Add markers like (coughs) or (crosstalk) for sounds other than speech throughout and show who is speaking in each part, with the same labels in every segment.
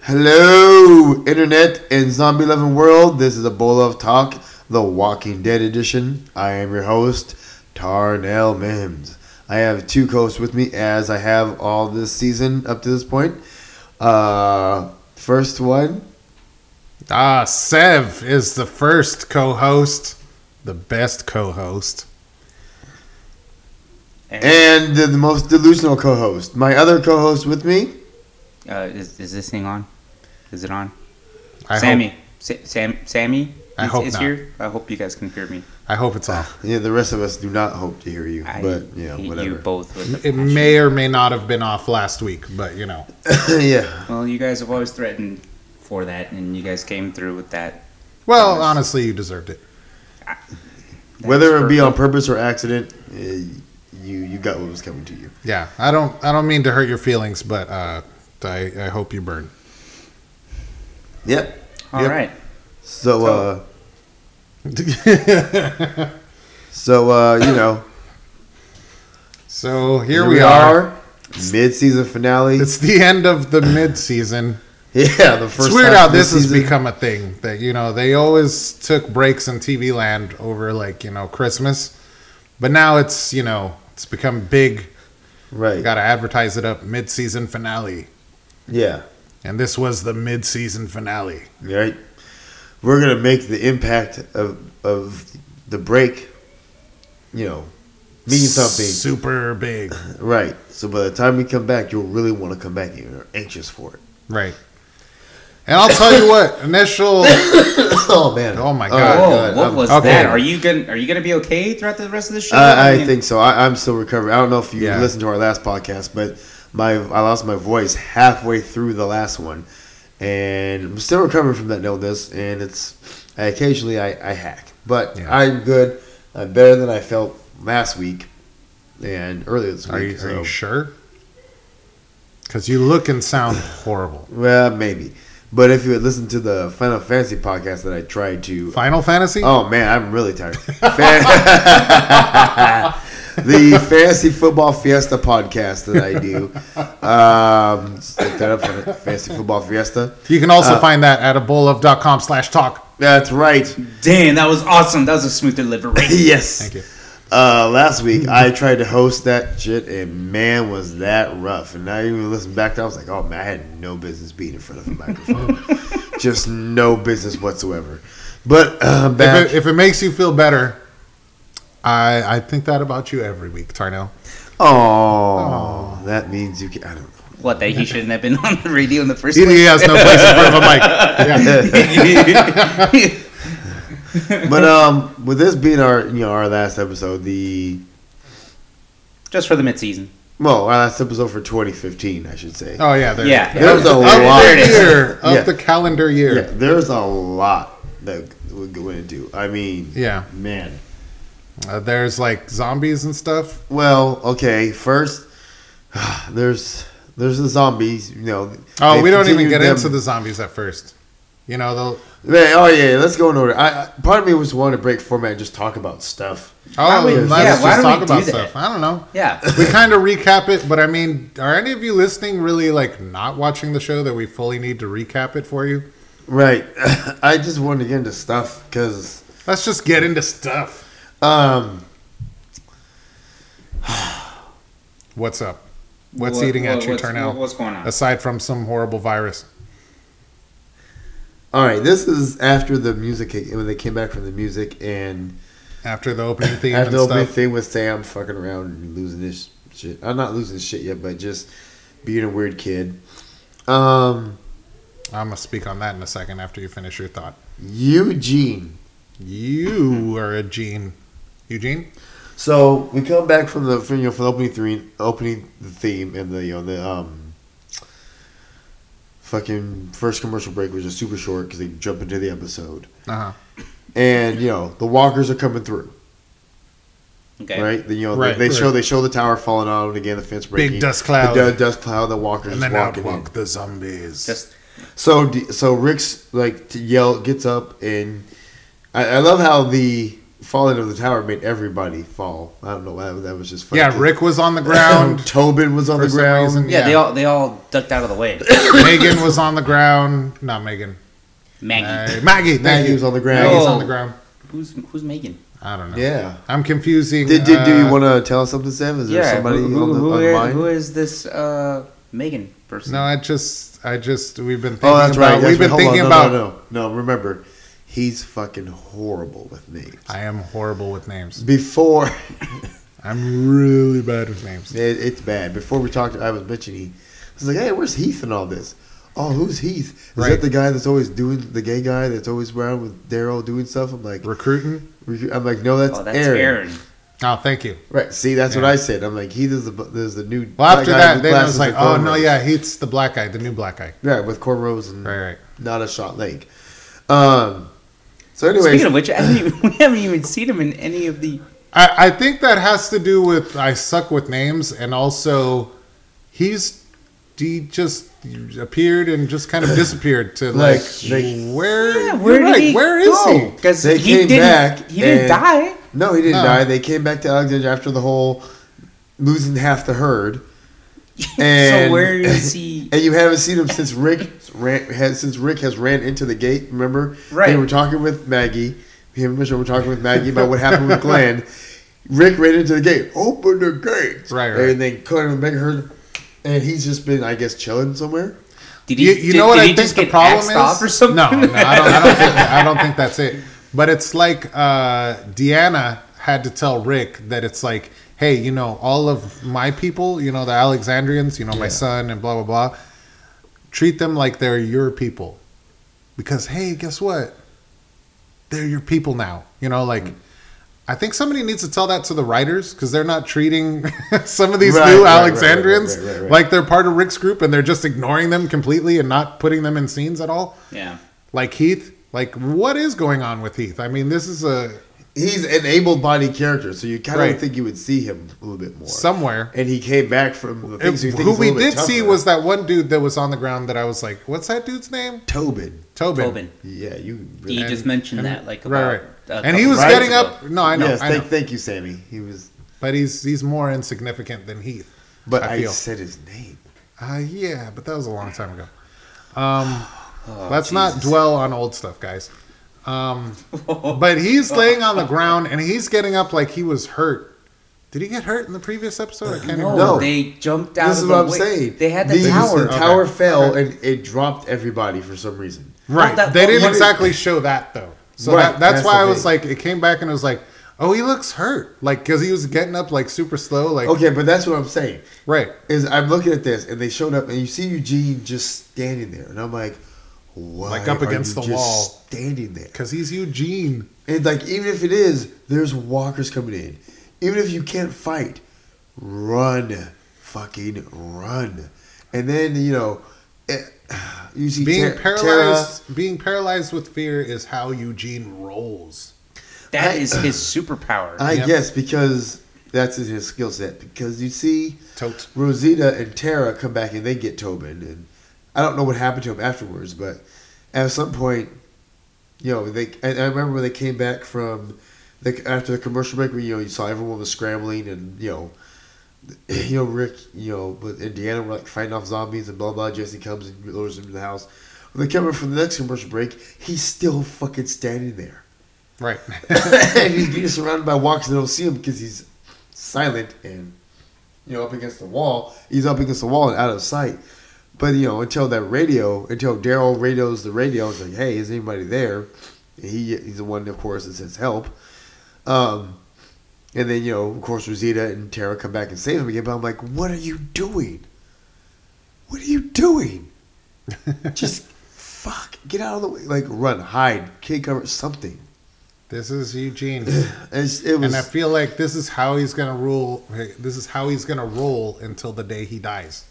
Speaker 1: Hello, Internet and Zombie Loving World. This is a bowl of talk, the Walking Dead edition. I am your host, Tarnell Mims. I have two co hosts with me, as I have all this season up to this point. Uh, first one,
Speaker 2: Ah, Sev is the first co host, the best co host.
Speaker 1: and the, the most delusional co host. My other co host with me,
Speaker 3: Uh, is, is this thing on? Is it on?
Speaker 2: I
Speaker 3: Sammy.
Speaker 2: Hope,
Speaker 3: Sa- Sam. Sammy.
Speaker 2: I
Speaker 3: is,
Speaker 2: hope
Speaker 3: is
Speaker 2: not.
Speaker 3: here. I hope you guys can hear me.
Speaker 2: I hope it's off.
Speaker 1: yeah, the rest of us do not hope to hear you,
Speaker 3: I
Speaker 1: but yeah,
Speaker 3: hate
Speaker 1: whatever.
Speaker 3: you both. With a
Speaker 2: It
Speaker 3: passion.
Speaker 2: may or may not have been off last week, but you know.
Speaker 1: (laughs) yeah,
Speaker 3: Well, you guys have always threatened for that, and you guys came through with that.
Speaker 2: Well, honestly, you deserved it.
Speaker 3: That
Speaker 1: whether
Speaker 3: was
Speaker 1: it be on
Speaker 3: perfect.
Speaker 1: purpose or accident, eh, you you got what was coming to you.
Speaker 2: Yeah, I don't. I don't mean to hurt your feelings, but uh, I, I hope you burn. (laughs)
Speaker 1: Yep.
Speaker 3: All
Speaker 1: Yep.
Speaker 3: right.
Speaker 1: So,
Speaker 3: So-
Speaker 1: uh, so uh, you know,
Speaker 2: so (laughs) here, we, are.
Speaker 1: mid-season finale.
Speaker 2: It's the end of the mid season.
Speaker 1: (laughs) yeah, the first.
Speaker 2: It's weird
Speaker 1: half
Speaker 2: how
Speaker 1: of the
Speaker 2: this has
Speaker 1: season.
Speaker 2: become a thing that you know they always took breaks in TV land over like you know Christmas, but now it's you know it's become big.
Speaker 1: right.
Speaker 2: Got to advertise it up mid season finale,
Speaker 1: Yeah,
Speaker 2: and this was the mid season finale.
Speaker 1: right. We're gonna make the impact of of the break. You know, mean something. (laughs)
Speaker 2: super big,
Speaker 1: Right. So by the time we come back, you'll really want to come back. and You're anxious for it. (coughs)
Speaker 2: right? And I'll tell you what,
Speaker 1: (coughs)
Speaker 2: initial
Speaker 1: oh man.
Speaker 2: Oh, my God.
Speaker 3: Whoa!
Speaker 1: God,
Speaker 3: what
Speaker 1: I'm- Uh,
Speaker 3: was
Speaker 2: okay.
Speaker 3: that? Are you gonna Are you gonna be okay throughout the rest of the show?
Speaker 1: I, I
Speaker 3: mean,
Speaker 1: think so. I, I'm still recovering. I don't know if you
Speaker 2: Yeah.
Speaker 1: listened to our last podcast, but my I lost my voice halfway through the last one, and I'm still recovering from that illness. And it's I occasionally I, I hack, but
Speaker 2: Yeah.
Speaker 1: I'm good. I'm better than I felt last week and earlier this week.
Speaker 2: Are you, are
Speaker 1: so-
Speaker 2: you sure? Because you look and
Speaker 1: (sighs)
Speaker 2: sound horrible.
Speaker 1: well, maybe. But if you had listened to the Final Fantasy podcast that I tried to
Speaker 2: Final Fantasy? (laughs)
Speaker 1: Oh man, I'm really tired. Fan- (laughs) the Fantasy Football Fiesta podcast that I do. Um, just look that up for Fantasy Football Fiesta.
Speaker 2: You can
Speaker 1: Uh,
Speaker 2: also find that at abolov.com slash talk.
Speaker 1: That's right. (laughs)
Speaker 3: Damn, that was awesome. That was a smooth delivery.
Speaker 1: Yes.
Speaker 2: Thank you.
Speaker 1: Uh, last week I tried to host that shit, and man, was that rough. And I even listened back to. it, I was like, oh man, I had no business being in front of a
Speaker 2: (laughs)
Speaker 1: microphone. Just no business whatsoever. But uh, back.
Speaker 2: If it, if it makes you feel better, I I think that about you every week, Tarnell.
Speaker 1: oh, that means you can. I don't know.
Speaker 3: what? That he shouldn't have been (laughs) on the radio in the first
Speaker 2: He, he
Speaker 3: place.
Speaker 2: has no place in front of a
Speaker 3: (laughs)
Speaker 2: mic. Yeah.
Speaker 1: But um, with this being our you know our last episode, the
Speaker 3: Just for the mid season.
Speaker 1: well our last episode for 2015, I should say.
Speaker 2: Oh yeah, there.
Speaker 3: Yeah.
Speaker 1: There was a
Speaker 2: Of
Speaker 1: lot.
Speaker 2: the
Speaker 3: There it is.
Speaker 2: year, of
Speaker 1: Yeah.
Speaker 2: the calendar year.
Speaker 1: Yeah, there's a lot that we go into. I mean,
Speaker 2: Yeah.
Speaker 1: man.
Speaker 2: Uh, there's like zombies and stuff.
Speaker 1: Well, okay. First, (sighs) there's there's the zombies. You know.
Speaker 2: Oh,
Speaker 1: they
Speaker 2: we don't even
Speaker 1: continued
Speaker 2: get
Speaker 1: them-
Speaker 2: into the zombies at first. You know,
Speaker 1: Man, oh yeah, let's go in order. I, I part of me was wanting to break format and just talk about stuff.
Speaker 2: the oh,
Speaker 1: would-
Speaker 2: let's
Speaker 1: yeah,
Speaker 2: just
Speaker 3: why don't
Speaker 2: talk
Speaker 3: we
Speaker 2: about
Speaker 3: do that?
Speaker 2: stuff. I don't know.
Speaker 3: Yeah.
Speaker 2: we kind of recap it, but I mean, are any of you listening really like not watching the show that we fully need to recap it for you?
Speaker 1: Right. (laughs) I just wanted to get into stuff because.
Speaker 2: Let's just get into stuff.
Speaker 1: Um,
Speaker 2: What's up? What's
Speaker 3: What-
Speaker 2: eating
Speaker 3: what-
Speaker 2: at you,
Speaker 3: what's-
Speaker 2: Tarnell?
Speaker 3: What's going on?
Speaker 2: Aside from some horrible virus.
Speaker 1: all right, this is after the music when they came back from the music and
Speaker 2: After the opening theme
Speaker 1: after
Speaker 2: and
Speaker 1: the opening
Speaker 2: stuff.
Speaker 1: thing with Sam fucking around and losing this shit. I'm not losing shit yet, but just being a weird kid. Um,
Speaker 2: I'm going to speak on that in a second after you finish your thought.
Speaker 1: Eugene.
Speaker 2: You are a gene. Eugene?
Speaker 1: So we come back from the from, you know, from the opening three, opening the theme and the you know the um fucking first commercial break was just super short because they jump into the episode
Speaker 2: Uh huh.
Speaker 1: and you know the walkers are coming through.
Speaker 3: Okay.
Speaker 1: Right? The, you know,
Speaker 2: Right,
Speaker 1: they, they show
Speaker 2: right.
Speaker 1: they show the tower falling on and again the fence breaking.
Speaker 2: dust cloud.
Speaker 1: The du- dust cloud. The walkers
Speaker 2: And
Speaker 1: just
Speaker 2: then
Speaker 1: walking
Speaker 2: out
Speaker 1: in.
Speaker 2: walk the zombies.
Speaker 3: Just
Speaker 1: So d- so Rick's like to yell gets up and I, I love how the falling of the tower made everybody fall. I don't know why that was just funny.
Speaker 2: Yeah, Rick was on the
Speaker 1: (laughs)
Speaker 2: ground.
Speaker 1: Tobin was on
Speaker 2: For
Speaker 1: the
Speaker 2: some
Speaker 1: ground.
Speaker 2: reason.
Speaker 3: Yeah, they
Speaker 2: Yeah.
Speaker 3: all they all ducked out of
Speaker 1: (laughs)
Speaker 3: the way.
Speaker 2: Megan was on the ground. Not Megan.
Speaker 3: Maggie, Oh.
Speaker 2: Uh, Maggie. Thank
Speaker 1: Maggie
Speaker 2: you.
Speaker 1: was on the ground.
Speaker 2: Maggie's
Speaker 3: No.
Speaker 2: on the ground.
Speaker 3: who's who's Megan?
Speaker 2: I don't know.
Speaker 1: Yeah.
Speaker 2: I'm confusing.
Speaker 1: Did, did do you
Speaker 2: uh,
Speaker 1: want to tell us something, Sam? Is there somebody
Speaker 3: who, who,
Speaker 1: on the
Speaker 3: who
Speaker 1: on
Speaker 3: is-
Speaker 1: mine?
Speaker 3: who is this uh, Megan person?
Speaker 2: No, I just, I just, we've been thinking
Speaker 1: oh, that's
Speaker 2: about,
Speaker 1: right. That's right.
Speaker 2: we've been
Speaker 1: Hold
Speaker 2: thinking
Speaker 1: on. No,
Speaker 2: about.
Speaker 1: no, no, no. Remember, he's fucking horrible with names.
Speaker 2: I am horrible with names.
Speaker 1: Before
Speaker 2: I'm really bad with names.
Speaker 1: it, it's bad. Before we talked, I was bitching. He I was like, "Hey, where's Heath and all this?" Oh, who's Heath? Is
Speaker 2: Right.
Speaker 1: that the guy that's always doing the gay guy that's always around with Daryl doing stuff? I'm like,
Speaker 2: Recruiting?
Speaker 1: I'm like, no, that's,
Speaker 3: oh, that's
Speaker 1: Aaron.
Speaker 3: Aaron.
Speaker 2: Oh, thank you.
Speaker 1: Right. See, that's
Speaker 2: Yeah.
Speaker 1: what I said. I'm like, Heath is the there's the new.
Speaker 2: Well,
Speaker 1: black
Speaker 2: after
Speaker 1: guy
Speaker 2: that,
Speaker 1: with
Speaker 2: then I was
Speaker 1: glasses
Speaker 2: like,
Speaker 1: and
Speaker 2: oh no,
Speaker 1: cornrows. Mm.
Speaker 2: yeah, he's the black guy, the new black guy.
Speaker 1: yeah, with cornrows and
Speaker 2: Right, right.
Speaker 1: not a shot leg. Um. So, anyways,
Speaker 3: Speaking of which, I haven't even, (laughs) we haven't even seen him in any of the.
Speaker 2: I, I think that has to do with I suck with names, and also he's he just appeared and just kind of disappeared to like,
Speaker 1: Like, they-
Speaker 2: where
Speaker 3: Yeah, where
Speaker 2: you're
Speaker 3: did
Speaker 2: right,
Speaker 3: he
Speaker 2: where is
Speaker 3: go?
Speaker 2: he?
Speaker 3: Because
Speaker 1: They
Speaker 3: he
Speaker 1: came
Speaker 3: didn't.
Speaker 1: back
Speaker 3: he didn't
Speaker 1: and-
Speaker 3: die. (laughs)
Speaker 1: no, he didn't
Speaker 2: No.
Speaker 1: die. They came back to Alexandria after the whole losing half the herd. And,
Speaker 3: so where
Speaker 1: (laughs)
Speaker 3: is he?
Speaker 1: And you haven't seen him since Rick ran, has since Rick has ran into the gate. Remember, They
Speaker 3: Right.
Speaker 1: were talking with Maggie. Him and Michelle were talking with Maggie about what happened with
Speaker 2: (laughs)
Speaker 1: Glenn. Rick ran into the gate. Open the gate.
Speaker 2: Right, right.
Speaker 1: And then cut him back her. And he's just been, I guess, chilling somewhere.
Speaker 3: Did he?
Speaker 2: You, you
Speaker 3: did,
Speaker 2: know what
Speaker 3: did
Speaker 2: I
Speaker 3: he
Speaker 2: think
Speaker 3: just
Speaker 2: the
Speaker 3: get
Speaker 2: problem
Speaker 3: axed
Speaker 2: is?
Speaker 3: Off or something?
Speaker 2: No, no, I don't, I don't think that, I don't think that's it. But it's like uh, Deanna had to tell Rick that it's like, hey, you know, all of my people, you know, the Alexandrians, you know, my son and blah blah blah, treat them like they're your people, because hey, guess what? They're your people now. You know, like.
Speaker 1: Mm.
Speaker 2: I think somebody needs to tell that to the writers because they're not treating (laughs) some of these
Speaker 1: Right,
Speaker 2: new
Speaker 1: right, right, right,
Speaker 2: Alexandrians
Speaker 1: right, right, right.
Speaker 2: like they're part of Rick's group and they're just ignoring them completely and not putting them in scenes at all.
Speaker 3: (laughs) Yeah.
Speaker 2: Like Heath, like what is going on with Heath? I mean, this is a
Speaker 1: He's an able-bodied character, so you kind of
Speaker 2: Right.
Speaker 1: think you would see him a little bit more.
Speaker 2: somewhere.
Speaker 1: and he came back from the things you think
Speaker 2: who
Speaker 1: is a
Speaker 2: we
Speaker 1: little bit
Speaker 2: did see
Speaker 1: tougher.
Speaker 2: was that one dude that was on the ground that I was like, what's that dude's name?
Speaker 1: Tobin.
Speaker 2: Tobin.
Speaker 3: Tobin.
Speaker 1: Yeah, you.
Speaker 3: He
Speaker 1: Really,
Speaker 3: just mentioned that like about uh,
Speaker 2: Right,
Speaker 3: a
Speaker 2: right. And he
Speaker 3: couple
Speaker 2: was
Speaker 3: months
Speaker 2: getting
Speaker 3: ago.
Speaker 2: up. No, I know,
Speaker 1: yes,
Speaker 2: I know.
Speaker 1: thank, thank you, Sammy. He was,
Speaker 2: But he's he's more insignificant than Heath.
Speaker 1: but
Speaker 2: I
Speaker 1: I,
Speaker 2: feel.
Speaker 1: said his name.
Speaker 2: Uh, yeah, but that was a long time ago. Um,
Speaker 3: Oh,
Speaker 2: let's not
Speaker 3: Jesus.
Speaker 2: dwell on old stuff, guys. Um, but he's laying on the ground and he's getting up like he was hurt. Did he get hurt in the previous episode? I can't even
Speaker 3: No,
Speaker 1: No.
Speaker 3: they jumped out.
Speaker 1: This
Speaker 3: of
Speaker 1: is
Speaker 3: the
Speaker 1: what I'm
Speaker 3: way.
Speaker 1: saying.
Speaker 3: They had the
Speaker 1: These-
Speaker 3: tower.
Speaker 2: Okay.
Speaker 1: tower fell and it dropped everybody for some reason.
Speaker 2: Right.
Speaker 3: that-
Speaker 2: they didn't
Speaker 3: what-
Speaker 2: exactly show that though. So
Speaker 1: Right,
Speaker 2: that, that's,
Speaker 1: that's
Speaker 2: why I
Speaker 1: the
Speaker 2: was
Speaker 1: thing.
Speaker 2: like, it came back and it was like, oh, he looks hurt. Like, because he was getting up like super slow. Like,
Speaker 1: Okay, but that's what I'm saying.
Speaker 2: right.
Speaker 1: Is I'm looking at this and they showed up and you see Eugene just standing there and I'm like, why
Speaker 2: Like up
Speaker 1: are
Speaker 2: against
Speaker 1: you
Speaker 2: the
Speaker 1: just
Speaker 2: wall.
Speaker 1: standing there?
Speaker 2: Because he's Eugene.
Speaker 1: And like, even if it is, there's walkers coming in. Even if you can't fight, run, fucking run. And then you know, eh, (sighs) you see
Speaker 2: Being
Speaker 1: Ter- Tara-
Speaker 2: paralyzed, being paralyzed with fear is how Eugene rolls.
Speaker 3: That
Speaker 1: I-
Speaker 3: is his superpower.
Speaker 1: (laughs) I
Speaker 2: Yep.
Speaker 1: guess Uh, because that's in his skill set. Because you see
Speaker 2: Totes.
Speaker 1: Rosita and Tara come back and they get Tobin, and I don't know what happened to him afterwards, but at some point, you know, they. I, I remember when they came back from the after the commercial break, where you know you saw everyone was scrambling and you know. (clears throat) You know, Rick, you know, with Indiana, were like fighting off zombies and blah blah. Jesse comes and lures him to the house. When they come in from the next commercial break, he's still fucking standing there
Speaker 2: Right.
Speaker 1: and (laughs) he's being surrounded by walkers that don't see him because he's silent and you know up against the wall. He's up against the wall and out of sight. But you know until that radio, until Daryl radios the radio, it's like, hey, is anybody there? And he he's the one, of course, that says help. Um, and then you know, of course, Rosita and Tara come back and save him again. But I'm like, what are you doing? What are you doing? Just fuck, get out of the way, like run, hide, kick cover, something.
Speaker 2: this is Eugene.
Speaker 1: It's, it was
Speaker 2: and I feel like this is how he's gonna rule. This is how he's gonna roll until the day he dies.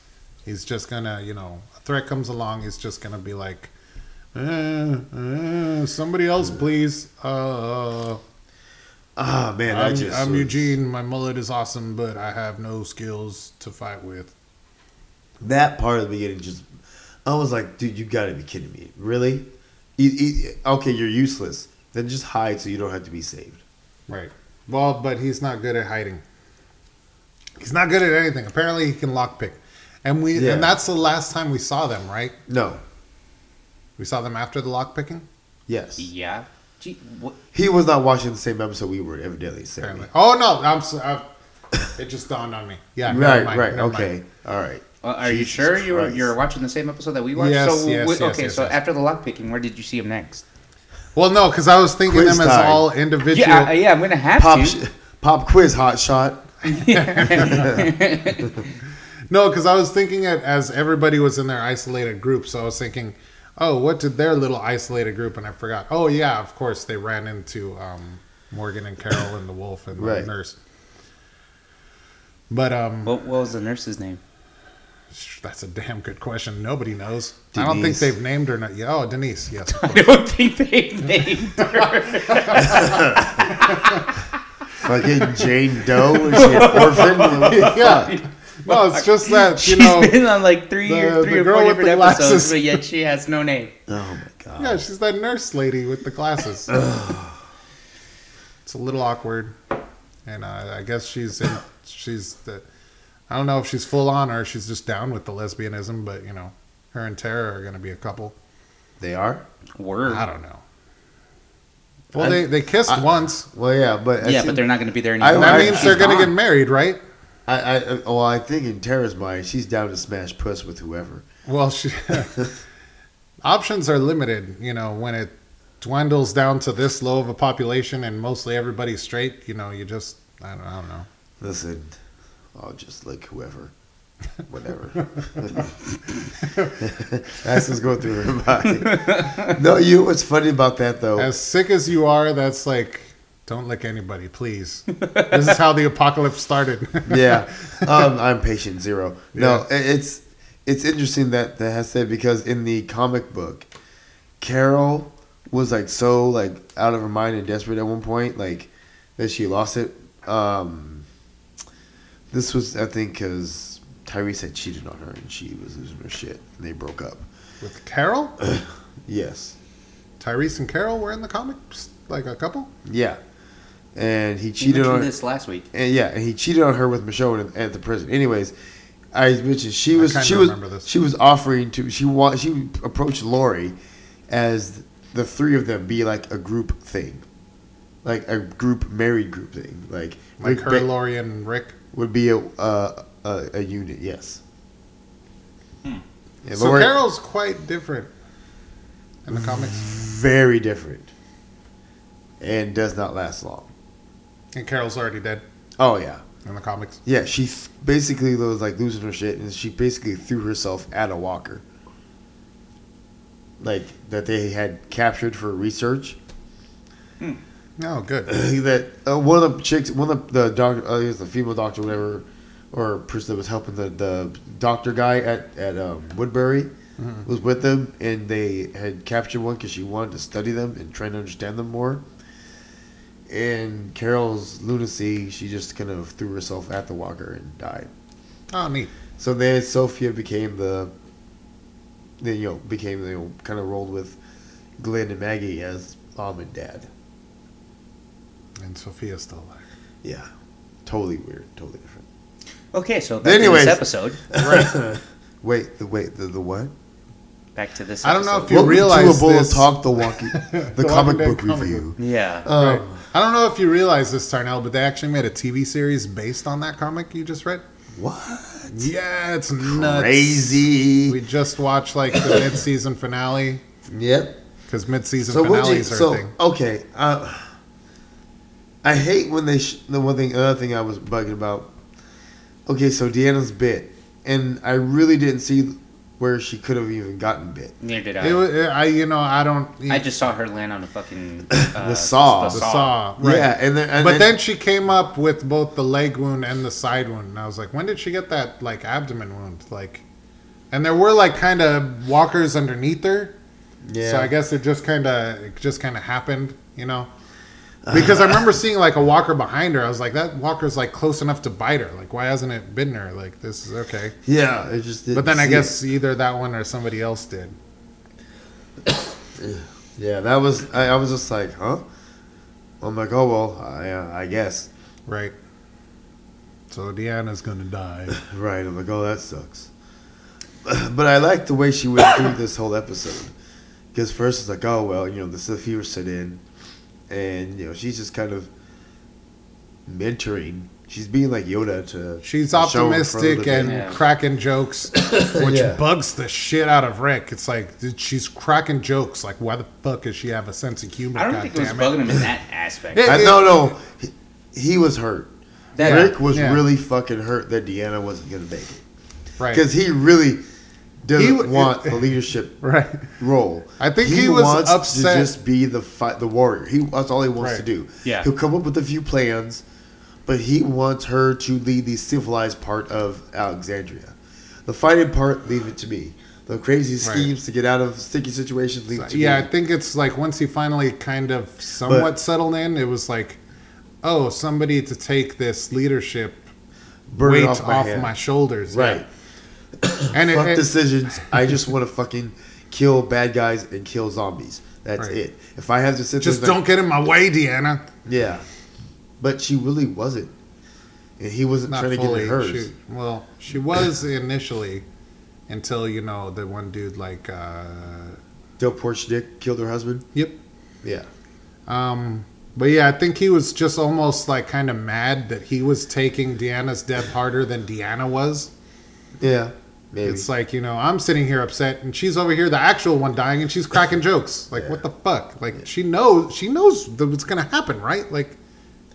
Speaker 2: He's just gonna, you know, a threat comes along. He's just gonna be like, eh, eh, somebody else, please. Uh,
Speaker 1: Ah man, I
Speaker 2: I'm,
Speaker 1: just
Speaker 2: I'm
Speaker 1: was-
Speaker 2: Eugene. My mullet is awesome, but I have no skills to fight with.
Speaker 1: That part of the beginning just, I was like, dude, you got to be kidding me, really? E- e- okay, you're useless. Then just hide so you don't have to be saved.
Speaker 2: Right. Well, but he's not good at hiding. He's not good at anything. Apparently, he can lockpick, and we
Speaker 1: Yeah.
Speaker 2: and that's the last time we saw them. Right?
Speaker 1: No.
Speaker 2: We saw them after the lockpicking.
Speaker 1: Yes.
Speaker 3: Yeah. Gee, what?
Speaker 1: He was not watching the same episode we were, evidently. Sammy.
Speaker 2: Apparently. Oh no! I'm. So, uh, it just dawned on me. Yeah. never
Speaker 1: Right,
Speaker 2: mind,
Speaker 1: right,
Speaker 2: never mind.
Speaker 1: okay. All right.
Speaker 3: Well, Uh, are you
Speaker 1: Jesus
Speaker 3: sure you were,
Speaker 1: Christ.
Speaker 3: you were watching the same episode that we watched?
Speaker 2: Yes,
Speaker 3: so,
Speaker 2: yes,
Speaker 3: wh-
Speaker 2: yes,
Speaker 3: okay,
Speaker 2: yes,
Speaker 3: so
Speaker 2: yes.
Speaker 3: after the lockpicking, where did you see him next?
Speaker 2: Well, no, because I was thinking
Speaker 1: Quiz
Speaker 2: them as
Speaker 1: time.
Speaker 2: all individual.
Speaker 3: Yeah, I, yeah, I'm gonna have
Speaker 1: Pop,
Speaker 3: to.
Speaker 1: sh- pop quiz, hot shot.
Speaker 2: No, because I was thinking it as everybody was in their isolated group. So I was thinking, oh, what did their little isolated group? And I forgot. Oh, yeah, of course they ran into um, Morgan and Carol and the wolf and the
Speaker 1: Right.
Speaker 2: nurse. But um,
Speaker 3: What, what was the nurse's
Speaker 2: (laughs)
Speaker 3: name? (laughs)
Speaker 2: sh- that's a damn good question. Nobody knows. I don't think
Speaker 1: Denise.
Speaker 2: they've named her. Not- yeah, oh, Denise. Yes. of
Speaker 3: I
Speaker 2: course.
Speaker 3: don't think they
Speaker 2: (laughs)
Speaker 3: named her.
Speaker 1: Fucking Jane Doe. Is she an
Speaker 2: (laughs)
Speaker 1: orphan? What the fuck?
Speaker 2: yeah. No, it's just that you
Speaker 3: She's
Speaker 2: know.
Speaker 3: been on like three
Speaker 2: the-
Speaker 3: or three
Speaker 2: the
Speaker 3: or
Speaker 2: girl
Speaker 3: four
Speaker 2: with
Speaker 3: different
Speaker 2: the
Speaker 3: episodes,
Speaker 2: glasses.
Speaker 3: but yet she has no name.
Speaker 1: Oh my god.
Speaker 2: Yeah, she's that nurse lady with the glasses. it's a little awkward, and uh, I guess she's in, she's the. I don't know if she's full on or she's just down with the lesbianism, but you know, her and Tara are going to be a couple.
Speaker 1: They are?
Speaker 3: Word.
Speaker 2: I don't know. Well,
Speaker 1: I-
Speaker 2: they they kissed
Speaker 1: I-
Speaker 2: once.
Speaker 1: Well, yeah, but I
Speaker 3: yeah,
Speaker 1: see-
Speaker 3: but they're not gonna be there
Speaker 1: I-
Speaker 3: anymore.
Speaker 2: that
Speaker 1: I-
Speaker 2: means
Speaker 1: she's
Speaker 2: they're going to get
Speaker 3: gone.
Speaker 2: married, right?
Speaker 1: I, I, I- well, I think in Tara's mind, she's down to smash puss with whoever.
Speaker 2: Well, she, (laughs) options are limited. You know, when it dwindles down to this low of a population and mostly everybody's straight, you know, you just I don't, I don't know.
Speaker 1: Listen, I'll just lick whoever, whatever. (laughs) That's what's going through her mind. No, you. know What's funny about that though?
Speaker 2: As sick as you are, that's like, don't lick anybody, please. this is how the apocalypse started. (laughs)
Speaker 1: (laughs) yeah, um, I'm patient zero. No, i it's it's interesting that that has said because in the comic book, Carol was like so like out of her mind and desperate at one point, like that she lost it. Um, this was I think because Tyrese had cheated on her and she was losing her shit and they broke up.
Speaker 2: With Carol,
Speaker 1: Yes,
Speaker 2: Tyrese and Carol were in the comics, like a couple.
Speaker 1: yeah, and he
Speaker 3: She
Speaker 1: cheated on
Speaker 3: mentioned
Speaker 1: her.
Speaker 3: this last week.
Speaker 1: and yeah, and he cheated on her with Michonne in- at the prison. Anyways, I mentioned she was
Speaker 2: kinda
Speaker 1: she was
Speaker 2: remember this.
Speaker 1: she was offering to she wa- she approached Lori as the three of them be like a group thing, like a group married group thing. Like
Speaker 2: Like
Speaker 1: Rick
Speaker 2: her,
Speaker 1: Ba-
Speaker 2: Lori, and Rick.
Speaker 1: would be a a, a, a unit. Yes. Yeah,
Speaker 2: so
Speaker 1: Lori-
Speaker 2: Carol's quite different in the comics,
Speaker 1: very different, and does not last long.
Speaker 2: and Carol's already dead
Speaker 1: Oh yeah.
Speaker 2: in the comics.
Speaker 1: Yeah, she th- basically was like losing her shit, and she basically threw herself at a walker, like that they had captured for research.
Speaker 2: Oh, good.
Speaker 1: that uh, one of the chicks, one of the, the doctor, uh, it was the female doctor, whatever, or person that was helping the, the doctor guy at at um, Woodbury, was with them, and they had captured one because she wanted to study them and try to understand them more. And Carol's lunacy, she just kind of threw herself at the walker and died.
Speaker 2: Oh, neat.
Speaker 1: So then Sophia became the, then you know became you know, kind of rolled with Glenn and Maggie as mom and dad.
Speaker 2: And Sophia's still alive.
Speaker 1: Yeah, totally weird, totally different.
Speaker 3: Okay, so back
Speaker 1: Anyways.
Speaker 3: to this episode.
Speaker 1: Wait, the wait the the what?
Speaker 3: Back to this.
Speaker 2: I don't know
Speaker 3: episode.
Speaker 2: if you
Speaker 1: to
Speaker 2: realize
Speaker 1: a bowl
Speaker 2: this-
Speaker 1: of talk the (laughs) walking the,
Speaker 2: The Walking
Speaker 1: comic
Speaker 2: Dead
Speaker 1: book
Speaker 2: comic
Speaker 1: review.
Speaker 3: Yeah.
Speaker 1: Um,
Speaker 2: Right. I don't know if you realize this, Tarnell, but they actually made a TV series based on that comic you just read.
Speaker 1: What?
Speaker 2: Yeah, it's nuts.
Speaker 1: Crazy.
Speaker 2: We just watched like the mid-season finale
Speaker 1: Yep.
Speaker 2: because mid-season
Speaker 1: So what you?
Speaker 2: finales are a
Speaker 1: So
Speaker 2: thing.
Speaker 1: okay. Uh, I hate when they. Sh- the one thing, another thing I was bugging about. Okay, so Deanna's bit, and I really didn't see where she could have even gotten bit.
Speaker 3: Neither did I.
Speaker 2: It was, I, you know, I don't.
Speaker 3: I just saw her land on
Speaker 2: (laughs)
Speaker 3: a fucking uh,
Speaker 1: The saw.
Speaker 2: the saw, right?
Speaker 1: Yeah, and then and
Speaker 2: but then she came up with both the leg wound and the side wound, and I was like, when did she get that like abdomen wound? Like, and there were like kind of walkers underneath her,
Speaker 1: yeah,
Speaker 2: So I guess it just kind of it just kind of happened, you know. Because I remember seeing like a walker behind her. I was like, that walker's like close enough to bite her. Like, why hasn't it bitten her? Like, this is okay.
Speaker 1: yeah, it just. Didn't
Speaker 2: But then I
Speaker 1: see
Speaker 2: guess either that one or somebody else did.
Speaker 1: it. yeah, that was. I, I was just like, huh. I'm like, oh well, I, I guess.
Speaker 2: Right. So Deanna's gonna die.
Speaker 1: Right. I'm like, oh, that sucks. (laughs) But I like the way she went
Speaker 2: (coughs)
Speaker 1: through this whole episode. Because first it's like, oh, well, you know, this is a fever sit in. And, you know, she's just kind of mentoring. She's being like Yoda to.
Speaker 2: She's
Speaker 1: to show in front of
Speaker 2: optimistic
Speaker 1: the-
Speaker 2: and
Speaker 3: Yeah.
Speaker 1: (coughs)
Speaker 2: cracking jokes, which
Speaker 1: Yeah.
Speaker 2: bugs the shit out of Rick. It's like dude, she's cracking jokes. Like, why the fuck does she have a sense of humor?
Speaker 3: I don't
Speaker 2: God
Speaker 3: think it was
Speaker 2: damn
Speaker 3: bugging him in that aspect.
Speaker 2: Yeah.
Speaker 1: I, no, no. He, he was hurt.
Speaker 3: That-
Speaker 1: Rick was
Speaker 2: yeah.
Speaker 1: really fucking hurt that Deanna wasn't going to make it.
Speaker 2: Right.
Speaker 1: Because he really doesn't
Speaker 2: He w-
Speaker 1: want the leadership
Speaker 2: Right.
Speaker 1: role.
Speaker 2: I think he was upset-
Speaker 1: to just be the fi- the warrior. He that's all he wants
Speaker 2: Right.
Speaker 1: to do.
Speaker 3: Yeah.
Speaker 1: he'll come up with a few plans, but he wants her to lead the civilized part of Alexandria. The fighting part, leave it to me. The crazy
Speaker 2: Right.
Speaker 1: schemes to get out of sticky situations, leave it to
Speaker 2: yeah, I
Speaker 1: me.
Speaker 2: think it's like once he finally kind of somewhat settled in, it was like, oh, somebody to take this leadership
Speaker 1: Burn it
Speaker 2: weight
Speaker 1: off
Speaker 2: off
Speaker 1: my
Speaker 2: my,
Speaker 1: hand.
Speaker 2: shoulders. yeah.
Speaker 1: Right.
Speaker 2: And it,
Speaker 1: Fuck
Speaker 2: it-
Speaker 1: decisions.
Speaker 2: (laughs)
Speaker 1: I just want to fucking kill bad guys and kill zombies. That's
Speaker 2: Right.
Speaker 1: it. If I have to sit
Speaker 2: just
Speaker 1: there and-
Speaker 2: don't get in my way, Deanna.
Speaker 1: Yeah, but she really wasn't, and he wasn't
Speaker 2: Not
Speaker 1: trying to
Speaker 2: fully.
Speaker 1: get in hers.
Speaker 2: She, well, she was initially until, you know, the one dude like, uh,
Speaker 1: Del Porch Dick killed her husband.
Speaker 2: yep.
Speaker 1: Yeah,
Speaker 2: Um, but yeah, I think he was just almost like kind of mad that he was taking Deanna's death harder than Deanna was.
Speaker 1: yeah, maybe.
Speaker 2: It's like, you know, I'm sitting here upset and she's over here, the actual one dying, and she's cracking jokes. Like, what the fuck? Like, she knows, she knows that what's going to happen, right? Like,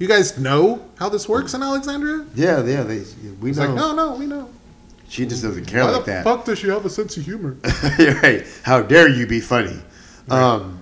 Speaker 2: you guys know how this works in Alexandria?
Speaker 1: yeah, yeah. They we
Speaker 2: It's
Speaker 1: know.
Speaker 2: like, no, no, we know.
Speaker 1: She just doesn't care
Speaker 2: Why
Speaker 1: like
Speaker 2: the
Speaker 1: that.
Speaker 2: fuck does she have a sense of humor?
Speaker 1: (laughs) You're right. How dare you be funny? Um,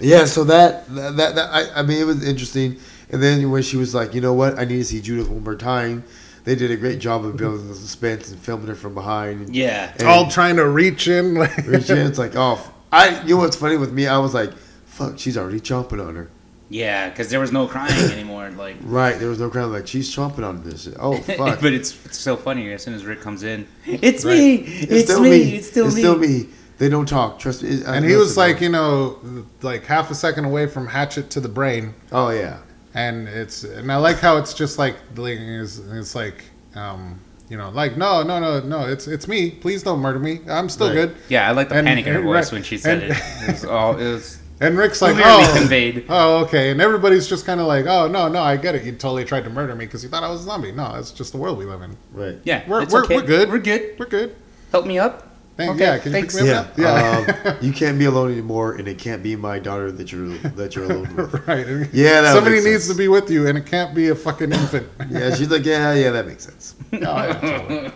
Speaker 1: yeah. So that that, that, that I, I mean, it was interesting. And then when she was like, you know what, I need to see Judith one more time. They did a great job of building the suspense and filming her from behind.
Speaker 3: Yeah.
Speaker 1: And-
Speaker 2: All trying to reach in. (laughs) Like,
Speaker 1: Reach in, It's like, oh, f- I. You know what's funny with me? I was like, fuck, she's already chomping on her.
Speaker 3: Yeah, because there was no crying anymore. Like, (laughs)
Speaker 1: Right. There was no crowd. Like she's chomping on this.
Speaker 2: (laughs)
Speaker 1: Oh fuck.
Speaker 3: but it's, it's so funny as soon as Rick comes in. It's
Speaker 2: Right.
Speaker 3: me. It's, me. It's still me.
Speaker 1: They don't talk. Trust me. I-
Speaker 2: and he was
Speaker 1: listen,
Speaker 2: like, you know, like half a second away from hatchet to the brain.
Speaker 1: oh yeah,
Speaker 2: and it's and I like how it's just like like, it's, it's like um you know like no no no no it's it's me please don't murder me I'm still
Speaker 1: Right.
Speaker 2: good
Speaker 3: Yeah, I like the
Speaker 2: And-
Speaker 3: panic in her
Speaker 2: and
Speaker 3: voice
Speaker 2: Rick-
Speaker 3: when she said
Speaker 2: and-
Speaker 3: it. It was all. It was
Speaker 2: and Rick's like
Speaker 3: clearly
Speaker 2: oh
Speaker 3: conveyed.
Speaker 2: oh okay and everybody's just kind of like oh no no I get it you totally tried to murder me because you thought I was a zombie no that's just the world we live in
Speaker 1: right.
Speaker 3: Yeah,
Speaker 2: we're
Speaker 3: it's
Speaker 2: we're,
Speaker 3: okay.
Speaker 2: we're good
Speaker 3: We're good.
Speaker 2: we're good
Speaker 3: Help me up.
Speaker 2: Thank,
Speaker 3: Okay,
Speaker 2: yeah can you
Speaker 3: thanks.
Speaker 2: pick me
Speaker 1: Yeah,
Speaker 2: up now? yeah
Speaker 1: Um, you can't be alone anymore, and it can't be my daughter that you're that you're alone (laughs) with.
Speaker 2: (laughs) right And
Speaker 1: um, Yeah, that
Speaker 2: somebody
Speaker 1: makes
Speaker 2: needs
Speaker 1: sense.
Speaker 2: to be with you and it can't be a fucking infant
Speaker 1: Yeah, she's like, yeah, yeah, that makes sense.
Speaker 2: No, yeah, totally.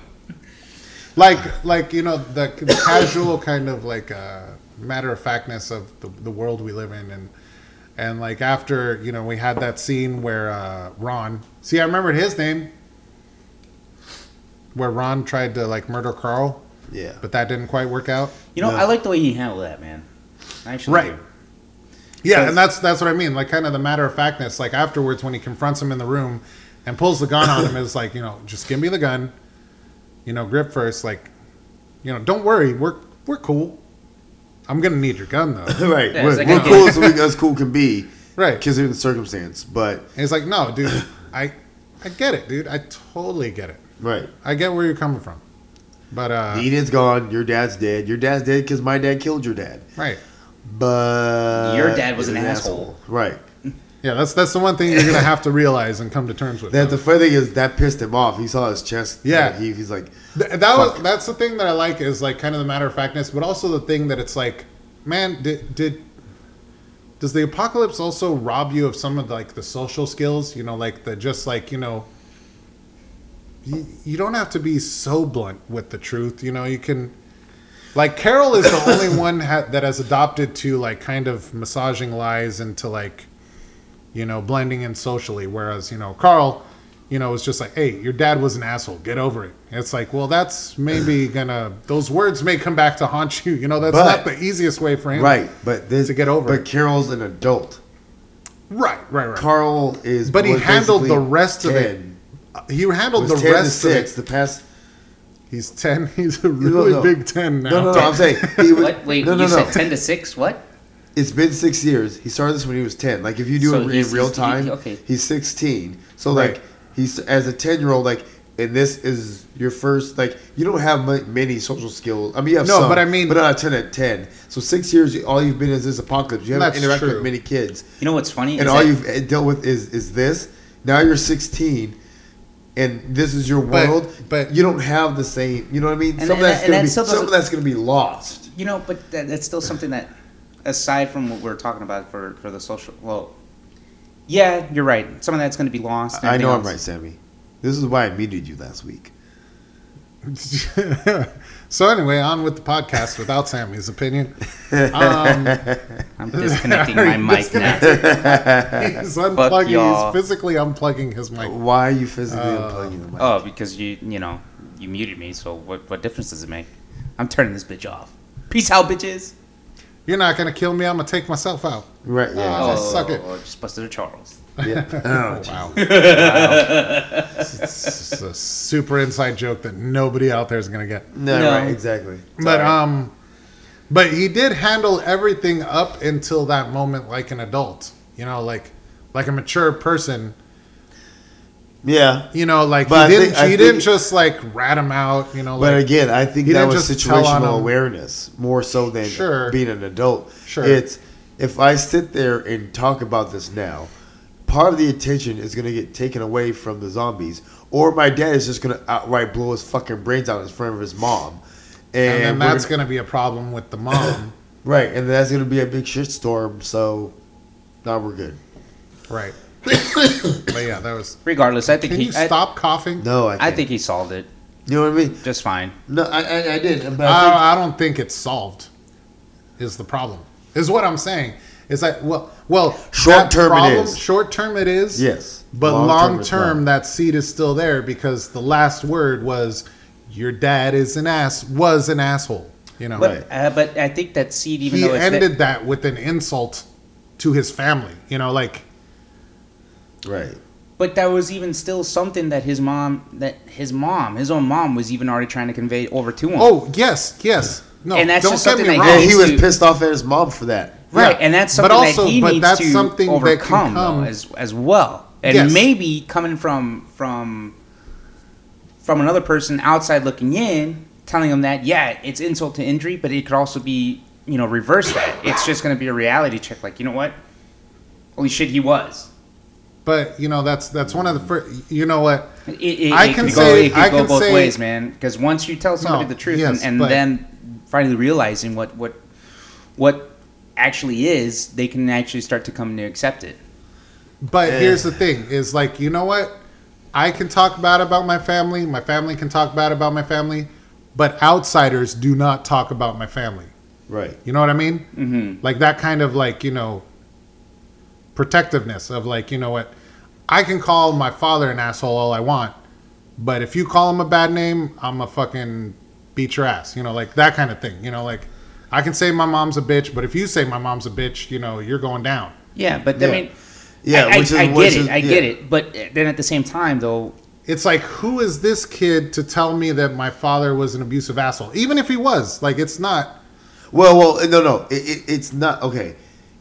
Speaker 2: (laughs) like, like you know, the, the casual kind of like uh, matter of factness of the, the world we live in, and and like after you know we had that scene where uh, Ron, see, I remembered his name, where Ron tried to like murder Carl,
Speaker 1: Yeah,
Speaker 2: but that didn't quite work out.
Speaker 3: You know,
Speaker 1: No.
Speaker 3: I like the way he handled that, man. I Actually,
Speaker 2: Right.
Speaker 3: do.
Speaker 2: Yeah,
Speaker 3: Because-
Speaker 2: and that's that's what I mean. Like kind of the matter of factness. Like afterwards, when he confronts him in the room and pulls the gun on him, is like you know, just give me the gun. You know, grip first. Like, you know, don't worry, we're we're cool. I'm gonna need your gun (laughs) though.
Speaker 1: (laughs) right.
Speaker 3: Yeah,
Speaker 1: we're
Speaker 3: it's like,
Speaker 1: we're
Speaker 3: okay.
Speaker 1: cool as, we, as cool can be,
Speaker 2: (laughs) right. And
Speaker 1: considering the circumstance. But
Speaker 2: he's like, no, dude, I I get it, dude. I totally get it.
Speaker 1: right,
Speaker 2: I get where you're coming from. But uh,
Speaker 1: Eden's gone. Your dad's dead. Your dad's dead because my dad killed your dad.
Speaker 2: right.
Speaker 1: But
Speaker 3: Your dad was
Speaker 1: He's
Speaker 3: an asshole.
Speaker 1: Right.
Speaker 2: Yeah, that's that's the one thing you're gonna have to realize and come to terms with.
Speaker 1: That the funny thing is that pissed him off. He saw his chest.
Speaker 2: Yeah.
Speaker 1: He, he's like,
Speaker 2: Th- that
Speaker 1: Fuck.
Speaker 2: was that's the thing that I like is like kind of the matter of factness, but also the thing that it's like, man, did did does the apocalypse also rob you of some of like the social skills? You know, like the just like you know, you, you don't have to be so blunt with the truth. You know, you can. Like Carol
Speaker 1: (laughs)
Speaker 2: is the only one ha- that has adopted to like kind of massaging lies into like, you know, blending in socially. Whereas you know Carl, you know, was just like, "Hey, your dad was an asshole. Get over it." It's like, well,
Speaker 1: (sighs)
Speaker 2: that's maybe gonna those words may come back to haunt you. You know, that's
Speaker 1: But-
Speaker 2: not the easiest way for him.
Speaker 1: right. But this
Speaker 2: To get over
Speaker 1: But
Speaker 2: it.
Speaker 1: Carol's an adult.
Speaker 2: right, right, right.
Speaker 1: Carl is.
Speaker 2: But he
Speaker 1: was
Speaker 2: handled the
Speaker 1: basically
Speaker 2: rest of it.
Speaker 1: 10.
Speaker 2: he handled
Speaker 1: Was
Speaker 2: the
Speaker 1: 10
Speaker 2: rest
Speaker 1: to
Speaker 2: of
Speaker 1: six.
Speaker 2: it.
Speaker 1: The past.
Speaker 2: He's ten. (laughs) He's a really
Speaker 1: no.
Speaker 2: big ten now. (laughs)
Speaker 1: No, no, no. I'm saying he was.
Speaker 3: What? Wait,
Speaker 1: no, no,
Speaker 3: you
Speaker 1: no.
Speaker 3: said ten to six? What?
Speaker 1: it's been six years. He started this when he was ten. Like if you do
Speaker 3: So
Speaker 1: it in
Speaker 3: he's-
Speaker 1: real
Speaker 3: he's- he-
Speaker 1: time,
Speaker 3: okay.
Speaker 1: he's sixteen. So
Speaker 2: Right.
Speaker 1: like he's as a ten year old, like and this is your first like you don't have ma- many social skills. I mean, you have
Speaker 2: No,
Speaker 1: some,
Speaker 2: but I mean-
Speaker 1: but not a ten at ten. So six years, all you've been is this apocalypse. You haven't
Speaker 2: That's
Speaker 1: interacted
Speaker 2: true.
Speaker 1: with many kids,
Speaker 3: You know what's funny?
Speaker 1: and
Speaker 3: is
Speaker 1: all
Speaker 3: that-
Speaker 1: you've eh, dealt with is is this. Now you're sixteen. And this is your
Speaker 2: But-
Speaker 1: world,
Speaker 2: but-
Speaker 1: you don't have the same. You know what I mean?
Speaker 3: And-
Speaker 1: some of
Speaker 3: and
Speaker 1: that's
Speaker 3: that- and
Speaker 1: gonna
Speaker 3: that
Speaker 1: be
Speaker 3: still
Speaker 1: some of
Speaker 3: doesn't-
Speaker 1: that's gonna be lost.
Speaker 3: You know, but that, that's still something that, aside from what we're talking about for, for the social, well, yeah, you're right. Some of that's going to be lost. and
Speaker 1: I know I'm
Speaker 3: everything
Speaker 1: right,
Speaker 3: else.
Speaker 1: Sammy. This is why I muted you last week.
Speaker 2: so anyway, on with the podcast without
Speaker 1: (laughs)
Speaker 2: Sammy's opinion. Um,
Speaker 3: I'm disconnecting my mic now.
Speaker 2: he's unplugging.
Speaker 3: y'all.
Speaker 2: He's physically unplugging his mic.
Speaker 1: Why are you physically
Speaker 2: Uh,
Speaker 1: unplugging the mic?
Speaker 3: Oh, because you you know you muted me. So what what difference does it make? I'm turning this bitch off. Peace out, bitches.
Speaker 2: You're not gonna kill me. I'm gonna take myself out.
Speaker 1: right, yeah.
Speaker 2: Oh. suck it.
Speaker 3: Just busted a Charles.
Speaker 1: yeah.
Speaker 2: Oh,
Speaker 1: (laughs)
Speaker 2: wow. it's a super inside joke that nobody out there is going to get.
Speaker 1: No,
Speaker 3: No.
Speaker 1: right, exactly.
Speaker 2: But
Speaker 3: all right.
Speaker 2: um but he did handle everything up until that moment like an adult. You know, like like a mature person.
Speaker 1: Yeah.
Speaker 2: You know, like
Speaker 1: But I
Speaker 2: he didn't
Speaker 1: think- I
Speaker 2: he
Speaker 1: think-
Speaker 2: didn't just like rat him out, you know,
Speaker 1: But
Speaker 2: like
Speaker 1: again, I think
Speaker 2: he
Speaker 1: that
Speaker 2: didn't
Speaker 1: was
Speaker 2: just tell on him.
Speaker 1: situational awareness more so than
Speaker 2: Sure.
Speaker 1: being an adult.
Speaker 2: Sure.
Speaker 1: It's if I sit there and talk about this now, part of the attention is going to get taken away from the zombies, or my dad is just going to outright blow his fucking brains out in front of his mom.
Speaker 2: and
Speaker 1: And,
Speaker 2: then
Speaker 1: we're
Speaker 2: that's
Speaker 1: gonna-
Speaker 2: going to be a problem with the
Speaker 1: (coughs)
Speaker 2: mom.
Speaker 1: right, and that's going to be a big shitstorm. So now we're good.
Speaker 2: right. but yeah, that was
Speaker 3: Regardless, I think
Speaker 2: Can
Speaker 3: he.
Speaker 2: you
Speaker 3: I-
Speaker 2: stop coughing?
Speaker 1: No, I,
Speaker 3: I,
Speaker 1: can't.
Speaker 3: think he solved it
Speaker 1: you know what I mean.
Speaker 3: just fine.
Speaker 1: No, I I, I did, but I think,
Speaker 2: I, I don't think it's solved. Is the problem? Is what I'm saying. Is that well? Well,
Speaker 1: Short
Speaker 2: that
Speaker 1: term it is.
Speaker 2: Short term it is.
Speaker 1: Yes.
Speaker 2: But
Speaker 1: Long
Speaker 2: long,
Speaker 1: term
Speaker 2: term,
Speaker 1: it's
Speaker 2: that seed is still there because the last word was, "Your dad is an ass. Was an asshole." You know.
Speaker 3: But uh, but I think that seed, even
Speaker 2: He
Speaker 3: though it's that-
Speaker 2: ended that with an insult to his family. You know, like
Speaker 1: right.
Speaker 3: But that was even still something that his mom, that his mom, his own mom, was even already trying to convey over to him.
Speaker 2: oh yes, yes. No,
Speaker 3: And that's
Speaker 2: don't
Speaker 3: just
Speaker 2: get
Speaker 3: something
Speaker 2: me
Speaker 3: that
Speaker 2: wrong.
Speaker 1: Yeah, he
Speaker 3: Needs
Speaker 1: was
Speaker 3: to-
Speaker 1: pissed off at his mom for that.
Speaker 3: right,
Speaker 2: yeah.
Speaker 3: and that's
Speaker 2: But
Speaker 3: something
Speaker 2: also-
Speaker 3: that he
Speaker 2: but
Speaker 3: needs
Speaker 2: that's
Speaker 3: to
Speaker 2: something that can
Speaker 3: overcome though,
Speaker 2: come-
Speaker 3: as as well, and
Speaker 2: Yes.
Speaker 3: maybe coming from from from another person outside looking in, telling him that yeah, it's insult to injury, but it could also be you know reverse that. It's just going to be a reality check. Like you know what? Holy shit, he was.
Speaker 2: But you know, that's that's one of the first. You know what?
Speaker 3: It, it,
Speaker 2: I
Speaker 3: it
Speaker 2: can
Speaker 3: could
Speaker 2: say-
Speaker 3: go, it could
Speaker 2: I
Speaker 3: go
Speaker 2: can
Speaker 3: both
Speaker 2: say-
Speaker 3: ways, man. Because once you tell somebody
Speaker 2: No,
Speaker 3: the truth,
Speaker 2: yes,
Speaker 3: and,
Speaker 2: but-
Speaker 3: and then finally realizing what what what actually is, they can actually start to come to accept it.
Speaker 2: But
Speaker 1: Eh.
Speaker 2: here's the thing: is like you know what? I can talk bad about my family. My family can talk bad about my family, but outsiders do not talk about my family.
Speaker 1: Right.
Speaker 2: You know what I mean?
Speaker 3: hmm
Speaker 2: Like that kind of like you know protectiveness of like you know what? I can call my father an asshole all I want, but if you call him a bad name, I'm a fucking beat your ass. You know, like that kind of thing. You know, like I can say my mom's a bitch, but if you say my mom's a bitch, you know, you're going down.
Speaker 3: Yeah, but
Speaker 1: Yeah.
Speaker 3: I mean,
Speaker 1: Yeah,
Speaker 3: I,
Speaker 1: which is
Speaker 3: I, I get
Speaker 1: which
Speaker 3: it,
Speaker 1: is-
Speaker 3: I get
Speaker 1: yeah.
Speaker 3: it. But then at the same time, though,
Speaker 2: it's like who is this kid to tell me that my father was an abusive asshole even if he was like it's not (laughs)
Speaker 1: Well, well, eh, no, no, it, it, it's not okay.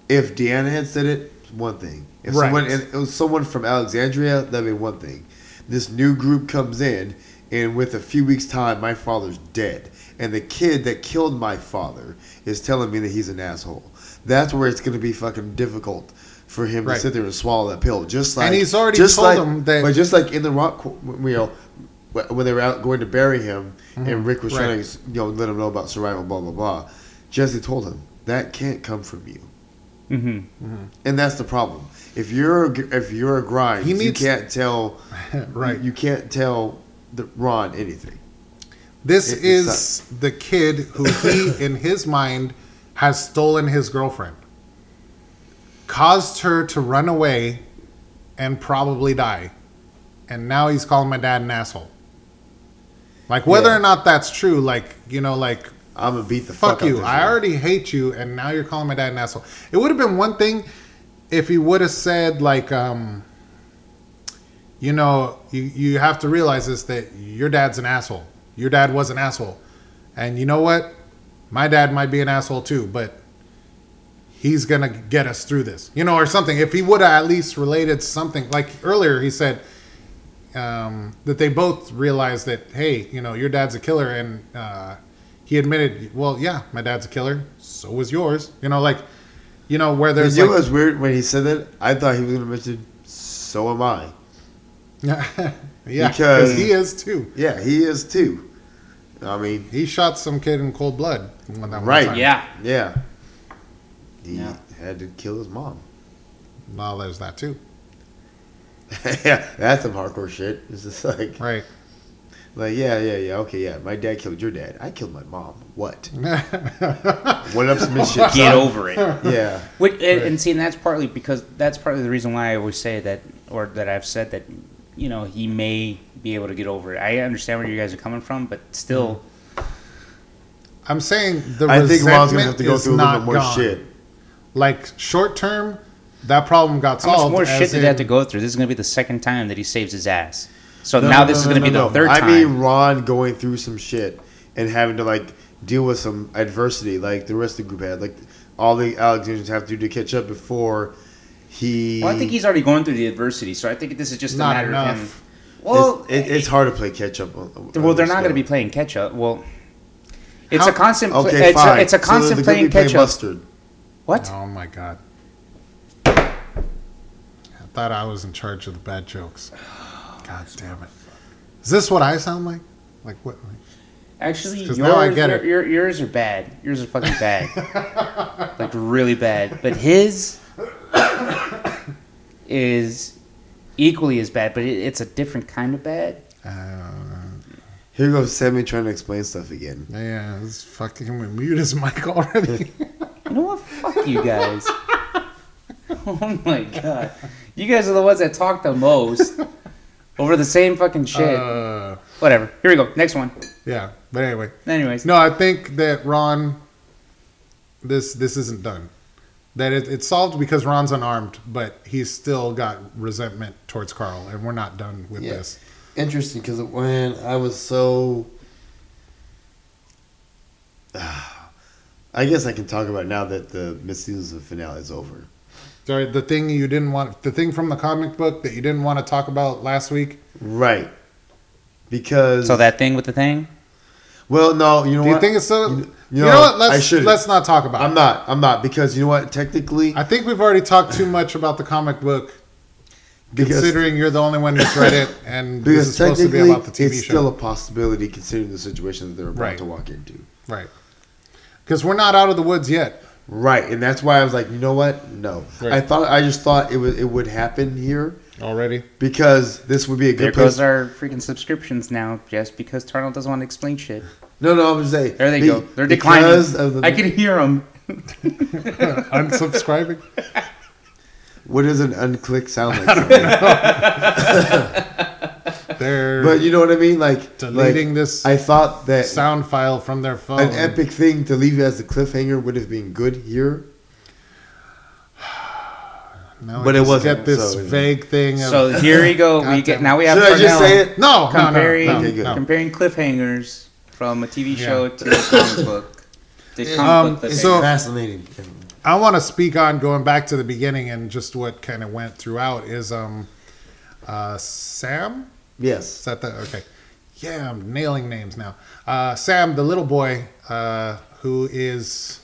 Speaker 1: If Deanna had said it, it's one thing. If
Speaker 2: Right.
Speaker 1: someone, if it was someone from Alexandria, that'd be one thing. This new group comes in, and with a few weeks' time, my father's dead, and the kid that killed my father is telling me that he's an asshole. That's where it's going to be fucking difficult for him
Speaker 2: Right.
Speaker 1: to sit there and swallow that pill. Just like
Speaker 2: And he's already
Speaker 1: just
Speaker 2: told
Speaker 1: like,
Speaker 2: him that-
Speaker 1: but just like in the rock, qu- you know, wh- when they were out going to bury him, and Rick was
Speaker 2: Mm-hmm. Right.
Speaker 1: trying to you know let him know about survival, blah blah blah. Jesse told him that can't come from you,
Speaker 3: hmm
Speaker 1: and that's the problem. If you're a gr- if you're a grind,
Speaker 2: He needs-
Speaker 1: you can't tell
Speaker 2: right
Speaker 1: You, you can't tell the, Ron anything.
Speaker 2: this
Speaker 1: It- it's
Speaker 2: is the kid who
Speaker 1: (laughs)
Speaker 2: he in his mind has stolen his girlfriend caused her to run away and probably die and now he's calling my dad an asshole like whether
Speaker 1: Yeah.
Speaker 2: or not that's true like you know like
Speaker 1: I'm gonna beat the fuck,
Speaker 2: fuck you.
Speaker 1: Out
Speaker 2: I
Speaker 1: this man.
Speaker 2: already hate you, and now you're calling my dad an asshole. It would have been one thing if he would have said like, um, you know, you you have to realize this that your dad's an asshole. Your dad was an asshole, and you know what? My dad might be an asshole too, but he's gonna get us through this, you know, or something. If he would have at least related something, like earlier he said um, that they both realized that, hey, you know, your dad's a killer, and uh, he admitted, well, yeah, my dad's a killer, so was yours, you know, like, you know, where
Speaker 1: You
Speaker 2: there's
Speaker 1: know
Speaker 2: like,
Speaker 1: what was weird when he said that? I thought he was going to mention, so am I.
Speaker 2: (laughs) yeah, because
Speaker 1: Because-
Speaker 2: he is too.
Speaker 1: Yeah, he is too. I mean,
Speaker 2: He shot some kid in cold blood. when that one
Speaker 1: Right,
Speaker 2: time.
Speaker 3: Yeah.
Speaker 1: yeah. He
Speaker 3: Yeah.
Speaker 1: had to kill his mom. (laughs)
Speaker 2: Well, there's that too.
Speaker 1: yeah, that's some hardcore shit. It's just like,
Speaker 2: Right. (laughs)
Speaker 1: like, yeah, yeah, yeah, okay, yeah. My dad killed your dad. I killed my mom. What? What up some shit?
Speaker 3: Get
Speaker 1: son?
Speaker 3: over it.
Speaker 1: Yeah,
Speaker 3: (laughs) Which, and, and see, and that's partly because that's partly the reason why I always say that, or that I've said that, you know, he may be able to get over it. I understand where you guys are coming from, but still,
Speaker 1: Mm-hmm.
Speaker 2: I'm saying the
Speaker 1: I think Ron's gonna
Speaker 2: resentment
Speaker 1: have to go
Speaker 2: is
Speaker 1: through a little
Speaker 2: not
Speaker 1: bit more
Speaker 2: gone.
Speaker 1: shit.
Speaker 2: Like short term, that problem got
Speaker 3: how much
Speaker 2: solved.
Speaker 3: more
Speaker 2: as
Speaker 3: shit did he
Speaker 2: in-
Speaker 3: have to go through? This is going to be the second time that he saves his ass. So now this is going to be the third
Speaker 1: I
Speaker 3: time.
Speaker 1: mean, Ron going through some shit and having to like deal with some adversity, like the rest of the group had, like all the Alexandrians have to do to catch up before he.
Speaker 3: well, I think he's already going through the adversity, so I think this is just
Speaker 2: Not
Speaker 3: a matter
Speaker 2: enough.
Speaker 3: of him.
Speaker 1: Well,
Speaker 3: Well,
Speaker 1: it's, it, it's hard to play catch up. On, on
Speaker 3: well,
Speaker 1: this
Speaker 3: they're not going to
Speaker 1: now.
Speaker 3: be playing catch up. Well, it's
Speaker 2: How-
Speaker 3: a constant. pla-
Speaker 1: Okay,
Speaker 3: it's,
Speaker 1: fine.
Speaker 3: A, it's a
Speaker 1: So
Speaker 3: constant
Speaker 1: they're gonna
Speaker 3: playing
Speaker 1: be playing
Speaker 3: catch up.
Speaker 1: Mustard.
Speaker 3: What?
Speaker 2: Oh my god. I thought I was in charge of the bad jokes. God damn it. Is this what I sound like? Like what?
Speaker 3: Actually,
Speaker 2: 'Cause
Speaker 3: yours,
Speaker 2: now I get
Speaker 3: your,
Speaker 2: it.
Speaker 3: Your, yours are bad. Yours are fucking bad.
Speaker 2: (laughs)
Speaker 3: like, really bad. But his is equally as bad, but it, it's a different kind of bad.
Speaker 2: Uh,
Speaker 1: Here goes Sammy trying to explain stuff again.
Speaker 2: yeah, it's fucking mute his mic (laughs) already.
Speaker 3: You know what? Fuck
Speaker 2: (laughs)
Speaker 3: you guys. (laughs) oh my god. You guys are the ones that talk
Speaker 2: (laughs)
Speaker 3: the most over the same fucking shit.
Speaker 2: uh,
Speaker 3: Whatever. Here we go. Next one.
Speaker 2: yeah, but anyway.
Speaker 3: Anyways.
Speaker 2: No, I think that Ron, this this isn't done. That it, it's solved because Ron's unarmed, but he's still got resentment towards Carl, and we're not done with
Speaker 1: Yeah.
Speaker 2: this.
Speaker 1: Interesting, because when I was so, (sighs) I guess I can talk about now that the Miss Season finale is over.
Speaker 2: Sorry, the thing you didn't want, the thing from the comic book that you didn't want to talk about last week.
Speaker 1: Right. Because
Speaker 3: So that thing with the thing?
Speaker 1: well, no, you know
Speaker 2: Do
Speaker 1: what?
Speaker 2: you think it's still? You,
Speaker 1: You
Speaker 2: know,
Speaker 1: know,
Speaker 2: what? Let's
Speaker 1: I shouldn't.
Speaker 2: let's not talk about.
Speaker 1: I'm
Speaker 2: it.
Speaker 1: not. I'm not because you know what? Technically,
Speaker 2: I think we've already talked too much about the comic book,
Speaker 1: Because-
Speaker 2: considering you're the only one who's read it, and this
Speaker 1: because
Speaker 2: is supposed to be
Speaker 1: technically,
Speaker 2: about the TV
Speaker 1: it's
Speaker 2: show,
Speaker 1: still a possibility considering the situation that they're about
Speaker 2: Right.
Speaker 1: to walk into.
Speaker 2: right? Because we're not out of the woods yet.
Speaker 1: Right, and that's why I was like, you know what? No,
Speaker 2: Right.
Speaker 1: I thought I just thought it would it would happen here
Speaker 2: Already,
Speaker 1: because this would be a
Speaker 3: There
Speaker 1: good place.
Speaker 3: goes our freaking subscriptions now, just because Tarnal doesn't want to explain shit.
Speaker 1: no, no, I'm just saying.
Speaker 3: There they
Speaker 1: be-
Speaker 3: go. They're declining.
Speaker 1: because of the-
Speaker 3: I can hear them.
Speaker 2: unsubscribing.
Speaker 1: (laughs) What does an unclick
Speaker 3: (laughs)
Speaker 1: sound like?
Speaker 2: They're
Speaker 1: (laughs) but you know what I mean? Like
Speaker 2: deleting
Speaker 1: like,
Speaker 2: this
Speaker 1: I thought that
Speaker 2: sound file from their phone.
Speaker 1: an epic thing to leave as a cliffhanger would have been good here.
Speaker 2: Now I
Speaker 1: but it
Speaker 2: just
Speaker 1: wasn't,
Speaker 2: Get this
Speaker 1: so-
Speaker 2: vague thing. Of,
Speaker 3: So here we go. we
Speaker 2: God
Speaker 3: get
Speaker 2: damn
Speaker 3: now we have
Speaker 1: Should I just
Speaker 3: Tarnell
Speaker 1: say it?
Speaker 2: no, no, no,
Speaker 3: comparing
Speaker 2: no,
Speaker 1: Okay, good.
Speaker 2: no.
Speaker 3: comparing cliffhangers from a TV
Speaker 2: Yeah.
Speaker 3: show to a comic book.
Speaker 1: (laughs)
Speaker 3: The comic
Speaker 2: Um,
Speaker 3: book
Speaker 1: It's
Speaker 3: cliffhanger.
Speaker 2: so-
Speaker 1: fascinating.
Speaker 2: I want to speak on going back to the beginning and just what kind of went throughout is um, uh, Sam. Is
Speaker 1: Yes.
Speaker 2: that the okay? Yeah, I'm nailing names now. Uh, Sam, the little boy, uh, who is.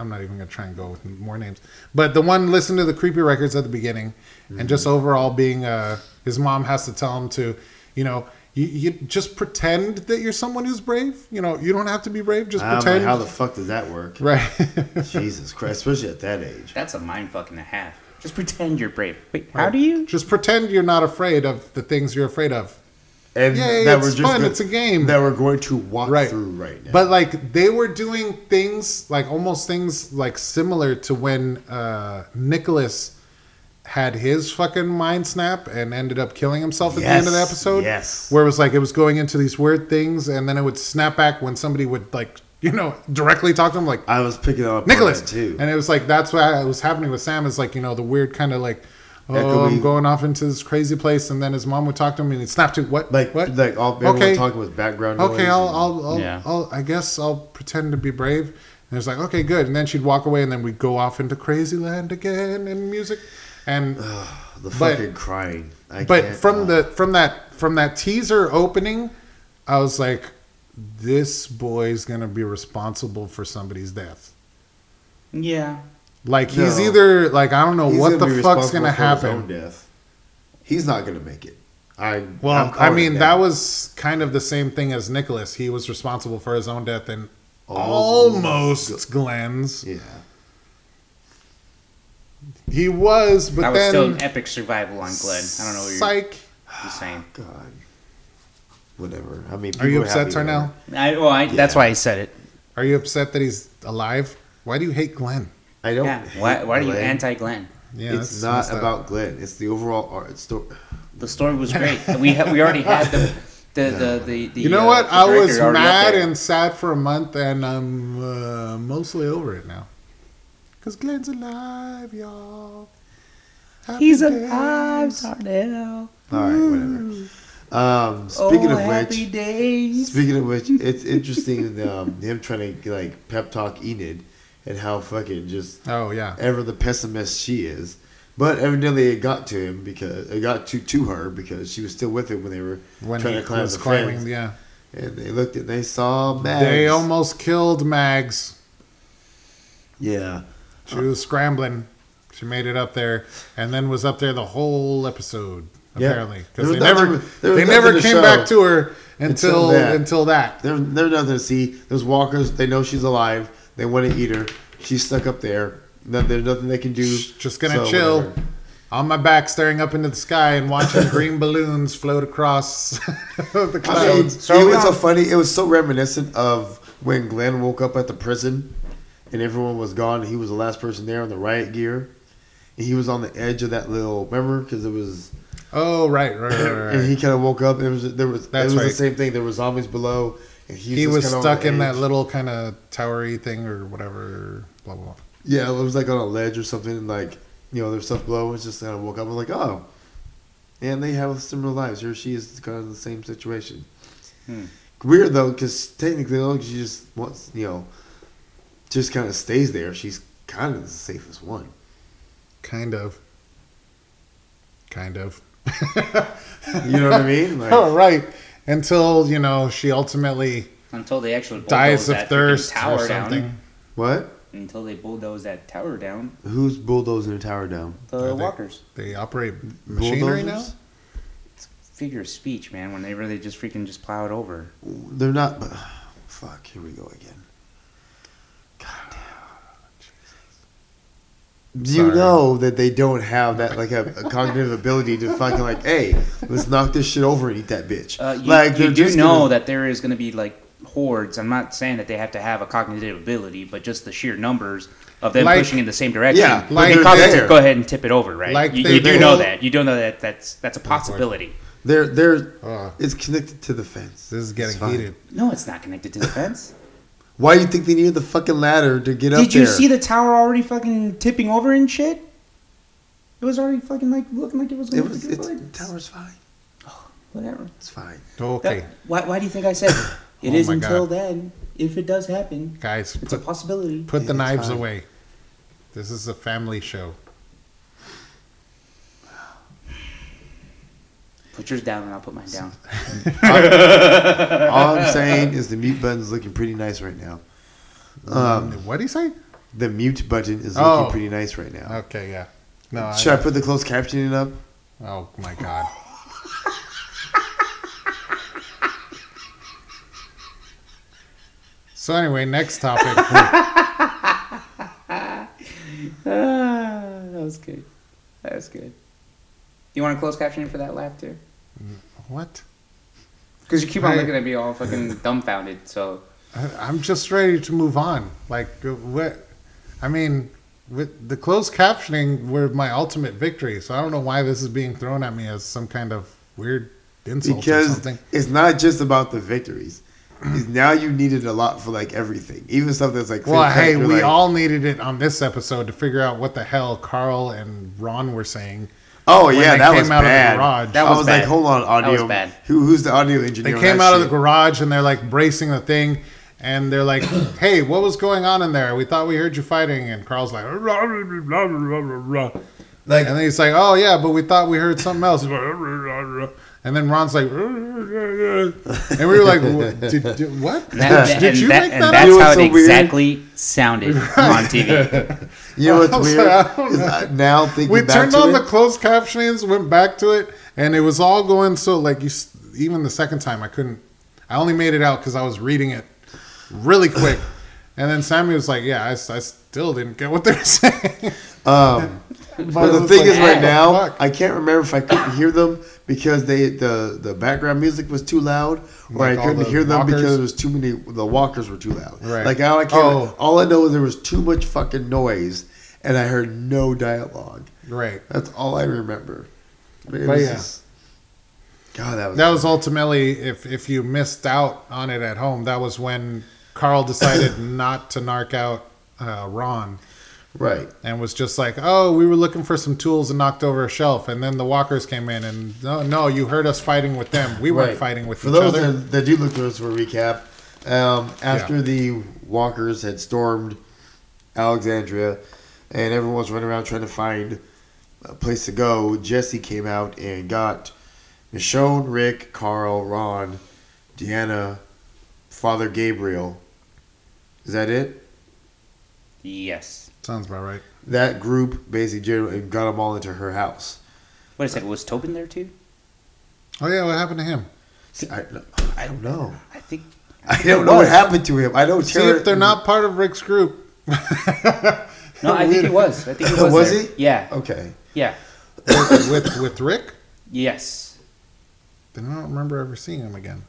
Speaker 2: I'm not even gonna try and go with more names, but the one listened to the creepy records at the beginning, and just
Speaker 1: Mm-hmm.
Speaker 2: overall being, uh, his mom has to tell him to, you know, you, you just pretend that you're someone who's brave. You know, you don't have to be brave. Just
Speaker 1: I'm like,
Speaker 2: pretend.
Speaker 1: Ah, how the fuck does that work?
Speaker 2: (laughs) right.
Speaker 1: Jesus Christ, especially at that age.
Speaker 3: That's a mind fuck and a half. Just pretend you're brave. Wait, how do you?
Speaker 2: Just pretend you're not afraid of the things you're afraid of.
Speaker 1: And
Speaker 2: Yay,
Speaker 1: that
Speaker 2: it's
Speaker 1: we're just
Speaker 2: fun,
Speaker 1: go-
Speaker 2: it's a game.
Speaker 1: that we're going to walk
Speaker 2: Right.
Speaker 1: through right now.
Speaker 2: But like they were doing things like almost things like similar to when uh Nicholas had his fucking mind snap and ended up killing himself at the end of the
Speaker 1: Yes,
Speaker 2: episode.
Speaker 1: yes.
Speaker 2: Where it was like it was going into these weird things and then it would snap back when somebody would like, you know, directly talk to him like
Speaker 1: I was picking up on
Speaker 2: Nicholas
Speaker 1: Oh, that too.
Speaker 2: And it was like that's what was happening with Sam is like you know the weird kind of like oh
Speaker 1: Echoey.
Speaker 2: I'm going off into this crazy place, and then his mom would talk to him and he'd snap to what
Speaker 1: like
Speaker 2: what
Speaker 1: like all everyone
Speaker 2: okay
Speaker 1: talking with background noise.
Speaker 2: okay I'll
Speaker 1: and-
Speaker 2: I'll, I'll,
Speaker 3: Yeah.
Speaker 2: I'll I guess I'll pretend to be brave And it's like, okay, good. And then she'd walk away, and then we'd go off into crazy land again and music. And
Speaker 1: The
Speaker 2: But-
Speaker 1: fucking crying. I
Speaker 2: but
Speaker 1: can't,
Speaker 2: from
Speaker 1: uh,
Speaker 2: the from that from that teaser opening, I was like, this boy's gonna be responsible for somebody's death.
Speaker 3: Yeah.
Speaker 2: Like he's
Speaker 1: No.
Speaker 2: either like I don't know
Speaker 1: he's
Speaker 2: what
Speaker 1: gonna be
Speaker 2: the fuck's
Speaker 1: responsible
Speaker 2: gonna
Speaker 1: for his own
Speaker 2: happen.
Speaker 1: death. He's not gonna make it. I I'm
Speaker 2: Well, I
Speaker 1: calling it
Speaker 2: mean that
Speaker 1: now.
Speaker 2: was kind of the same thing as Nicholas. He was responsible for his own death and
Speaker 1: Almost.
Speaker 2: almost Glenn's.
Speaker 1: yeah.
Speaker 2: He was, but
Speaker 3: that was
Speaker 2: then
Speaker 3: still an epic survival on Glenn. I don't know what you're,
Speaker 2: Psych.
Speaker 3: you're saying.
Speaker 1: God. Whatever. I mean,
Speaker 2: Are you
Speaker 1: people
Speaker 2: upset,
Speaker 1: happy with
Speaker 2: Tarnell?
Speaker 1: it.
Speaker 3: I, well, I, that's why I said it.
Speaker 2: Are you upset that he's alive? Why do you hate Glenn?
Speaker 1: I don't.
Speaker 3: Yeah.
Speaker 1: hate
Speaker 3: Why, why are you
Speaker 1: Glenn.
Speaker 3: anti Glenn?
Speaker 2: Yeah,
Speaker 1: it's
Speaker 2: that's
Speaker 1: not
Speaker 2: messed up.
Speaker 1: about Glenn. It's the overall art story.
Speaker 3: The story was great. we ha- we already had the the the, the, the
Speaker 2: You know
Speaker 3: uh,
Speaker 2: what?
Speaker 3: the
Speaker 2: I was
Speaker 3: director already up
Speaker 2: mad
Speaker 3: there.
Speaker 2: and sad for a month, and I'm uh, mostly over it now. Cause Glenn's alive, y'all. Happy
Speaker 3: He's
Speaker 2: days.
Speaker 3: alive, Darnell.
Speaker 1: All right, whatever. Um, speaking of
Speaker 3: oh,
Speaker 1: which,
Speaker 3: happy days.
Speaker 1: Speaking of which, it's interesting um, him trying to like pep talk Enid and how fucking just
Speaker 2: Oh yeah.
Speaker 1: ever the pessimist she is. But evidently, it got to him because it got to to her because she was still with him when they were
Speaker 2: When
Speaker 1: trying
Speaker 2: he
Speaker 1: to climb
Speaker 2: was
Speaker 1: the
Speaker 2: climbing,
Speaker 1: fence.
Speaker 2: yeah.
Speaker 1: And they looked and they saw Mags.
Speaker 2: They almost killed Mags.
Speaker 1: yeah,
Speaker 2: She was scrambling. She made it up there, and then was up there the whole episode.
Speaker 1: Yeah.
Speaker 2: Apparently,
Speaker 1: There
Speaker 2: because
Speaker 1: was
Speaker 2: they
Speaker 1: nothing-
Speaker 2: never
Speaker 1: there was nothing
Speaker 2: they never
Speaker 1: to
Speaker 2: came
Speaker 1: show.
Speaker 2: back to her
Speaker 1: Until
Speaker 2: until
Speaker 1: that.
Speaker 2: until that.
Speaker 1: there, there's nothing to see. There's walkers. They know she's alive. They want to eat her. She's stuck up there. No, there's nothing they can do.
Speaker 2: Just gonna
Speaker 1: So,
Speaker 2: chill
Speaker 1: whatever.
Speaker 2: on my back, staring up into the sky and
Speaker 1: (laughs)
Speaker 2: watching green balloons float across (laughs) the
Speaker 1: I mean,
Speaker 2: clouds.
Speaker 3: So
Speaker 1: it
Speaker 3: we
Speaker 1: was so
Speaker 3: all-
Speaker 1: funny. It was so reminiscent of when Glenn woke up at the prison, and everyone was gone. And he was the last person there on the riot gear, and he was on the edge of that little. Remember, because it was,
Speaker 2: Oh right, right, right, right,
Speaker 1: and
Speaker 2: right.
Speaker 1: he kind of woke up. And it was there was
Speaker 2: That's
Speaker 1: it was
Speaker 2: right.
Speaker 1: the same thing. There were zombies below, and (coughs) he was,
Speaker 2: He
Speaker 1: just
Speaker 2: was
Speaker 1: kinda on
Speaker 2: stuck
Speaker 1: the
Speaker 2: in that
Speaker 1: edge.
Speaker 2: little kind of towery thing or whatever. Blah blah. blah.
Speaker 1: Yeah, it was like on a ledge or something. And like you know, there's stuff below. It's just kind of woke up. I was like, oh, and they have similar lives. Here she is, kind of in the same situation.
Speaker 3: Hmm.
Speaker 1: Weird though, because technically, though, she just wants you know, just kind of stays there. She's kind of the safest one.
Speaker 2: Kind of. Kind of. (laughs)
Speaker 1: You know what I mean? Like,
Speaker 2: Oh right. Until you know she ultimately
Speaker 3: Until they actually bulldoze
Speaker 2: dies
Speaker 3: that
Speaker 2: of
Speaker 3: freaking
Speaker 2: thirst
Speaker 3: tower
Speaker 2: or something.
Speaker 3: down.
Speaker 1: What?
Speaker 3: Until they bulldoze that tower down,
Speaker 1: Who's bulldozing the tower down?
Speaker 2: Are
Speaker 3: the
Speaker 2: they-
Speaker 3: walkers.
Speaker 2: They operate machinery now.
Speaker 1: Bulldozers?
Speaker 3: Figure of speech, man. When they really just freaking just plow it over.
Speaker 1: They're not. But, fuck. Here we go again. God damn. You
Speaker 2: Sorry.
Speaker 1: know that they don't have that like a, a cognitive ability to fucking like, hey, let's knock this shit over and eat that bitch.
Speaker 3: Uh, you,
Speaker 1: like
Speaker 3: you
Speaker 1: they're
Speaker 3: do
Speaker 1: just
Speaker 3: know
Speaker 1: gonna-
Speaker 3: that there is going to be like hordes. I'm not saying that they have to have a cognitive ability, but just the sheer numbers of them
Speaker 2: Like-
Speaker 3: pushing in the same direction.
Speaker 1: Yeah,
Speaker 3: would
Speaker 2: like
Speaker 3: be causing
Speaker 1: they're-
Speaker 3: to go ahead and tip it over, right?
Speaker 2: like
Speaker 3: you,
Speaker 2: they
Speaker 3: you do
Speaker 2: will-
Speaker 3: know that. You do know that that's that's a possibility.
Speaker 1: they're they're
Speaker 2: Ugh.
Speaker 1: it's connected to the fence.
Speaker 2: Oh, This is
Speaker 1: It's
Speaker 2: getting
Speaker 1: fine.
Speaker 2: heated.
Speaker 3: No, it's not connected to the fence.
Speaker 1: Why do you think they needed the fucking ladder to get up
Speaker 3: Did you
Speaker 1: there?
Speaker 3: see the tower already fucking tipping over and shit? It was already fucking like looking like it was
Speaker 1: It
Speaker 3: going
Speaker 1: was
Speaker 3: to
Speaker 1: it's,
Speaker 3: it
Speaker 1: tower's fine.
Speaker 3: whatever.
Speaker 1: It's fine.
Speaker 2: Okay,
Speaker 3: That- why, why do you think I said it
Speaker 2: Oh
Speaker 3: is
Speaker 2: my
Speaker 3: until
Speaker 2: God.
Speaker 3: then? If it does happen,
Speaker 2: guys,
Speaker 3: it's
Speaker 2: put,
Speaker 3: a possibility.
Speaker 2: put the
Speaker 1: It's
Speaker 2: knives
Speaker 1: fine.
Speaker 2: away. This is a family show.
Speaker 3: Put yours down and I'll put mine down.
Speaker 1: All I'm saying is the mute button's looking pretty nice right now. Um,
Speaker 2: what do you say?
Speaker 1: the mute button is looking
Speaker 2: Oh.
Speaker 1: pretty nice right
Speaker 3: Uh,
Speaker 1: now.
Speaker 2: Okay, yeah. No,
Speaker 1: Should I
Speaker 2: I,
Speaker 1: put the closed captioning up?
Speaker 2: oh my god. so anyway,
Speaker 1: (laughs)
Speaker 2: next topic.
Speaker 3: Ah, that was good. That was good. You want to close captioning for that laugh too?
Speaker 2: what?
Speaker 3: Because you keep on
Speaker 2: I-
Speaker 3: looking at me all fucking dumbfounded. So
Speaker 2: I, I'm just ready to move on. Like uh, what? I mean, with the closed captioning were my ultimate victory. So I don't know why this is being thrown at me as some kind of weird insult or
Speaker 1: Because
Speaker 2: something.
Speaker 1: it's not just about the victories. It's now you needed a lot for like everything, even stuff that's like.
Speaker 2: Well,
Speaker 1: fifth
Speaker 2: hey,
Speaker 1: factor,
Speaker 2: we
Speaker 1: like-
Speaker 2: all needed it on this episode to figure out what the hell Carl and Ron were saying.
Speaker 1: Oh
Speaker 2: when
Speaker 1: yeah,
Speaker 2: they
Speaker 1: that
Speaker 2: came
Speaker 1: was
Speaker 2: out of the
Speaker 1: bad.
Speaker 2: garage.
Speaker 3: That
Speaker 1: I
Speaker 3: was
Speaker 1: was like,
Speaker 3: bad.
Speaker 1: hold on,
Speaker 3: That
Speaker 1: audio.
Speaker 3: was bad.
Speaker 1: Who, who's the audio
Speaker 2: They
Speaker 1: engineer? on
Speaker 2: came
Speaker 1: that
Speaker 2: out of the
Speaker 1: shit?
Speaker 2: garage and they're like bracing the thing, and they're
Speaker 1: (clears throat)
Speaker 2: like, "Hey, what was going on in there? We thought we heard you fighting." And Carl's like, "Rah, rah, rah, rah, rah, rah."
Speaker 1: Like,
Speaker 2: and then he's like, "Oh yeah, but we thought we heard
Speaker 1: (laughs)
Speaker 2: something else." And then Ron's like, (laughs) "Rah, rah, rah." and we were like, "What? Did, did, what?
Speaker 3: (laughs) That, that-
Speaker 2: did
Speaker 3: and
Speaker 2: you
Speaker 3: that-
Speaker 2: make
Speaker 3: and
Speaker 2: that up?"
Speaker 1: It
Speaker 3: that's
Speaker 1: was
Speaker 3: how it
Speaker 1: so weird.
Speaker 3: exactly sounded on (laughs) TV.
Speaker 1: you
Speaker 2: (laughs)
Speaker 1: know what's
Speaker 2: was
Speaker 1: weird?
Speaker 2: like, I don't
Speaker 1: Is
Speaker 2: know.
Speaker 1: I- now thinking
Speaker 2: we
Speaker 1: back
Speaker 2: turned
Speaker 1: to
Speaker 2: on
Speaker 1: it,
Speaker 2: the closed captions, went back to it, and it was all going so like you. s- Even the second time, I couldn't. I only made it out because I was reading it
Speaker 1: (laughs)
Speaker 2: really quick, and then Sammy was like, "Yeah, I, s- I still didn't get what they were (laughs) saying."
Speaker 1: Um,
Speaker 2: but
Speaker 1: but
Speaker 2: it
Speaker 1: the
Speaker 2: was
Speaker 1: thing
Speaker 2: like,
Speaker 1: is, right
Speaker 2: "What the
Speaker 1: now
Speaker 2: fuck?"
Speaker 1: I can't remember if I couldn't hear them because they the the background music was too loud, or
Speaker 2: Like
Speaker 1: I
Speaker 2: all
Speaker 1: couldn't
Speaker 2: the
Speaker 1: hear them because
Speaker 2: walkers?
Speaker 1: it was too many. The walkers were too loud.
Speaker 2: Right.
Speaker 1: Like all I can't.
Speaker 2: Oh.
Speaker 1: All I know is there was too much fucking noise, and I heard no dialogue.
Speaker 2: right.
Speaker 1: That's all I remember. Man,
Speaker 2: But
Speaker 1: this
Speaker 2: yeah.
Speaker 1: is- God, that was
Speaker 2: That was ultimately if if you missed out on it at home, that was when
Speaker 1: (coughs)
Speaker 2: Carl decided not to narc out uh, Ron.
Speaker 1: right.
Speaker 2: and was just like, "Oh, we were looking for some tools and knocked over a shelf, and then the walkers came in, and no, no, you heard us fighting with them. We weren't
Speaker 1: Right.
Speaker 2: fighting with
Speaker 1: For
Speaker 2: each
Speaker 1: those
Speaker 2: other."
Speaker 1: That, that do look through this for a recap, um, after
Speaker 2: Yeah.
Speaker 1: the walkers had stormed Alexandria and everyone was running around trying to find a place to go, Jesse came out and got Michonne, Rick, Carl, Ron, Deanna, Father Gabriel. Is that it?
Speaker 3: Yes.
Speaker 2: Sounds about right.
Speaker 1: That group basically generally got them all into her house.
Speaker 3: What is it? Was Tobin there too?
Speaker 2: Oh yeah, what happened to him?
Speaker 1: See, I, I don't know.
Speaker 3: I think.
Speaker 1: I don't know what happened to him. I know.
Speaker 2: See if they're not part of Rick's group.
Speaker 3: No,
Speaker 2: (laughs)
Speaker 3: I think he was. I think
Speaker 1: (laughs)
Speaker 3: he was.
Speaker 1: Was
Speaker 3: there.
Speaker 1: he?
Speaker 3: Yeah.
Speaker 1: Okay.
Speaker 3: Yeah.
Speaker 2: with, with with Rick.
Speaker 3: Yes.
Speaker 2: Then I don't remember ever seeing him again.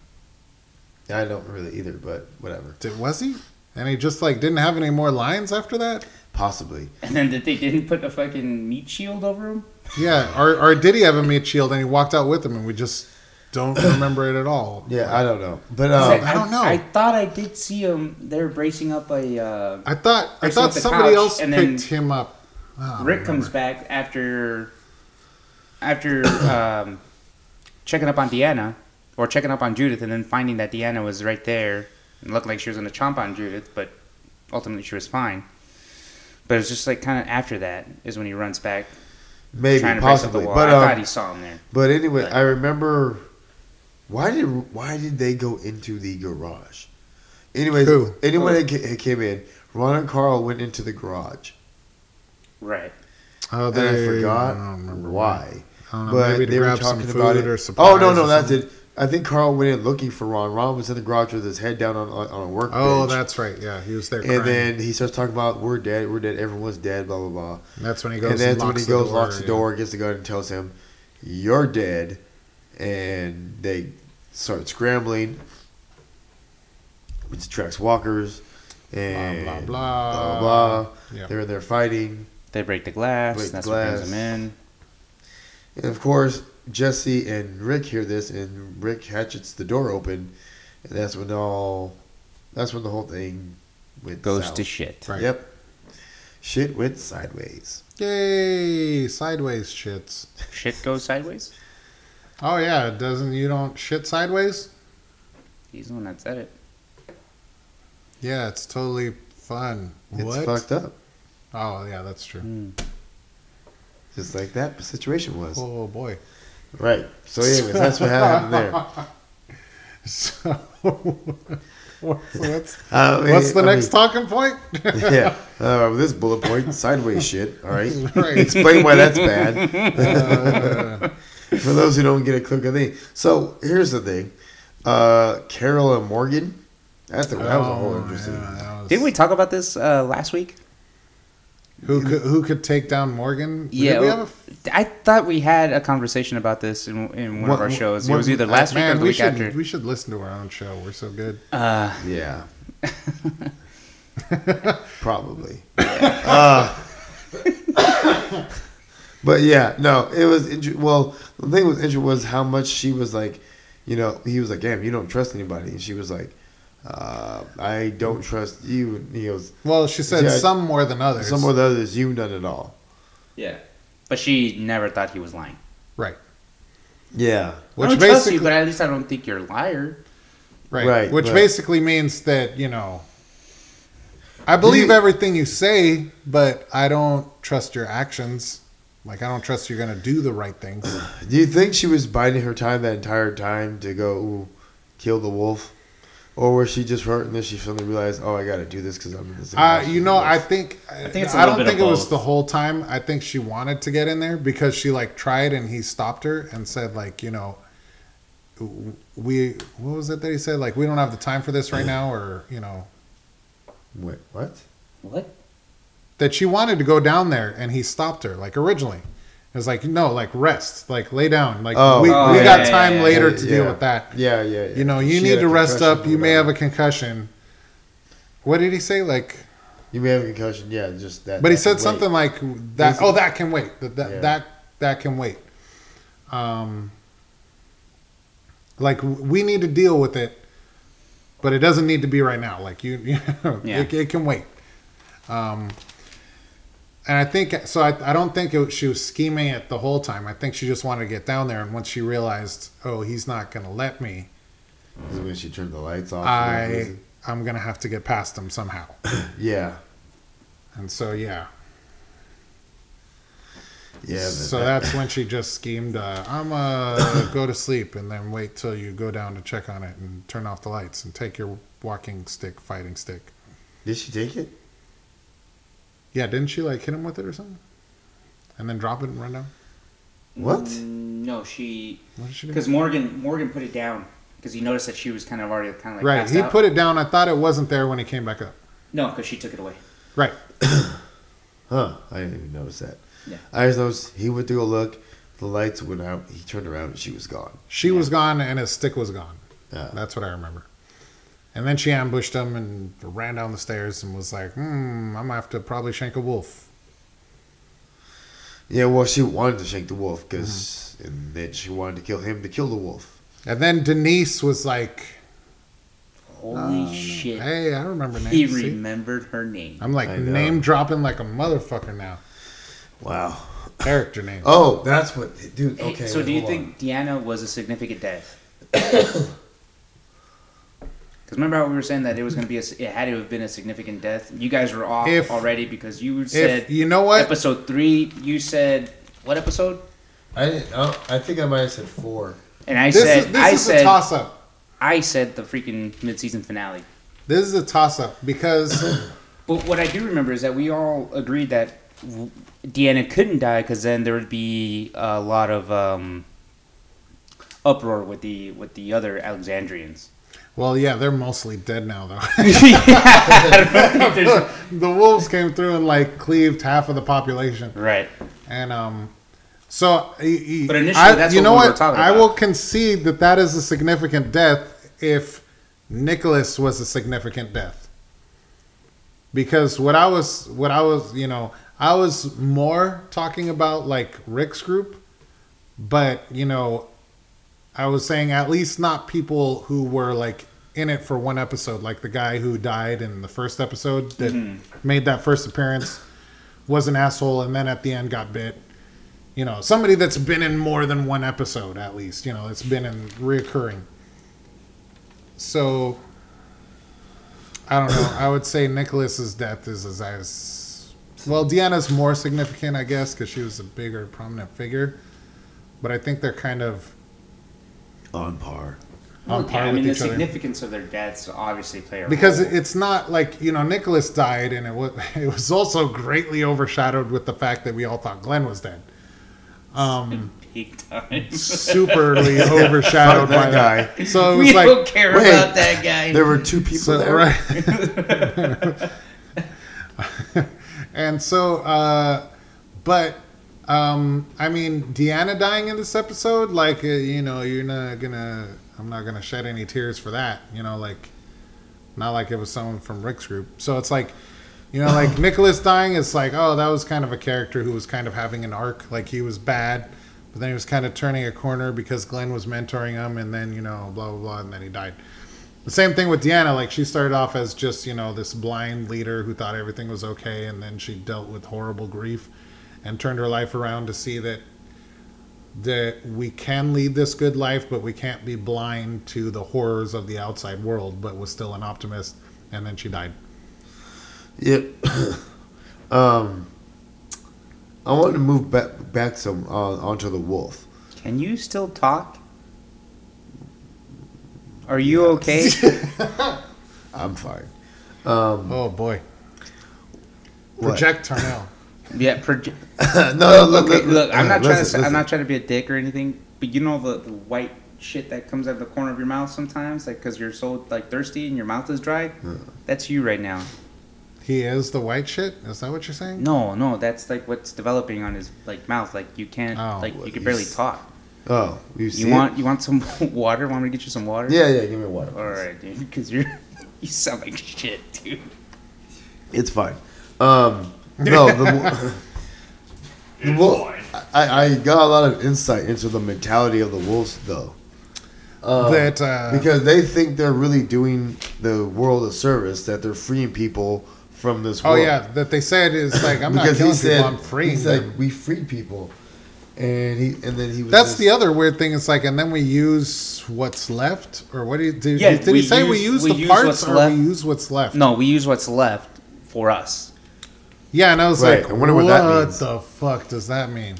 Speaker 1: I don't really either, but whatever.
Speaker 2: Did was he? And he just like didn't have any more lines after that.
Speaker 1: Possibly.
Speaker 3: And then that they didn't put a fucking meat shield over him.
Speaker 2: Yeah, or or did he have a meat shield and he walked out with him, and we just don't remember it at all.
Speaker 1: Yeah, I don't know. But
Speaker 3: Is
Speaker 1: um,
Speaker 3: that-
Speaker 2: I don't know.
Speaker 3: I thought I did see him. They were bracing up a. Uh,
Speaker 2: I thought I
Speaker 3: Person
Speaker 2: thought
Speaker 3: with the
Speaker 2: somebody
Speaker 3: couch,
Speaker 2: else
Speaker 3: and then
Speaker 2: picked him up. Oh,
Speaker 3: Rick comes back after after um, checking up on Deanna or checking up on Judith and then finding that Deanna was right there and looked like she was going to chomp on Judith, but ultimately she was fine. But it's just like kind of after that is when he runs back
Speaker 1: maybe
Speaker 3: trying to
Speaker 1: possibly.
Speaker 3: break up the wall.
Speaker 1: But
Speaker 3: I thought
Speaker 1: um,
Speaker 3: he saw him there.
Speaker 1: but anyway, I remember why did why did they go into the garage? Anyways,
Speaker 2: Who?
Speaker 1: anyone that ca- that came in, Ron and Carl went into the garage,
Speaker 3: Right.
Speaker 2: Oh,
Speaker 1: and I forgot why. But they were talking about it. oh no, no, that's it. I think Carl went in looking for Ron. Ron was in the garage with his head down on on on a workbench.
Speaker 2: Oh, that's right. Yeah, he was there.
Speaker 1: And then he starts talking about we're dead, we're dead, everyone's dead, blah blah blah.
Speaker 2: that's when he goes.
Speaker 1: And that's when
Speaker 2: locks
Speaker 1: he goes,
Speaker 2: the door,
Speaker 1: locks the door, gets the gun, and tells him, "You're dead." And they start scrambling, which attracts walkers. And
Speaker 2: blah,
Speaker 1: blah
Speaker 2: blah.
Speaker 1: blah.
Speaker 2: Yeah.
Speaker 1: They're in there fighting,
Speaker 3: They break the glass.
Speaker 1: Break the
Speaker 3: that's what
Speaker 1: glass.
Speaker 3: brings him in.
Speaker 1: and of course Jesse and Rick hear this, and Rick hatchets the door open, and that's when all, that's when the whole thing went
Speaker 3: Goes
Speaker 1: south.
Speaker 3: to shit.
Speaker 2: Right.
Speaker 1: Yep, shit went sideways.
Speaker 2: Yay! Sideways shits.
Speaker 3: Shit goes sideways?
Speaker 2: Oh yeah, it doesn't you don't shit sideways?
Speaker 3: He's the one that said it.
Speaker 2: Yeah, it's totally fun.
Speaker 1: It's Mm.
Speaker 2: what?
Speaker 1: fucked up,
Speaker 2: Oh yeah, that's true.
Speaker 1: just like that situation was.
Speaker 2: Oh boy. (laughs)
Speaker 1: Right. So, anyways, that's what happened there.
Speaker 2: So, what's, what's,
Speaker 1: Uh,
Speaker 2: what's the
Speaker 1: I
Speaker 2: next
Speaker 1: mean,
Speaker 2: talking point?
Speaker 1: Yeah. Uh, this bullet point, sideways shit. All right.
Speaker 2: (laughs) Right.
Speaker 1: Explain why that's bad
Speaker 2: (laughs) Uh,
Speaker 1: (laughs) for those who don't get a click of thing. So here's the thing, uh, Carol and Morgan. That's the, that was a whole
Speaker 2: oh,
Speaker 1: interesting.
Speaker 2: yeah, that was-
Speaker 3: Didn't we talk about this uh, last week?
Speaker 2: Who could who could take down Morgan?
Speaker 3: Yeah,
Speaker 2: Did we have a
Speaker 3: well, I thought we had a conversation about this in, in one
Speaker 1: What-
Speaker 3: of our shows.
Speaker 1: what-
Speaker 3: it was either last week or
Speaker 2: man,
Speaker 3: the
Speaker 2: we
Speaker 3: week
Speaker 2: should
Speaker 3: after.
Speaker 2: we should listen to our own show. We're so good.
Speaker 3: uh,
Speaker 2: (laughs)
Speaker 1: Yeah. Probably. Uh, but yeah, no, it was inter- well. The thing was interesting was how much she was like, you know, he was like, "Damn, you don't trust anybody," and she was like, uh, "I don't trust you." And he goes,
Speaker 2: Well, she said
Speaker 1: Yeah.
Speaker 2: some more than others.
Speaker 1: "Some of the others, you none at all."
Speaker 3: yeah, but she never thought he was lying.
Speaker 2: right?
Speaker 1: Yeah,
Speaker 3: Which
Speaker 2: Which
Speaker 3: I don't trust you,
Speaker 2: basically,
Speaker 3: but at least I don't think you're a liar.
Speaker 2: Right.
Speaker 1: Right,
Speaker 2: Which
Speaker 1: but-
Speaker 2: basically means that, you know, I believe
Speaker 1: You-
Speaker 2: everything you say, but I don't trust your actions. Like, I don't trust you're going to do the right things.
Speaker 1: Do you think she was biding her time that entire time to go ooh, kill the wolf, or was she just hurt and then she finally realized, oh, I got to do this because I'm in this?
Speaker 2: Uh, you know, I think I,
Speaker 4: think it's a
Speaker 2: I
Speaker 4: little
Speaker 2: don't
Speaker 4: bit
Speaker 2: think it
Speaker 4: of
Speaker 2: was
Speaker 4: both.
Speaker 2: the whole time. I think she wanted to get in there because she like tried and he stopped her and said like, you know, w- we what was it that he said like we don't have the time for this right now or you know
Speaker 1: Wait, what?
Speaker 3: What?
Speaker 2: that she wanted to go down there and he stopped her like originally. It was like no, like rest, like lay down, like
Speaker 1: Oh,
Speaker 2: we,
Speaker 1: oh,
Speaker 2: we
Speaker 3: yeah,
Speaker 2: got
Speaker 3: yeah,
Speaker 2: time
Speaker 3: yeah,
Speaker 2: later
Speaker 1: yeah,
Speaker 2: to deal
Speaker 1: yeah.
Speaker 2: with that.
Speaker 1: Yeah, yeah, yeah.
Speaker 2: You know, you
Speaker 1: She
Speaker 2: need
Speaker 1: had a
Speaker 2: to rest
Speaker 1: concussion
Speaker 2: up.
Speaker 1: or
Speaker 2: You may have
Speaker 1: whatever.
Speaker 2: a concussion. What did he say? Like
Speaker 1: You may have a concussion. Yeah, just that.
Speaker 2: But he
Speaker 1: that
Speaker 2: said
Speaker 1: weight.
Speaker 2: something like that.
Speaker 1: Basically.
Speaker 2: Oh, that can wait. That that
Speaker 1: Yeah.
Speaker 2: that, that can wait. Um, like w- we need to deal with it, but it doesn't need to be right now. Like you, (laughs) you know,
Speaker 3: Yeah.
Speaker 2: it, it can wait. Um, and I think so. I, I don't think it, she was scheming it the whole time. I think she just wanted to get down there, and once she realized, oh, he's not going to let me.
Speaker 1: Is when she turned the lights off. for that
Speaker 2: I
Speaker 1: reason.
Speaker 2: I'm going to have to get past him somehow.
Speaker 1: Yeah,
Speaker 2: And so yeah.
Speaker 1: yeah. but
Speaker 2: so
Speaker 1: that-
Speaker 2: that's when she just schemed, uh, I'm uh (coughs) go to sleep and then wait till you go down to check on it and turn off the lights and take your walking stick, fighting stick.
Speaker 1: did she take it?
Speaker 2: Yeah, didn't she like hit him with it or something? And then drop it and run down?
Speaker 1: What?
Speaker 3: Mm, No, she
Speaker 2: What did she do?
Speaker 3: because Morgan Morgan put it down because he noticed that she was kind of already kind of like
Speaker 2: Right,
Speaker 3: passed
Speaker 2: he
Speaker 3: out.
Speaker 2: put it down. I thought it wasn't there when he came back up.
Speaker 3: no because she took it away.
Speaker 2: Right.
Speaker 1: Huh? I didn't even notice that.
Speaker 3: Yeah.
Speaker 1: I just noticed he went to go look. The lights went out. He turned around and she was gone. Uh,
Speaker 2: She was gone and his stick was gone.
Speaker 1: Yeah.
Speaker 2: That's what I remember. And then she ambushed him and ran down the stairs and was like, hmm, I'm going to have to probably shank a wolf.
Speaker 1: Yeah, well, she wanted to shake the wolf because,
Speaker 2: Mm-hmm.
Speaker 1: and then she wanted to kill him to kill the wolf.
Speaker 2: And then Denise was like,
Speaker 3: Holy shit!
Speaker 2: Oh, Hey, I remember names.
Speaker 3: he
Speaker 2: see?
Speaker 3: remembered her name.
Speaker 2: I'm like
Speaker 1: I know.
Speaker 2: name dropping like a motherfucker now.
Speaker 1: Wow.
Speaker 2: Character name.
Speaker 1: Oh, that's what, dude.
Speaker 3: Hey,
Speaker 1: Okay.
Speaker 3: so
Speaker 1: wait,
Speaker 3: do you
Speaker 1: hold on.
Speaker 3: think Deanna was a significant
Speaker 2: (coughs)
Speaker 3: death? Because remember how we were saying that it was going to be a, it had to have been a significant death. You guys were off
Speaker 2: If-
Speaker 3: already because you said
Speaker 2: if you know what?
Speaker 3: episode three. You said what episode?
Speaker 1: I didn't, oh, I think I might have said four.
Speaker 3: And I
Speaker 2: This
Speaker 3: said
Speaker 2: is this
Speaker 3: I
Speaker 2: is a
Speaker 3: said
Speaker 2: toss up.
Speaker 3: I said the freaking mid-season finale.
Speaker 2: This is a toss up
Speaker 3: (coughs)
Speaker 2: because
Speaker 3: But what I do remember is that we all agreed that w- Deanna couldn't die because then there would be a lot of um, uproar with the with the other Alexandrians. (laughs)
Speaker 2: well yeah, they're mostly dead now though.
Speaker 3: I don't know
Speaker 2: (laughs)
Speaker 3: if (laughs) there's-
Speaker 2: the wolves came through and like cleaved half of the population.
Speaker 3: right.
Speaker 2: And um so but
Speaker 3: But initially,
Speaker 2: I,
Speaker 3: that's
Speaker 2: you
Speaker 3: what
Speaker 2: know
Speaker 3: we
Speaker 2: what
Speaker 3: were talking
Speaker 2: I
Speaker 3: about.
Speaker 2: will concede that that is a significant death if Nicholas was a significant death. Because what I was what I was, you know, I was more talking about like Rick's group, but you know, I was saying at least not people who were like in it for one episode, like the guy who died in the first episode that
Speaker 3: Mm-hmm.
Speaker 2: made that first appearance was an asshole and then at the end got bit. You know, somebody that's been in more than one episode at least, you know, that's been in reoccurring. So I don't know. I would say Nicholas's death is as, as well, Deanna's more significant, I guess, because she was a bigger, prominent figure. But I think they're kind of
Speaker 1: On par.
Speaker 2: on
Speaker 3: Okay,
Speaker 2: par
Speaker 3: I
Speaker 2: with
Speaker 3: mean, the
Speaker 2: each other.
Speaker 3: significance of their deaths obviously play a
Speaker 2: because
Speaker 3: role.
Speaker 2: it's not like you know Nicholas died, and it was (laughs) it was also greatly overshadowed with the fact that we all thought Glenn was dead. Um,
Speaker 3: peak times.
Speaker 2: superly overshadowed
Speaker 1: Fuck that
Speaker 2: by that. So it was
Speaker 3: We
Speaker 2: like
Speaker 3: don't care
Speaker 1: wait.
Speaker 3: about that guy.
Speaker 1: There were two people
Speaker 2: so,
Speaker 1: there.
Speaker 2: right. (laughs) and so, uh, but um, I mean, Deanna dying in this episode, like uh, you know, you're not gonna, I'm not gonna shed any tears for that. You know, like not like it was someone from Rick's group. So it's like. You know, like Nicholas dying is like, oh, that was kind of a character who was kind of having an arc. Like he was bad, but then he was kind of turning a corner because Glenn was mentoring him, and then you know, blah blah blah, and then he died. The same thing with Deanna. Like she started off as just you know this blind leader who thought everything was okay, and then she dealt with horrible grief, and turned her life around to see that that we can lead this good life, but we can't be blind to the horrors of the outside world, but was still an optimist. And then she died.
Speaker 1: Yep. (coughs) um, I want to move back back some uh, onto the wolf.
Speaker 3: Can you still talk? Are you okay?
Speaker 1: I'm fine.
Speaker 2: Oh boy.
Speaker 1: What?
Speaker 2: Project Tarnell.
Speaker 3: yeah. Proje-
Speaker 1: (laughs)
Speaker 3: (laughs)
Speaker 1: no, no, look,
Speaker 3: okay, look, I'm not trying to.
Speaker 1: listen,
Speaker 3: I'm
Speaker 1: listen.
Speaker 3: not trying to be a dick or anything, but you know the, the white shit that comes out of the corner of your mouth sometimes, like because you're so like thirsty and your mouth is dry. That's you right now.
Speaker 2: he is the white shit? Is that what you're saying?
Speaker 3: No, no, that's like what's developing on his like mouth. Like you can't,
Speaker 2: Oh,
Speaker 3: like you
Speaker 1: well,
Speaker 3: can barely
Speaker 1: he's-
Speaker 3: talk.
Speaker 1: Oh, you see?
Speaker 3: You
Speaker 1: it?
Speaker 3: want you want some (laughs) water? Want me to get you some water?
Speaker 1: Yeah, yeah. Give me water.
Speaker 3: All right, dude, because you're (laughs) you sound like shit, dude.
Speaker 1: It's fine. Um, no, the,
Speaker 3: (laughs)
Speaker 1: wo- the wolf. I, I got a lot of insight into the mentality of the wolves, though,
Speaker 2: that uh,
Speaker 3: Uh-huh.
Speaker 1: because they think they're really doing the world a service that they're freeing people from this.
Speaker 2: Oh
Speaker 1: world.
Speaker 2: yeah, that they said is like I'm not
Speaker 1: because
Speaker 2: killing
Speaker 1: he said
Speaker 2: people, I'm freeing
Speaker 1: he's
Speaker 2: them.
Speaker 1: like we freed people, and he and then he was.
Speaker 2: That's
Speaker 1: just-
Speaker 2: the other weird thing. It's like, and then we use what's left, or what do you do?
Speaker 3: Yeah,
Speaker 2: did
Speaker 3: we
Speaker 2: he say we use
Speaker 3: use- we
Speaker 2: the
Speaker 3: use
Speaker 2: parts
Speaker 3: what's
Speaker 2: or
Speaker 3: left.
Speaker 2: we use what's left?
Speaker 3: No, we use what's left for us.
Speaker 2: Yeah, and I was
Speaker 1: Right,
Speaker 2: like,
Speaker 1: I wonder what that means.
Speaker 2: the fuck does that mean?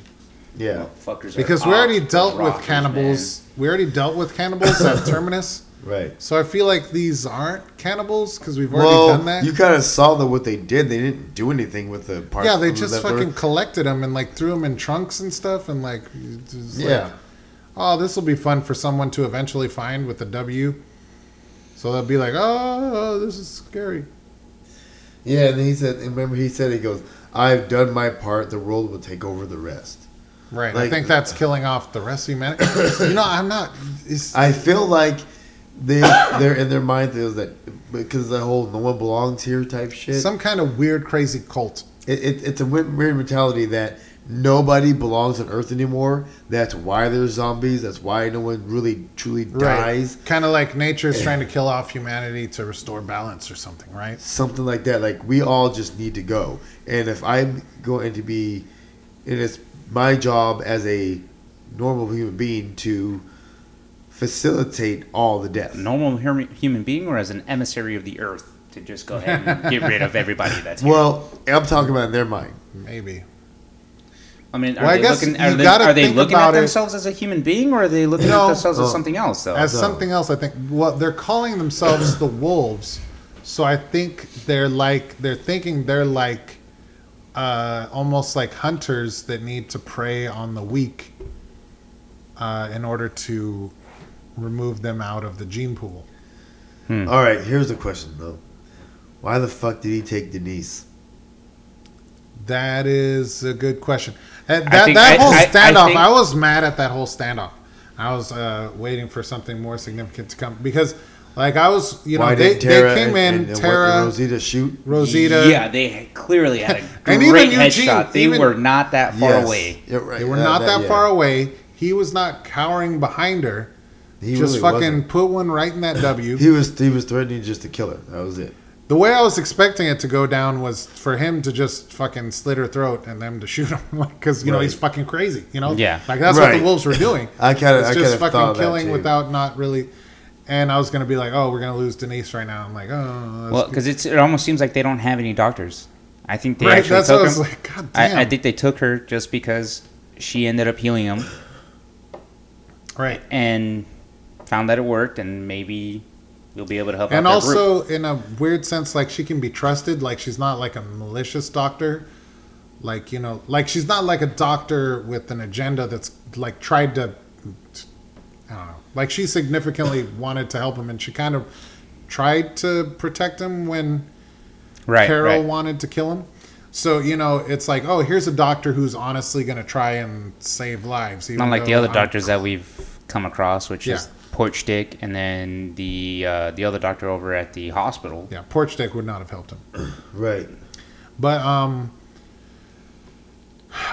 Speaker 1: yeah
Speaker 3: Fuckers. are
Speaker 2: Because we
Speaker 3: off
Speaker 2: already
Speaker 3: the
Speaker 2: dealt with
Speaker 3: rockers,
Speaker 2: cannibals. We already dealt with cannibals
Speaker 3: (laughs)
Speaker 2: at Terminus.
Speaker 1: right.
Speaker 2: So I feel like these aren't cannibals because we've already
Speaker 1: Well,
Speaker 2: done that.
Speaker 1: you kind of saw that what they did. They didn't do anything with the parts.
Speaker 2: yeah, they
Speaker 1: that
Speaker 2: just
Speaker 1: were-
Speaker 2: fucking collected them and like threw them in trunks and stuff, and like, it's just like,
Speaker 1: yeah.
Speaker 2: oh, this will be fun for someone to eventually find with a W. So they'll be like, oh, oh, this is scary.
Speaker 1: Yeah, and then he said, and remember he said, he goes, I've done my part, the world will take over the rest.
Speaker 2: Right. I
Speaker 1: Like-
Speaker 2: think that's killing off the rest of humanity. (coughs) you know, I'm not. It's,
Speaker 1: I feel like they, they're in their mind, feels that because the whole no one belongs here type shit,
Speaker 2: some kind of weird, crazy cult.
Speaker 1: it, it, it's a weird weird mentality that nobody belongs on Earth anymore. That's why there's zombies, that's why no one really truly dies.
Speaker 2: Kind of like nature is trying to kill off humanity to restore balance or something, right?
Speaker 1: something like that. Like we all just need to go. And if I'm going to be, and it's my job as a normal human being to facilitate all the death.
Speaker 3: man. Normal hum- human being, or as an emissary of the earth, to just go ahead and get
Speaker 2: (laughs)
Speaker 3: rid of everybody. That's here.
Speaker 1: Well, I'm talking about in their mind.
Speaker 2: Maybe.
Speaker 3: I mean, are
Speaker 2: Well, I
Speaker 3: they
Speaker 2: guess
Speaker 3: looking? Are
Speaker 2: you
Speaker 3: they,
Speaker 2: gotta
Speaker 3: are they
Speaker 2: think
Speaker 3: looking at
Speaker 2: about it.
Speaker 3: themselves as a human being, or are they looking at
Speaker 2: No.
Speaker 3: themselves as
Speaker 1: Oh.
Speaker 3: something else? Though
Speaker 2: As
Speaker 1: So-
Speaker 2: something else, I think. Well, they're calling themselves the wolves, so I think they're like they're thinking they're like uh, almost like hunters that need to prey on the weak uh, in order to remove them out of the gene pool. Hmm.
Speaker 1: All right, here's the question though: Why the fuck did he take Denise?
Speaker 2: That is a good question. Uh, That,
Speaker 3: think-
Speaker 2: that
Speaker 3: I-
Speaker 2: whole
Speaker 3: I- I
Speaker 2: standoff, I,
Speaker 3: think-
Speaker 2: was mad at that whole standoff. I was uh, waiting for something more significant to come because, like, I was, you know,
Speaker 1: Why
Speaker 2: they,
Speaker 1: did
Speaker 2: they came in,
Speaker 1: and- and
Speaker 2: Tara,
Speaker 1: Rosita shoot?
Speaker 2: Rosita.
Speaker 3: Yeah, they clearly had
Speaker 2: (laughs)
Speaker 3: a
Speaker 2: And
Speaker 3: great
Speaker 2: even Eugene,
Speaker 3: headshot. They
Speaker 2: even-
Speaker 3: were not that far
Speaker 1: Yes.
Speaker 3: away.
Speaker 1: Yeah, right.
Speaker 2: They were
Speaker 1: Yeah,
Speaker 2: not that,
Speaker 1: Uh, yeah.
Speaker 2: far away. He was not cowering behind her.
Speaker 1: He
Speaker 2: just
Speaker 1: really
Speaker 2: fucking
Speaker 1: wasn't.
Speaker 2: put one right in that W.
Speaker 1: He was he was threatening just to kill her. That was it.
Speaker 2: the way I was expecting it to go down was for him to just fucking slit her throat and them to (laughs) shoot him because you know
Speaker 1: Right.
Speaker 2: he's fucking crazy. You know,
Speaker 3: Yeah.
Speaker 2: like that's what
Speaker 1: Right.
Speaker 2: the wolves were doing.
Speaker 1: (laughs) I kinda-
Speaker 2: It's
Speaker 1: I
Speaker 2: just
Speaker 1: kinda thought
Speaker 2: fucking
Speaker 1: of that,
Speaker 2: killing
Speaker 1: too.
Speaker 2: without not really. And I was gonna be like, oh, we're gonna lose Denise right now. I'm like, oh, that's
Speaker 3: Well,
Speaker 2: good.
Speaker 3: because it's it almost seems like they don't have any doctors. I think they
Speaker 2: right.
Speaker 3: actually
Speaker 2: That's what
Speaker 3: took
Speaker 2: I was
Speaker 3: him.
Speaker 2: like. God damn.
Speaker 3: I, I think they took her just because she ended up healing him
Speaker 2: right.
Speaker 3: and found that it worked, and maybe you'll be able to help. out
Speaker 2: and
Speaker 3: their group.
Speaker 2: also in a weird sense like she can be trusted like she's not like a malicious doctor like you know like she's not like a doctor with an agenda that's like tried to i don't know like she
Speaker 3: (laughs)
Speaker 2: significantly wanted to help him and she kind of tried to protect him when
Speaker 3: right,
Speaker 2: carol
Speaker 3: right.
Speaker 2: wanted to kill him so you know it's like oh here's a doctor who's honestly going to try and save lives even
Speaker 3: not like the
Speaker 2: though
Speaker 3: other
Speaker 2: I'm-
Speaker 3: doctors that we've come across, which
Speaker 2: Yeah.
Speaker 3: is Porch Dick, and then the uh, the other doctor over at the hospital.
Speaker 2: yeah porch dick would not have helped him
Speaker 1: Right.
Speaker 2: But um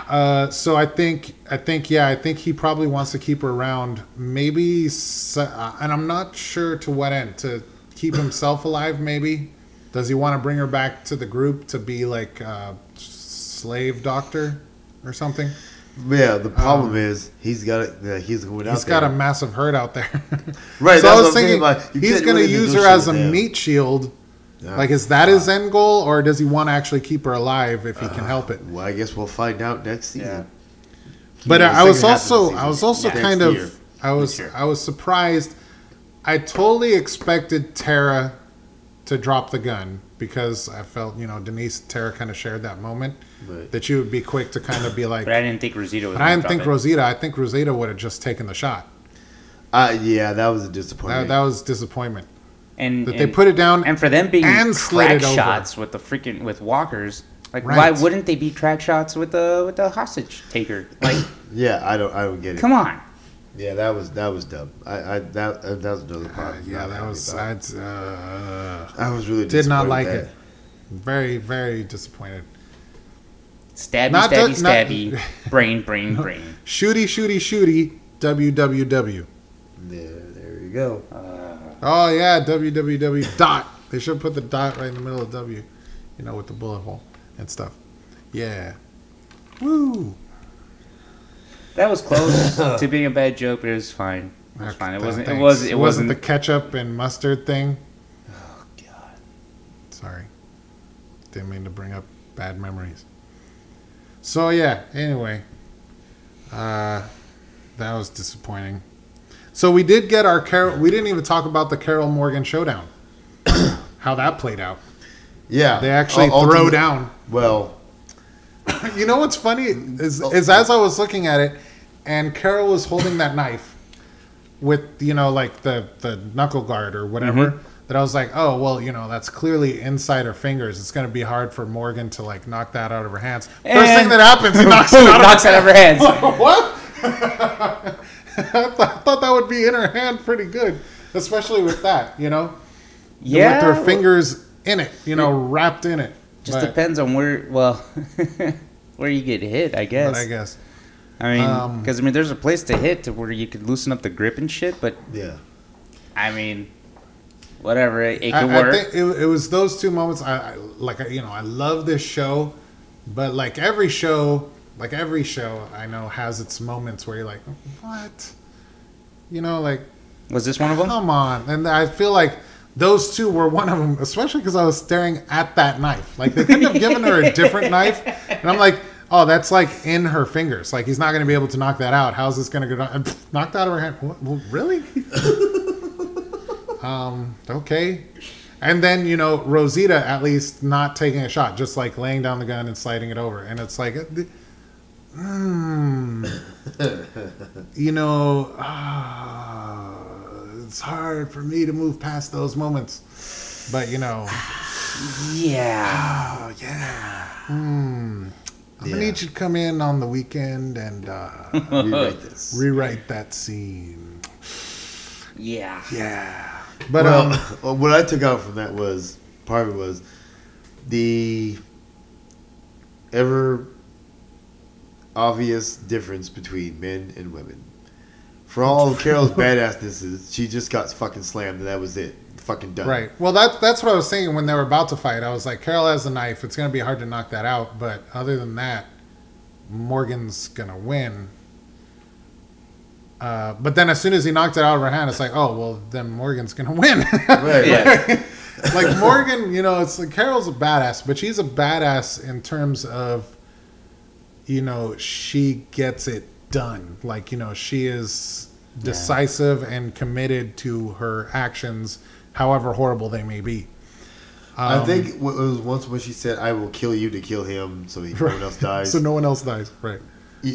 Speaker 2: uh so I think I think yeah, I think he probably wants to keep her around maybe s- uh, and I'm not sure to what end to keep himself alive maybe. Does he want to bring her back to the group to be like uh slave doctor or something?
Speaker 1: Yeah, the problem is he's got a, yeah, he's going out
Speaker 2: Um, He's got a
Speaker 1: there.
Speaker 2: massive herd out there.
Speaker 1: Right,
Speaker 2: (laughs) So
Speaker 1: that's
Speaker 2: I
Speaker 1: what
Speaker 2: was
Speaker 1: I'm thinking
Speaker 2: thinking
Speaker 1: about. You
Speaker 2: he's
Speaker 1: can't
Speaker 2: going to
Speaker 1: really
Speaker 2: use
Speaker 1: do
Speaker 2: her as a
Speaker 1: shit with him.
Speaker 2: meat shield.
Speaker 1: Yeah. Uh,
Speaker 2: Like, is that his end goal, or does he want to actually keep her alive if he can help it?
Speaker 1: Well, I guess we'll find out next season.
Speaker 2: But
Speaker 1: Yeah,
Speaker 2: I I
Speaker 1: the
Speaker 2: was
Speaker 1: second half of the
Speaker 2: also
Speaker 1: season.
Speaker 2: I was also
Speaker 1: Yeah.
Speaker 2: kind
Speaker 1: Next
Speaker 2: of
Speaker 1: year.
Speaker 2: I was
Speaker 1: Next year.
Speaker 2: I was surprised. I totally expected Tara to drop the gun because I felt you know Denise Tara kind of shared that moment
Speaker 1: Right.
Speaker 2: that you would be quick to kind of be like.
Speaker 3: But I didn't think Rosita was.
Speaker 2: But I
Speaker 3: gonna
Speaker 2: didn't think
Speaker 3: drop it.
Speaker 2: Rosita. I think Rosita would have just taken the shot.
Speaker 1: Uh, yeah, that was a
Speaker 2: That,
Speaker 1: disappointment.
Speaker 2: that was disappointment.
Speaker 3: and,
Speaker 2: That
Speaker 3: and
Speaker 2: they put it down.
Speaker 3: and for them being
Speaker 2: and slid
Speaker 3: crack
Speaker 2: it over.
Speaker 3: shots with the freaking with walkers. Like,
Speaker 2: Right.
Speaker 3: why wouldn't they be crack shots with the with the hostage taker? Like,
Speaker 1: yeah, I don't, I don't get it.
Speaker 3: come on.
Speaker 1: Yeah, that was that was dumb. I, I that uh, that was another
Speaker 2: Uh,
Speaker 1: part.
Speaker 2: yeah,
Speaker 1: Not
Speaker 2: that
Speaker 1: happy
Speaker 2: was.
Speaker 1: about.
Speaker 2: i uh,
Speaker 1: I was really
Speaker 2: did not
Speaker 1: disappointed
Speaker 2: like
Speaker 1: with
Speaker 2: it. Very, very disappointed.
Speaker 3: Stabby,
Speaker 2: Not
Speaker 3: stabby,
Speaker 2: that- not-
Speaker 3: stabby.
Speaker 2: (laughs)
Speaker 3: brain, brain, brain.
Speaker 2: Shooty, shooty, shooty. WWW.
Speaker 1: that. Yeah, there you go.
Speaker 2: Oh yeah, www dot. They should put the dot right in the middle of W, you know, with the bullet hole and stuff. Yeah. Woo.
Speaker 3: That was
Speaker 2: (laughs)
Speaker 3: close to being a bad joke, but it was fine. It was fine. It
Speaker 2: Okay,
Speaker 3: wasn't. It
Speaker 2: Ah, thanks.
Speaker 3: was.
Speaker 2: wasn't
Speaker 3: It wasn't.
Speaker 2: the (laughs) ketchup and mustard thing.
Speaker 3: oh, God.
Speaker 2: Sorry, didn't mean to bring up bad memories. So yeah. Anyway, uh, that was disappointing. So we did get our Carol. We didn't even talk about the Carol Morgan showdown. (coughs) How that played out.
Speaker 1: Yeah,
Speaker 2: They actually
Speaker 1: Ul-
Speaker 2: throw
Speaker 1: ultimate-
Speaker 2: down.
Speaker 1: Well,
Speaker 2: (laughs) You know what's funny is, is as I was looking at it, and Carol was holding that knife with you know like the the knuckle guard or whatever. That I was like, oh well, you know that's clearly inside her fingers. It's going to be hard for Morgan to like knock that out of her hands. First thing
Speaker 3: And-
Speaker 2: that happens, (laughs) he knocks it
Speaker 3: Boom,
Speaker 2: out.
Speaker 3: (laughs) (laughs) knocks out of
Speaker 2: (laughs)
Speaker 3: her hands.
Speaker 2: Of- what? I, th- I thought that would be in her hand pretty good, especially with that, you know,
Speaker 3: Yeah.
Speaker 2: with her
Speaker 3: well,
Speaker 2: fingers in it, you know, wrapped in it.
Speaker 3: Just
Speaker 2: but,
Speaker 3: depends on where. Well, (laughs) where you get hit, I guess.
Speaker 2: but I guess.
Speaker 3: I mean,
Speaker 2: Um,
Speaker 3: because I mean, there's a place to hit to where you could loosen up the grip and shit. But
Speaker 1: yeah,
Speaker 3: I mean, whatever, it, it
Speaker 2: I,
Speaker 3: could
Speaker 2: I
Speaker 3: work.
Speaker 2: think it, it was those two moments. I, I like you know I love this show, but like every show, like every show I know has its moments where you're like, what, you know, like
Speaker 3: Was this one of them?
Speaker 2: come on. And I feel like those two were one of them, especially because I was staring at that knife. Like they couldn't have given her a different knife, and I'm like. Oh, that's like in her fingers. Like he's not going to be able to knock that out. How's this going to go down? (laughs) Knocked out of her hand. Wha- wha- Really? (laughs) Um, Okay. And then, you know, Rosita at least not taking a shot, just like laying down the gun and sliding it over. And it's like, hmm. mm, you know, ah, it's hard for me to move past those moments. But, you know,
Speaker 3: Yeah.
Speaker 2: oh, yeah. Hmm. I'm going
Speaker 1: Yeah.
Speaker 2: to need you to come in on the weekend and uh,
Speaker 1: rewrite this.
Speaker 2: rewrite that scene.
Speaker 3: Yeah.
Speaker 2: Yeah.
Speaker 1: (laughs)
Speaker 2: But, um,
Speaker 1: well, uh, what I took out from that was part of it was the ever obvious difference between men and women. For all
Speaker 2: (laughs)
Speaker 1: of Carol's badassness, is she just got fucking slammed, and that was it. Fucking done.
Speaker 2: Right. Well, that that's what I was thinking when they were about to fight. I was like, Carol has the knife. It's going to be hard to knock that out. But other than that, Morgan's going to win. Uh, but then as soon as he knocked it out of her hand, it's like, oh, well, then Morgan's going to (laughs) win.
Speaker 1: Right. right.
Speaker 2: like, Morgan, you know, it's like Carol's a badass, but she's a badass in terms of, you know, she gets it done. Like, you know, she is decisive and committed to her actions, however horrible they may be.
Speaker 1: I
Speaker 2: Um,
Speaker 1: think what- it was once when she said, "I will kill you to kill him," so he, no one else dies.
Speaker 2: (laughs) So no one else dies, right?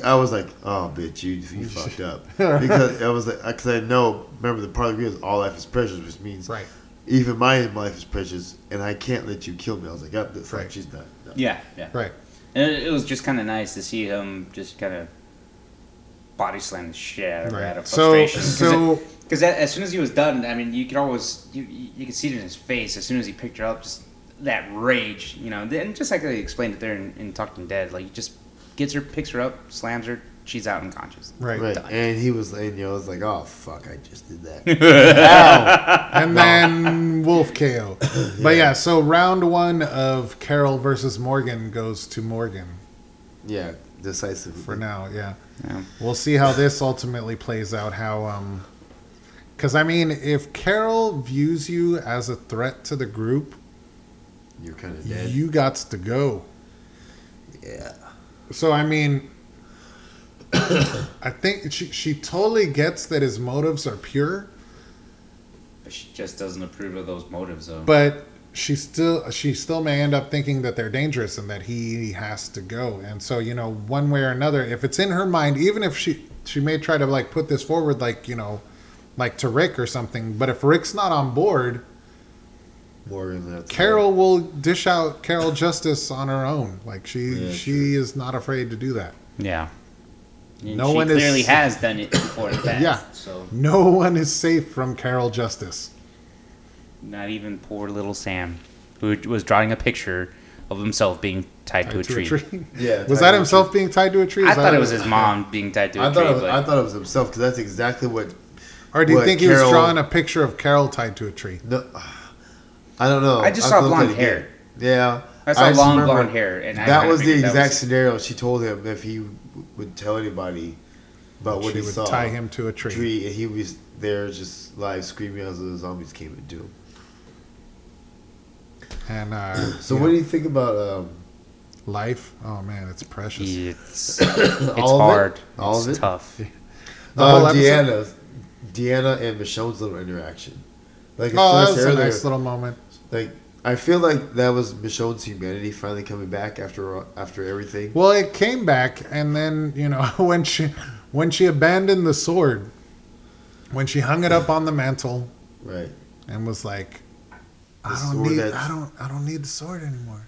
Speaker 1: I was like, "Oh, bitch, you,
Speaker 2: (laughs)
Speaker 1: you fucked up," because I was like, because I know. Remember, the part of the is all life is precious, which means
Speaker 2: Right.
Speaker 1: even my life is precious, and I can't let you kill me. I was like, "Up, that's
Speaker 2: Right.
Speaker 1: like she's not." no.
Speaker 3: Yeah. Yeah.
Speaker 2: Right.
Speaker 3: And it, it was just kind of nice to see him just kind of body slam the shit out of her
Speaker 2: Right.
Speaker 3: out of
Speaker 2: So-
Speaker 3: frustration.
Speaker 2: so-
Speaker 3: because as soon as he was done, I mean, you could always you you you could see it in his face as soon as he picked her up, just that rage, you know. And just like they explained it there in, in Talking Dead, like he just gets her, picks her up, slams her, she's out unconscious.
Speaker 2: Right.
Speaker 1: Right,
Speaker 3: Done.
Speaker 1: and he was, and you know, I was like, "Oh fuck, I just did
Speaker 2: (laughs)
Speaker 1: that." Ow.
Speaker 2: And then Wolf
Speaker 1: (laughs)
Speaker 2: KO. But yeah, so round one of Carol versus Morgan goes to Morgan.
Speaker 1: Yeah, decisively.
Speaker 2: for now. Yeah.
Speaker 3: Yeah.
Speaker 2: We'll see how this ultimately plays out. How, um, because I mean, if Carol views you as a threat to the group,
Speaker 1: You're kind of dead.
Speaker 2: you got to go.
Speaker 1: yeah.
Speaker 2: So I mean, (coughs) I think she she totally gets that his motives are pure,
Speaker 4: But she just doesn't approve of those motives, though.
Speaker 2: but she still she still may end up thinking that they're dangerous and that he has to go. And so you know, one way or another, if it's in her mind, even if she she may try to like put this forward, like you know, like to Rick or something. But if Rick's not on board,
Speaker 1: Morgan. That's
Speaker 2: Carol will dish out Carol justice on her own. Like she
Speaker 1: Yeah,
Speaker 2: she is not afraid to do that.
Speaker 3: Yeah.
Speaker 4: And
Speaker 2: no
Speaker 4: she
Speaker 2: one is-
Speaker 4: clearly has done it before in the past.
Speaker 2: (coughs) Yeah.
Speaker 4: So
Speaker 2: No one is safe from Carol justice.
Speaker 3: Not even poor little Sam, who was drawing a picture of himself being tied, to, a
Speaker 2: To
Speaker 3: tree.
Speaker 1: (laughs) Yeah.
Speaker 2: Was
Speaker 1: tied
Speaker 2: that
Speaker 1: to a
Speaker 2: himself being tied to a tree?
Speaker 3: I
Speaker 2: Is that
Speaker 3: thought it
Speaker 2: what-
Speaker 3: was his mom being tied to a
Speaker 1: I
Speaker 3: tree.
Speaker 1: thought it was,
Speaker 3: but
Speaker 1: I thought it was himself because that's exactly what.
Speaker 2: Or do you
Speaker 1: What,
Speaker 2: think he was
Speaker 1: Carol-
Speaker 2: drawing a picture of Carol tied to a tree?
Speaker 1: No, I don't know.
Speaker 3: I just
Speaker 1: I'll
Speaker 3: saw
Speaker 1: look at
Speaker 3: blonde
Speaker 1: it
Speaker 3: hair.
Speaker 1: again. Yeah,
Speaker 3: I saw
Speaker 1: just
Speaker 3: long
Speaker 1: remember
Speaker 3: blonde hair, and I
Speaker 1: that
Speaker 3: kinda
Speaker 1: was the
Speaker 3: figured that
Speaker 1: exact
Speaker 3: was-
Speaker 1: scenario. She told him if he w- would tell anybody about what
Speaker 2: she
Speaker 1: he
Speaker 2: would
Speaker 1: saw,
Speaker 2: tie him to a tree.
Speaker 1: tree, and he was there just live screaming as the zombies came into him.
Speaker 2: And uh,
Speaker 1: (clears throat) So
Speaker 2: yeah,
Speaker 1: what do you think about um,
Speaker 2: life? Oh man, it's precious.
Speaker 3: it's it's
Speaker 1: of it?
Speaker 3: hard.
Speaker 1: All
Speaker 3: it's
Speaker 1: of it?
Speaker 3: tough.
Speaker 2: The whole
Speaker 1: uh,
Speaker 2: episode?
Speaker 1: Deanna, Deanna and Michonne's little interaction? Like I
Speaker 2: Oh, that
Speaker 1: said
Speaker 2: was a
Speaker 1: earlier,
Speaker 2: nice little moment.
Speaker 1: like I feel like that was Michonne's humanity finally coming back after after everything.
Speaker 2: Well, it came back, and then you know (laughs) when she when she abandoned the sword, when she hung it up on the mantle,
Speaker 1: Right.
Speaker 2: and was like,
Speaker 1: The
Speaker 2: "I don't
Speaker 1: sword
Speaker 2: need,
Speaker 1: that's-
Speaker 2: I don't, I don't need the sword anymore."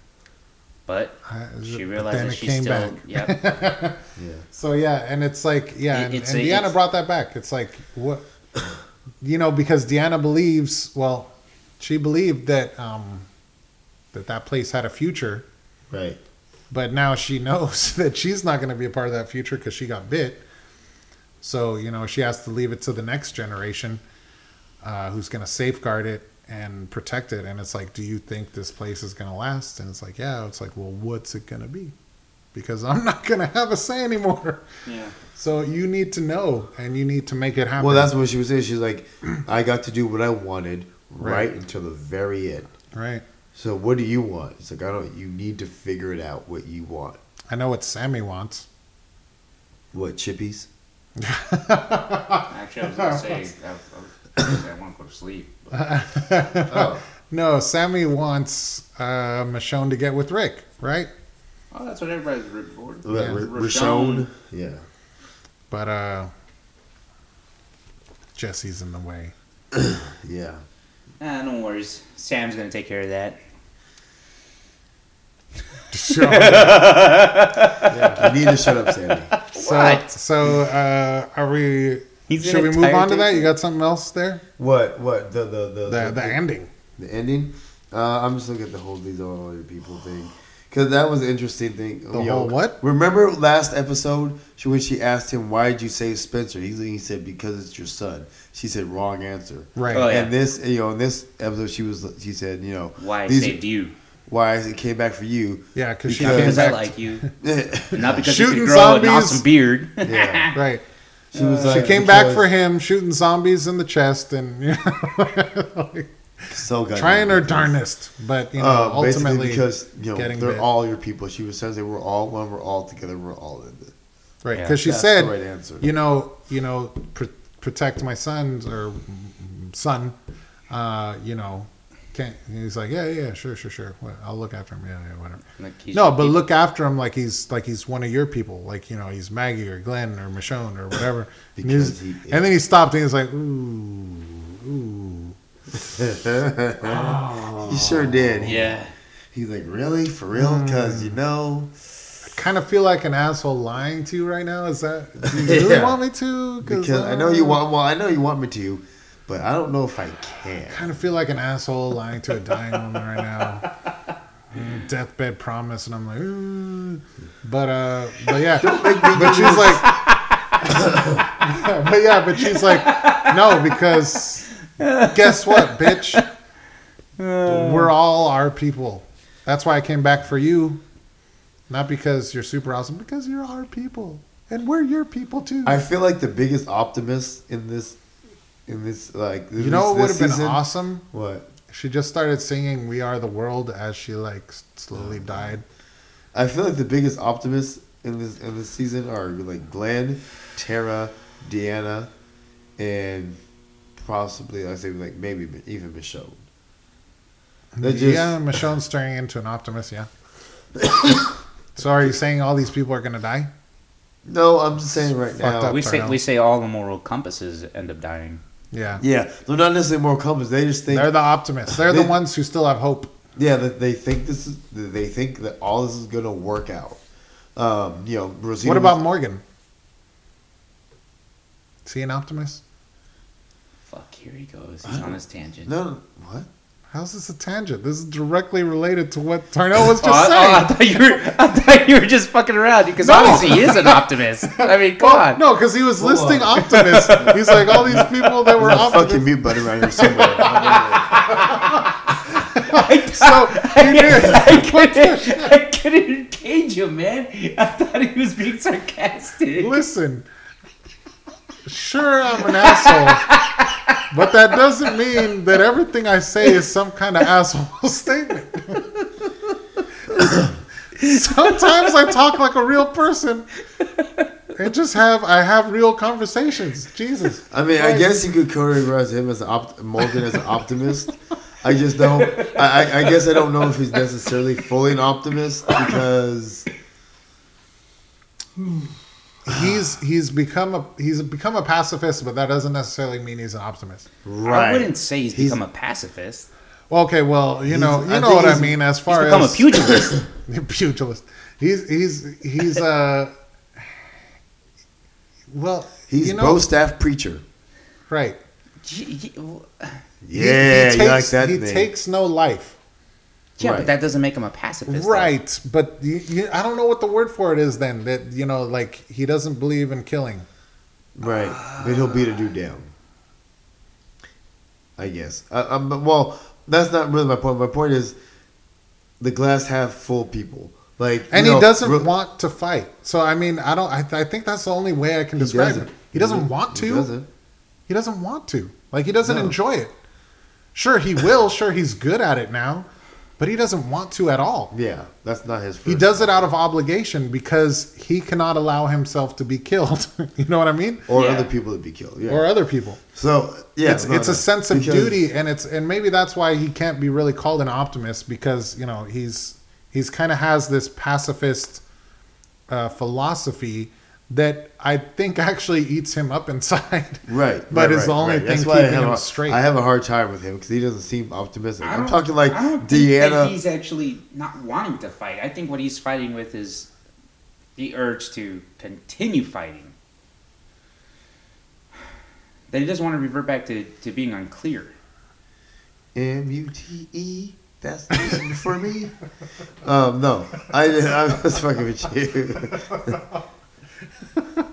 Speaker 4: But
Speaker 2: I,
Speaker 4: she
Speaker 2: but
Speaker 4: realized
Speaker 2: then
Speaker 4: that
Speaker 2: it
Speaker 4: she's still.
Speaker 2: (laughs)
Speaker 4: Yep.
Speaker 1: (laughs) Yeah.
Speaker 2: So yeah, and it's like yeah,
Speaker 4: It-
Speaker 2: and,
Speaker 4: it's
Speaker 2: and
Speaker 4: a-
Speaker 2: Deanna
Speaker 4: it's-
Speaker 2: brought that back. It's like what you know because Deanna believes well, she believed that um that that place had a future,
Speaker 1: Right.
Speaker 2: but now she (laughs) knows that she's not going to be a part of that future because she got bit. So you know she has to leave it to the next generation, uh, who's going to safeguard it and protect it. And it's like, do you think this place is going to last? And it's like, yeah. It's like, well, what's it going to be? Because I'm (laughs) not going to have a say anymore.
Speaker 4: yeah.
Speaker 2: So you need to know, and you need to make it happen.
Speaker 1: Well, that's what she was saying. She's like, I got to do what I wanted right,
Speaker 2: Right.
Speaker 1: until the very end.
Speaker 2: right.
Speaker 1: So what do you want? It's like I don't. You need to figure it out what you want.
Speaker 2: I know what Sammy wants.
Speaker 1: What chippies?
Speaker 4: Actually, I was gonna say I, (coughs) I, I want to go to sleep. But
Speaker 1: Oh,
Speaker 2: No, Sammy wants uh, Michonne to get with Rick, right?
Speaker 4: oh, that's what everybody's rooting for.
Speaker 1: yeah.
Speaker 2: Yeah.
Speaker 1: Rashon. Yeah.
Speaker 2: But uh, Jesse's in the way. (laughs)
Speaker 1: Yeah.
Speaker 4: Nah, no worries.
Speaker 3: Ah, Sam's gonna take care of that.
Speaker 4: (laughs)
Speaker 2: So,
Speaker 1: You need to shut up, Sandy.
Speaker 2: so, so, uh, are we?
Speaker 3: He's
Speaker 2: should
Speaker 3: gonna
Speaker 2: we move
Speaker 3: tire
Speaker 2: on to that?
Speaker 3: Jason.
Speaker 2: You got something else there?
Speaker 1: What? What? The the the
Speaker 2: The the ending.
Speaker 1: the ending. Uh, I'm just looking at the whole these are all your people thing because that was an interesting thing.
Speaker 2: The whole what?
Speaker 1: Remember last episode she, when she asked him why did you save Spencer? He, he said because it's your son. She said wrong answer.
Speaker 2: Right.
Speaker 4: Oh, yeah.
Speaker 1: And this you know in this episode she was she said you know
Speaker 4: Why I
Speaker 1: these-
Speaker 4: saved you?
Speaker 1: why it came back for you. (laughs)
Speaker 2: yeah, cause she
Speaker 1: Because-
Speaker 2: came
Speaker 4: Because I
Speaker 2: back.
Speaker 4: like you,
Speaker 2: (laughs)
Speaker 1: yeah.
Speaker 4: not because you
Speaker 2: Shooting
Speaker 4: could grow
Speaker 2: zombies.
Speaker 4: an awesome beard.
Speaker 2: right.
Speaker 1: She was
Speaker 2: She
Speaker 1: like,
Speaker 2: came back
Speaker 1: because-
Speaker 2: for him shooting zombies in the chest
Speaker 1: (laughs)
Speaker 2: and (laughs) you know,
Speaker 1: so good.
Speaker 2: trying her darnest, but you know,
Speaker 1: Uh, basically
Speaker 2: ultimately
Speaker 1: because you know they're
Speaker 2: getting bit.
Speaker 1: all your people. She was saying they were all one. We're all together. We're all in it.
Speaker 2: Right,
Speaker 3: Yeah.
Speaker 2: because she
Speaker 1: That's
Speaker 2: said,
Speaker 1: the right answer.
Speaker 2: you know, you know, pr- protect my son or son, uh, you know, can't. and He's like, yeah, yeah, sure, sure, sure. Wha- I'll look after him. Yeah, yeah, whatever.
Speaker 4: Like he's
Speaker 2: No, but look after him like he's like he's one of your people, like you know, he's Maggie or Glenn or Michonne or whatever. and, he
Speaker 1: Because
Speaker 2: was-
Speaker 1: he is.
Speaker 2: and then he stopped and he's like, ooh, ooh.
Speaker 1: He sure did.
Speaker 4: Yeah.
Speaker 1: He's like, really? For real? Because,
Speaker 2: Mm.
Speaker 1: you know.
Speaker 2: I kind of feel like an asshole lying to you right now. Is that?
Speaker 1: (laughs)
Speaker 2: Do you really
Speaker 1: Yeah.
Speaker 2: want me to? uh,
Speaker 1: Because I know you want, well, I know you want me to, but I don't know if I can.
Speaker 2: kind of feel like an asshole lying to a dying woman right now. Mm, Deathbed promise, and I'm like, "Ooh." but uh, but yeah, (laughs) but she's like, but yeah, but she's like, no, because guess what,
Speaker 1: (laughs)
Speaker 2: bitch, we're all our people. That's why I came back for you, Not because you're super awesome, because you're our people, and we're your people too.
Speaker 1: I feel like the biggest optimist in this, in this like
Speaker 2: you know what
Speaker 1: this-
Speaker 2: would have been
Speaker 1: this season-
Speaker 2: awesome?
Speaker 1: What
Speaker 2: She just started singing "We Are the World" as she like s- slowly died.
Speaker 1: I feel like the biggest optimists in this in this season are like Glenn, Tara, Deanna, and possibly I say like maybe even Michonne. That just-
Speaker 2: yeah, Michonne's turning into an optimist. Yeah. (coughs) so are you saying all these people are gonna die?
Speaker 1: No, I'm just saying right
Speaker 2: Fucked
Speaker 1: now.
Speaker 2: up.
Speaker 1: Up.
Speaker 4: we
Speaker 2: We say-
Speaker 4: say
Speaker 2: Tarnell. we
Speaker 4: we say all the moral compasses end up dying.
Speaker 2: Yeah.
Speaker 1: Yeah, they're not necessarily more compass. They just think
Speaker 2: They're the optimists. They're the
Speaker 1: They-
Speaker 2: ones who still have hope.
Speaker 1: yeah that they think this is that they think that all this is gonna work out. Um, you know, Rosita
Speaker 2: What
Speaker 1: was-
Speaker 2: about Morgan? Is he an optimist?
Speaker 4: Fuck, here he goes. He's on his tangent.
Speaker 1: no? no, What?
Speaker 2: How's this a tangent? This is directly related to what Tarnell was
Speaker 4: (laughs) Oh, I-
Speaker 2: just
Speaker 4: oh, I
Speaker 2: saying.
Speaker 4: thought you were, I thought you were just fucking around because
Speaker 2: No.
Speaker 4: obviously he is an optimist. I mean,
Speaker 2: (laughs)
Speaker 4: come on.
Speaker 2: No, because he was listing optimists. He's like all these people that were
Speaker 1: There's a
Speaker 2: optimists.
Speaker 1: fucking mute button around here
Speaker 2: (laughs)
Speaker 1: somewhere.
Speaker 2: So he knew.
Speaker 4: (laughs) I couldn't, I couldn't engage him, man. I thought he was being sarcastic.
Speaker 2: Listen, sure, I'm an asshole, but that doesn't mean that everything I say is some kind of asshole (laughs) statement. Sometimes I talk like a real person and just have I have real conversations. Jesus,
Speaker 1: I mean, I guess you could categorize him as an opt- Morgan as an optimist. I just don't. I, I, I guess I don't know if he's necessarily fully an optimist because
Speaker 2: he's he's become a he's become a pacifist, but that doesn't necessarily mean he's an optimist.
Speaker 1: right.
Speaker 4: I wouldn't say he's,
Speaker 1: He's-
Speaker 4: become a pacifist.
Speaker 2: Okay, well, you know,
Speaker 1: He's-
Speaker 2: you
Speaker 1: I
Speaker 2: know
Speaker 1: think
Speaker 2: what I
Speaker 1: he's-
Speaker 2: mean. As
Speaker 4: He's
Speaker 2: far
Speaker 4: become a
Speaker 2: as
Speaker 4: pugilist.
Speaker 2: (laughs) pugilist. He's he's he's uh well
Speaker 1: He's
Speaker 2: you know,
Speaker 1: Bo Staff preacher.
Speaker 2: right.
Speaker 4: Gee, he- w-
Speaker 2: He- he
Speaker 1: Yeah, you like
Speaker 2: takes-
Speaker 1: that
Speaker 2: He
Speaker 1: name.
Speaker 2: takes no life.
Speaker 4: yeah,
Speaker 1: Right.
Speaker 4: but that doesn't make him a pacifist. though.
Speaker 2: Right, but you, you, I don't know what the word for it is. Then that you know, like he doesn't believe in killing.
Speaker 1: Right, but he'll beat a dude down. I guess. I, I'm, but- well, that's not really my point. My point is the glass half full people. Like,
Speaker 2: and
Speaker 1: you
Speaker 2: he
Speaker 1: know,
Speaker 2: doesn't
Speaker 1: Ro-
Speaker 2: want to fight. So I mean, I don't. I, I think that's the only way I can
Speaker 1: he
Speaker 2: describe
Speaker 1: doesn't.
Speaker 2: it. He doesn't want
Speaker 1: He
Speaker 2: to.
Speaker 1: doesn't.
Speaker 2: He doesn't want to. Like he doesn't
Speaker 1: No.
Speaker 2: enjoy it. Sure, he will. sure, he's good at it now, but he doesn't want to at all.
Speaker 1: Yeah, that's not his. First
Speaker 2: He does it out of obligation because he cannot allow himself to be killed. (laughs) you know what I mean?
Speaker 1: or
Speaker 4: Yeah.
Speaker 1: other people to be killed. Yeah.
Speaker 2: Or other people.
Speaker 1: so yeah,
Speaker 2: it's
Speaker 1: no,
Speaker 2: it's
Speaker 1: no,
Speaker 2: a sense of
Speaker 1: because-
Speaker 2: duty, and it's and maybe that's why he can't be really called an optimist because you know he's he's kind of has this pacifist uh, philosophy that I think (laughs) actually eats him up inside.
Speaker 1: Right,
Speaker 2: but
Speaker 1: right,
Speaker 2: it's
Speaker 1: right,
Speaker 2: the only
Speaker 1: right.
Speaker 2: thing
Speaker 1: That's why I
Speaker 2: keeping
Speaker 1: have
Speaker 2: him
Speaker 1: a-
Speaker 2: straight.
Speaker 1: I have a hard time with him because he doesn't seem optimistic.
Speaker 3: I
Speaker 1: I'm
Speaker 3: don't-
Speaker 1: talking like
Speaker 3: I don't think that
Speaker 1: Deanna.
Speaker 4: He's actually not wanting to fight. I think what he's fighting with is the urge to continue fighting. That he doesn't want to revert back to, to being unclear.
Speaker 1: M U T E. That's the reason for me. Um, no, I I was fucking with you.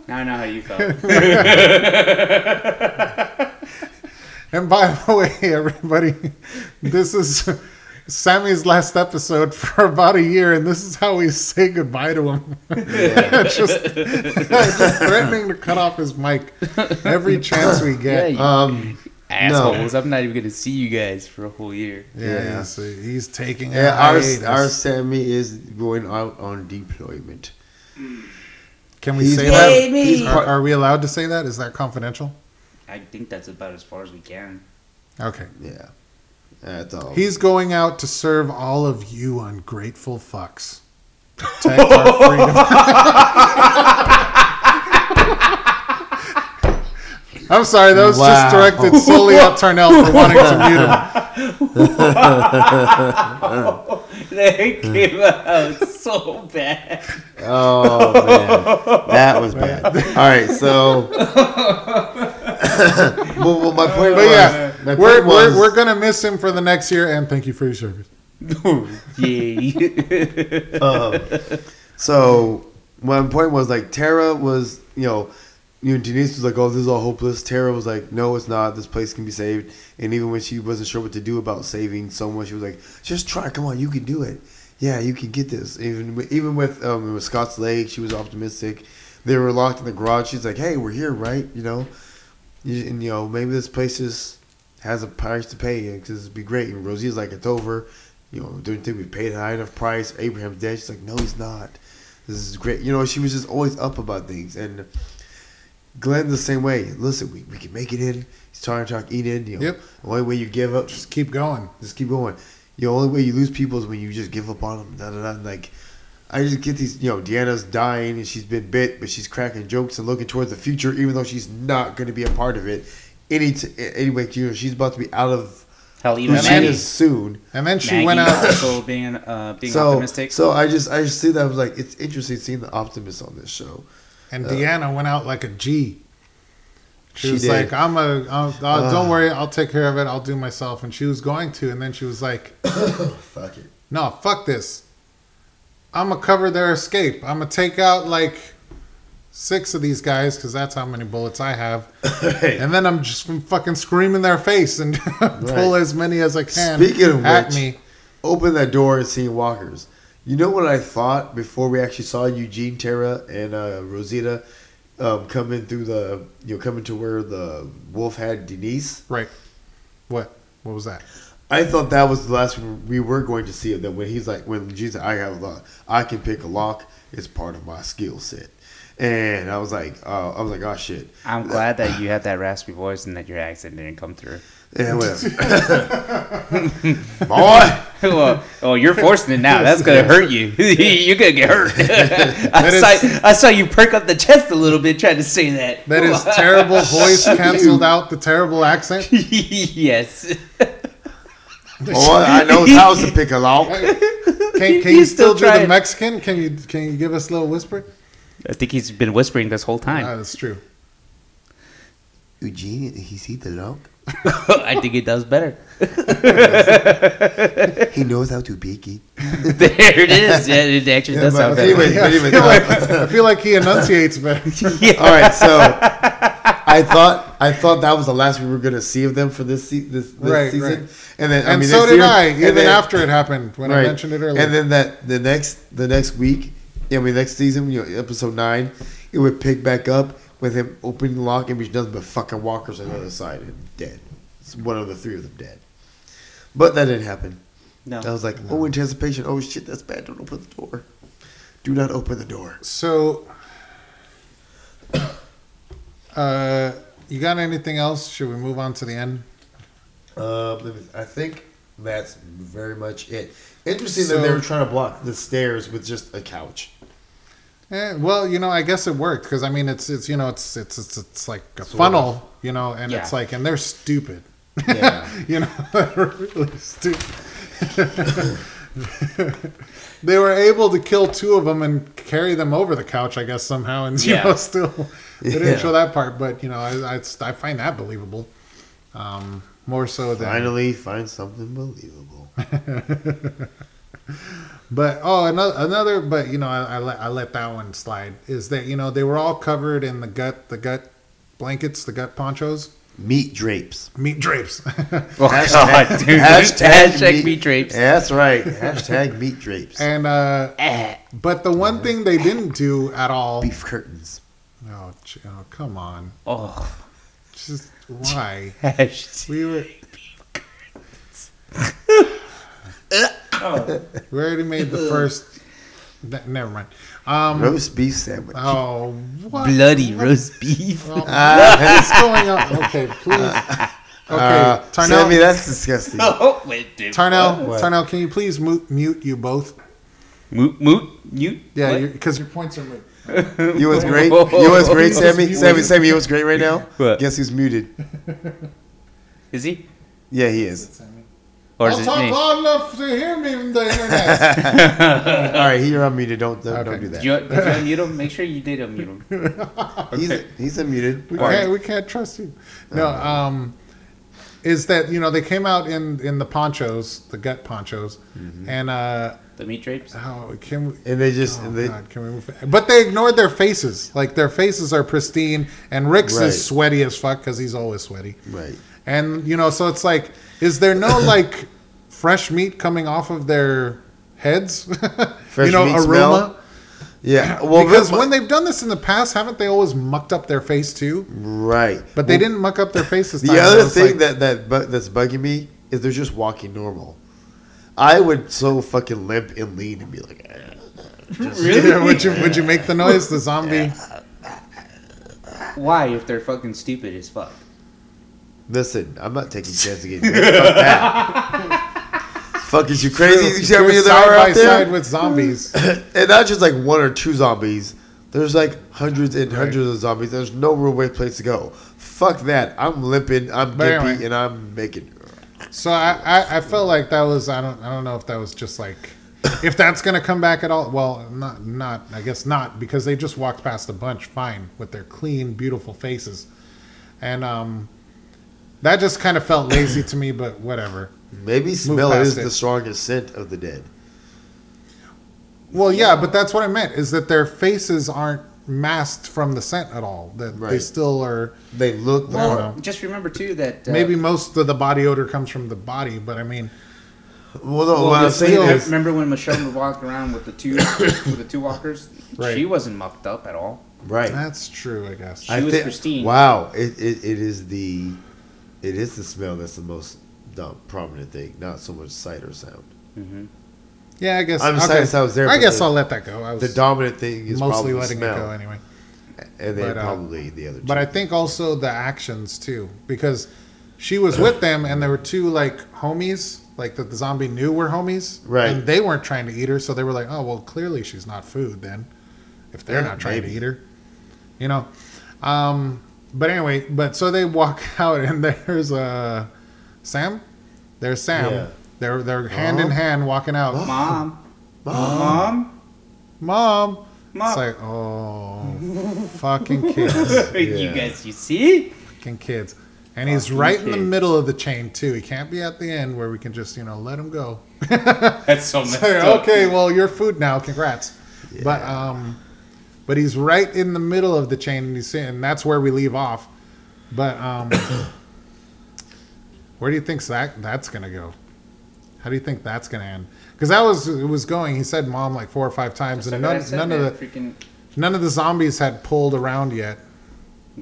Speaker 4: Now I know how you felt. (laughs)
Speaker 2: And by the (laughs) way, everybody, this is Sammy's last episode for about a year, and this is how we say goodbye to him. (laughs) just, just threatening to cut off his mic every chance we get.
Speaker 4: you
Speaker 1: Um,
Speaker 4: assholes. I'm not even going to see you guys for a whole year.
Speaker 2: Yeah,
Speaker 1: Yeah.
Speaker 2: He's, he's taking
Speaker 1: yeah,
Speaker 2: a
Speaker 1: our
Speaker 2: hiatus.
Speaker 1: our Sammy is going out on deployment.
Speaker 2: Can we
Speaker 1: he's
Speaker 2: say
Speaker 1: part-
Speaker 2: that?
Speaker 1: Baby! he's
Speaker 2: Are,
Speaker 1: part-
Speaker 2: are we allowed to say that? Is that confidential?
Speaker 4: I think that's about as far as we can.
Speaker 2: Okay.
Speaker 1: Yeah, that's all.
Speaker 2: He's going out to serve all of you ungrateful fucks. Protect our freedom. (laughs) I'm sorry, that was
Speaker 1: Wow.
Speaker 2: just directed solely at Tarnell for wanting to mute
Speaker 1: (laughs)
Speaker 2: him.
Speaker 4: (laughs) They came out so
Speaker 1: (laughs)
Speaker 4: bad.
Speaker 1: oh man, that was bad. All right,
Speaker 2: (laughs)
Speaker 1: so. (laughs) well, well, my point
Speaker 2: But
Speaker 1: was,
Speaker 2: yeah,
Speaker 1: my point
Speaker 2: we're,
Speaker 1: was-
Speaker 2: we're, we're going to miss him for the next year, and thank you for your service.
Speaker 4: Yay.
Speaker 1: um, so my point was like Tara was you know you know, Denise was like oh this is all hopeless. Tara was like no it's not. This place can be saved. And even when she wasn't sure what to do about saving someone, she was like just try. Come on, you can do it. yeah, you could get this. Even wi- even with um, with Scott's leg, she was optimistic. They were locked in the garage. She's like, hey, we're here, right? You know, You- and you know maybe this place is has a price to pay because it'd be great. And Rosie's like, it's over. You know, don't you think we paid a high enough price. Abraham's dead. She's like, no, he's not. This is great. You know, she was just always up about things. And Glenn's the same way. Listen, we, we can make it in. He's trying to talk, eat in. You know,
Speaker 2: Yep.
Speaker 1: The only way you give up, just
Speaker 2: Just keep going.
Speaker 1: just keep going. The only way you lose people is when you just give up on them. Da, da, da. And, Like, I just get these, you know, Deanna's dying and she's been bit, but she's cracking jokes and looking towards the future, even though she's not going to be a part of it. Any t- anyway, you know, she's about to be out of
Speaker 4: Hell,
Speaker 1: who
Speaker 4: even
Speaker 1: she
Speaker 4: Maggie.
Speaker 1: is soon.
Speaker 2: And then she
Speaker 4: Maggie
Speaker 2: went out.
Speaker 3: (laughs)
Speaker 4: also being uh, being
Speaker 1: so,
Speaker 4: optimistic.
Speaker 1: so I just, I just see that I was like, it's interesting seeing the optimist on this show.
Speaker 2: And Deanna went out like a G. She,
Speaker 1: She
Speaker 2: was
Speaker 1: did.
Speaker 2: like, "I'm a, I'll, I'll, don't
Speaker 1: Ugh.
Speaker 2: worry, I'll take care of it. I'll do myself." And she was going to, and then she was like,
Speaker 1: Oh, Fuck it.
Speaker 2: "No, fuck this. I'm gonna cover their escape. I'm gonna take out like six of these guys because that's how many bullets I have, and then I'm just gonna fucking scream in their face and (laughs) pull as many as I can
Speaker 1: Speaking of
Speaker 2: at
Speaker 1: which-
Speaker 2: me."
Speaker 1: Open that door and see walkers. You know what I thought before we actually saw Eugene, Tara, and uh, Rosita um, come in through the, you know, coming to where the wolf had Denise?
Speaker 2: Right. What? What was that?
Speaker 1: I thought that was the last we were going to see of them. When he's like, when Jesus, I have a lock. I can pick a lock. It's part of my skill set. And I was like, uh, I was like, oh shit.
Speaker 4: I'm glad that you had that raspy voice and that your accent didn't come through. (laughs)
Speaker 1: Yeah, whatever. (laughs) Boy,
Speaker 4: well, oh, you're forcing it now. That's gonna hurt you. (laughs) you're gonna get hurt. (laughs) I,
Speaker 2: That is-
Speaker 4: saw, I saw you perk up the chest a little bit trying to say that.
Speaker 2: That is terrible voice canceled out the terrible
Speaker 3: (laughs)
Speaker 2: accent.
Speaker 4: (laughs) yes.
Speaker 1: boy, I know how to pick a lock.
Speaker 2: Can, can
Speaker 4: He's
Speaker 2: you still,
Speaker 4: still
Speaker 2: do the
Speaker 4: trying.
Speaker 2: Mexican? Can you can you give us a little whisper?
Speaker 4: I think he's been whispering this whole
Speaker 2: Ah,
Speaker 4: time.
Speaker 2: that's true.
Speaker 1: Eugene, he see the lock.
Speaker 4: (laughs) I think he does better. (laughs)
Speaker 1: He knows how to pick it.
Speaker 4: There it is. Yeah, it actually does sound
Speaker 1: but
Speaker 4: better.
Speaker 1: anyway,
Speaker 2: Yeah, (laughs) I,
Speaker 1: but anyway,
Speaker 2: feel like, I feel like he enunciates better. (laughs)
Speaker 4: (laughs)
Speaker 1: All right, so I thought I thought that was the last we were going to see of them for this se- this, this
Speaker 2: Right,
Speaker 1: season,
Speaker 2: right.
Speaker 1: and then I
Speaker 2: and
Speaker 1: mean,
Speaker 2: so
Speaker 1: this
Speaker 2: did
Speaker 1: year,
Speaker 2: I,
Speaker 1: and
Speaker 2: even
Speaker 1: then-
Speaker 2: after it happened when I mentioned it earlier.
Speaker 1: And then that the next the next week, I mean next season, you know, episode nine, it would pick back up with him opening the lock and be nothing but fucking walkers on the other side and dead. It's one of the three of them dead. But that didn't happen.
Speaker 4: No.
Speaker 1: I was like, oh anticipation, oh shit, that's bad. Don't open the door. Do not open the door.
Speaker 2: so, (coughs) uh, you got anything else? Should we move on to the end?
Speaker 1: Um, let me- I think that's very much it. Interesting
Speaker 2: So-
Speaker 1: that they were trying to block the stairs with just a
Speaker 2: (laughs)
Speaker 1: couch.
Speaker 2: Eh, well, you know, I guess it worked because I mean, it's it's you know, it's it's it's, it's like a
Speaker 1: Sort
Speaker 2: funnel, you know, and it's
Speaker 4: Yeah.
Speaker 2: like, and they're stupid.
Speaker 1: Yeah.
Speaker 2: (laughs) you know, they're really stupid. (laughs) they were able to kill two of them and carry them over the couch, I guess somehow, and you
Speaker 4: Yeah.
Speaker 2: know, (laughs) still they didn't
Speaker 1: Yeah.
Speaker 2: show that part, but you know, I, I, I find that believable. Um, more so than
Speaker 1: Finally, find something believable.
Speaker 2: But oh, another, another but you know, I, I, let, I let that one slide. Is that you know they were all covered in the gut, the gut blankets, the gut ponchos,
Speaker 1: Meat
Speaker 2: (laughs)
Speaker 1: drapes.
Speaker 2: meat drapes.
Speaker 4: oh, God, dude. Hashtag, meat drapes.
Speaker 1: That's right. Hashtag meat
Speaker 2: (laughs)
Speaker 1: drapes.
Speaker 2: and uh,
Speaker 4: Eh.
Speaker 2: but the one thing they didn't do at all.
Speaker 1: Beef curtains.
Speaker 2: Oh, ch- oh come on!
Speaker 4: Oh.
Speaker 2: Just why
Speaker 4: Hashtag.
Speaker 2: we were.
Speaker 4: Oh.
Speaker 2: We already made the first. Ne- never mind. Um.
Speaker 1: Roast beef sandwich. Uh,
Speaker 2: Oh, what?
Speaker 4: Bloody roast beef. (laughs)
Speaker 2: Oh,
Speaker 1: Ah,
Speaker 2: What's going on? Okay, please. Okay,
Speaker 1: uh,
Speaker 2: Tarnell.
Speaker 1: Sammy, that's disgusting.
Speaker 4: Oh, wait, dude.
Speaker 2: Tarnell,
Speaker 1: What?
Speaker 2: Tarnell, can you please mute, mute you both?
Speaker 4: Moot, moot, mute.
Speaker 2: Yeah,
Speaker 4: What?
Speaker 2: because your points are moot.
Speaker 1: You was
Speaker 4: (laughs)
Speaker 1: great. You was great,
Speaker 2: He's
Speaker 1: Sammy.
Speaker 2: muted.
Speaker 1: Sammy, Sammy, you was great right now.
Speaker 4: What?
Speaker 1: Guess who's muted?
Speaker 4: Is he?
Speaker 1: Yeah, he is.
Speaker 4: Or is
Speaker 2: I'll
Speaker 4: it
Speaker 2: talk
Speaker 4: me?
Speaker 2: loud enough to hear me from the internet.
Speaker 1: All right, he, you're unmuted. Don't don't,
Speaker 2: Okay.
Speaker 1: don't do that.
Speaker 4: Did you, did you
Speaker 2: (laughs)
Speaker 4: unmute him? Make sure you did unmute him.
Speaker 1: He's he's unmuted.
Speaker 2: we
Speaker 1: All right.
Speaker 2: can't, we can't trust you. No, um, is that you know they came out in in the ponchos, the gut ponchos,
Speaker 1: Mm-hmm.
Speaker 2: and uh,
Speaker 4: The meat drapes?
Speaker 2: oh, can we?
Speaker 1: And they just
Speaker 2: Oh,
Speaker 1: and they,
Speaker 2: God, can we move? But they ignored their faces. Like their faces are pristine, and Rick's
Speaker 1: Right.
Speaker 2: is sweaty as fuck because he's always sweaty. (clears throat)
Speaker 1: right. (coughs)
Speaker 2: And you know, so it's like, is there no like fresh meat coming off of their heads. (laughs)
Speaker 1: Fresh
Speaker 2: you know,
Speaker 1: meat
Speaker 2: aroma.
Speaker 1: smell. Yeah. Well,
Speaker 2: because
Speaker 1: but-
Speaker 2: when they've done this in the past, haven't they always mucked up their face too?
Speaker 1: right,
Speaker 2: But they didn't muck up their faces.
Speaker 1: The other thing that that bu- that's bugging me is they're just walking normal. I would so fucking limp and lean and be like, "Eh."
Speaker 2: really would you would you make the noise the zombie?
Speaker 3: Why, if they're fucking stupid as fuck?
Speaker 1: listen, I'm not taking chances of getting hit. Fuck that.
Speaker 2: (laughs)
Speaker 1: Fuck is you (laughs) crazy? You see how
Speaker 2: Do it
Speaker 1: many there
Speaker 2: side
Speaker 1: are
Speaker 2: by
Speaker 1: out there?
Speaker 2: side with zombies.
Speaker 1: (laughs) and not just like one or two zombies. There's like hundreds and hundreds of zombies. There's no real way place to go. Fuck that. I'm limping. I'm
Speaker 2: But
Speaker 1: gimpy,
Speaker 2: anyway.
Speaker 1: and I'm making.
Speaker 2: So I, I, I felt like that was I don't I don't know if that was just like if that's gonna come back at all. Well, not not I guess not because they just walked past a bunch fine with their clean beautiful faces, and um, that just kind of felt lazy to me. But whatever.
Speaker 1: Maybe smell
Speaker 2: past
Speaker 1: is
Speaker 2: it.
Speaker 1: the strongest scent of the dead.
Speaker 2: Well, yeah, but that's what I meant is that their faces aren't masked from the scent at all. That they
Speaker 1: Right.
Speaker 2: still are.
Speaker 1: They look.
Speaker 2: I don't
Speaker 1: Well,
Speaker 2: know.
Speaker 3: Just remember, too, that. Uh,
Speaker 2: Maybe most of the body odor comes from the body, but I mean,
Speaker 1: no, what I'm
Speaker 2: it's
Speaker 1: saying
Speaker 2: still-
Speaker 1: is,
Speaker 3: Remember when Michelle would walk around with the two with the two walkers?
Speaker 2: Right.
Speaker 3: She wasn't mucked up at all.
Speaker 1: right.
Speaker 2: that's true, I guess.
Speaker 3: was
Speaker 1: thi-
Speaker 3: pristine.
Speaker 1: Wow, it, it, it is the it is the smell that's the most dumb, prominent thing, not so much sight or sound.
Speaker 2: yeah, I guess.
Speaker 1: I'm
Speaker 2: okay.
Speaker 1: excited I was there.
Speaker 2: I
Speaker 1: but
Speaker 2: guess
Speaker 1: the,
Speaker 2: I'll let that go. I was
Speaker 1: the dominant thing is mostly probably
Speaker 2: mostly letting
Speaker 1: smell,
Speaker 2: it go anyway.
Speaker 1: and then
Speaker 2: but, uh,
Speaker 1: probably the other.
Speaker 2: But
Speaker 1: two.
Speaker 2: I think also the actions too, because she
Speaker 1: (clears throat)
Speaker 2: was with them and there were two like homies, like that the zombie knew were homies,
Speaker 1: Right.
Speaker 2: And they weren't trying to eat her, so they were like, "Oh well, clearly she's not food then, if they're
Speaker 1: Yeah,
Speaker 2: not trying to
Speaker 1: maybe.
Speaker 2: eat her," you know. Um, but anyway, but so they (laughs) walk out and there's uh, Sam, there's Sam.
Speaker 1: Yeah.
Speaker 2: They're they're hand in
Speaker 1: Mom?
Speaker 2: hand walking out. Mom,
Speaker 3: Mom,
Speaker 1: Mom,
Speaker 3: mom,
Speaker 2: it's
Speaker 3: mom.
Speaker 2: like oh, fucking kids.
Speaker 3: you guys, you see?
Speaker 2: fucking kids. And he's right in the
Speaker 3: kids.
Speaker 2: middle of the chain too. He can't be at the end where we can just you know let him go. (laughs)
Speaker 3: That's so Oh, messed
Speaker 2: Say,
Speaker 3: up.
Speaker 2: okay, well you're food now. Congrats. But um, but he's right in the middle of the chain, and he's saying and that's where we leave off. But um, (coughs) where do you think that that's gonna go? How do you think that's gonna end? Because that was it was going. He said mom like four or five times, and
Speaker 3: Like I
Speaker 2: none,
Speaker 3: said,
Speaker 2: none of
Speaker 3: man,
Speaker 2: the
Speaker 3: freaking.
Speaker 2: none of the zombies had pulled around yet.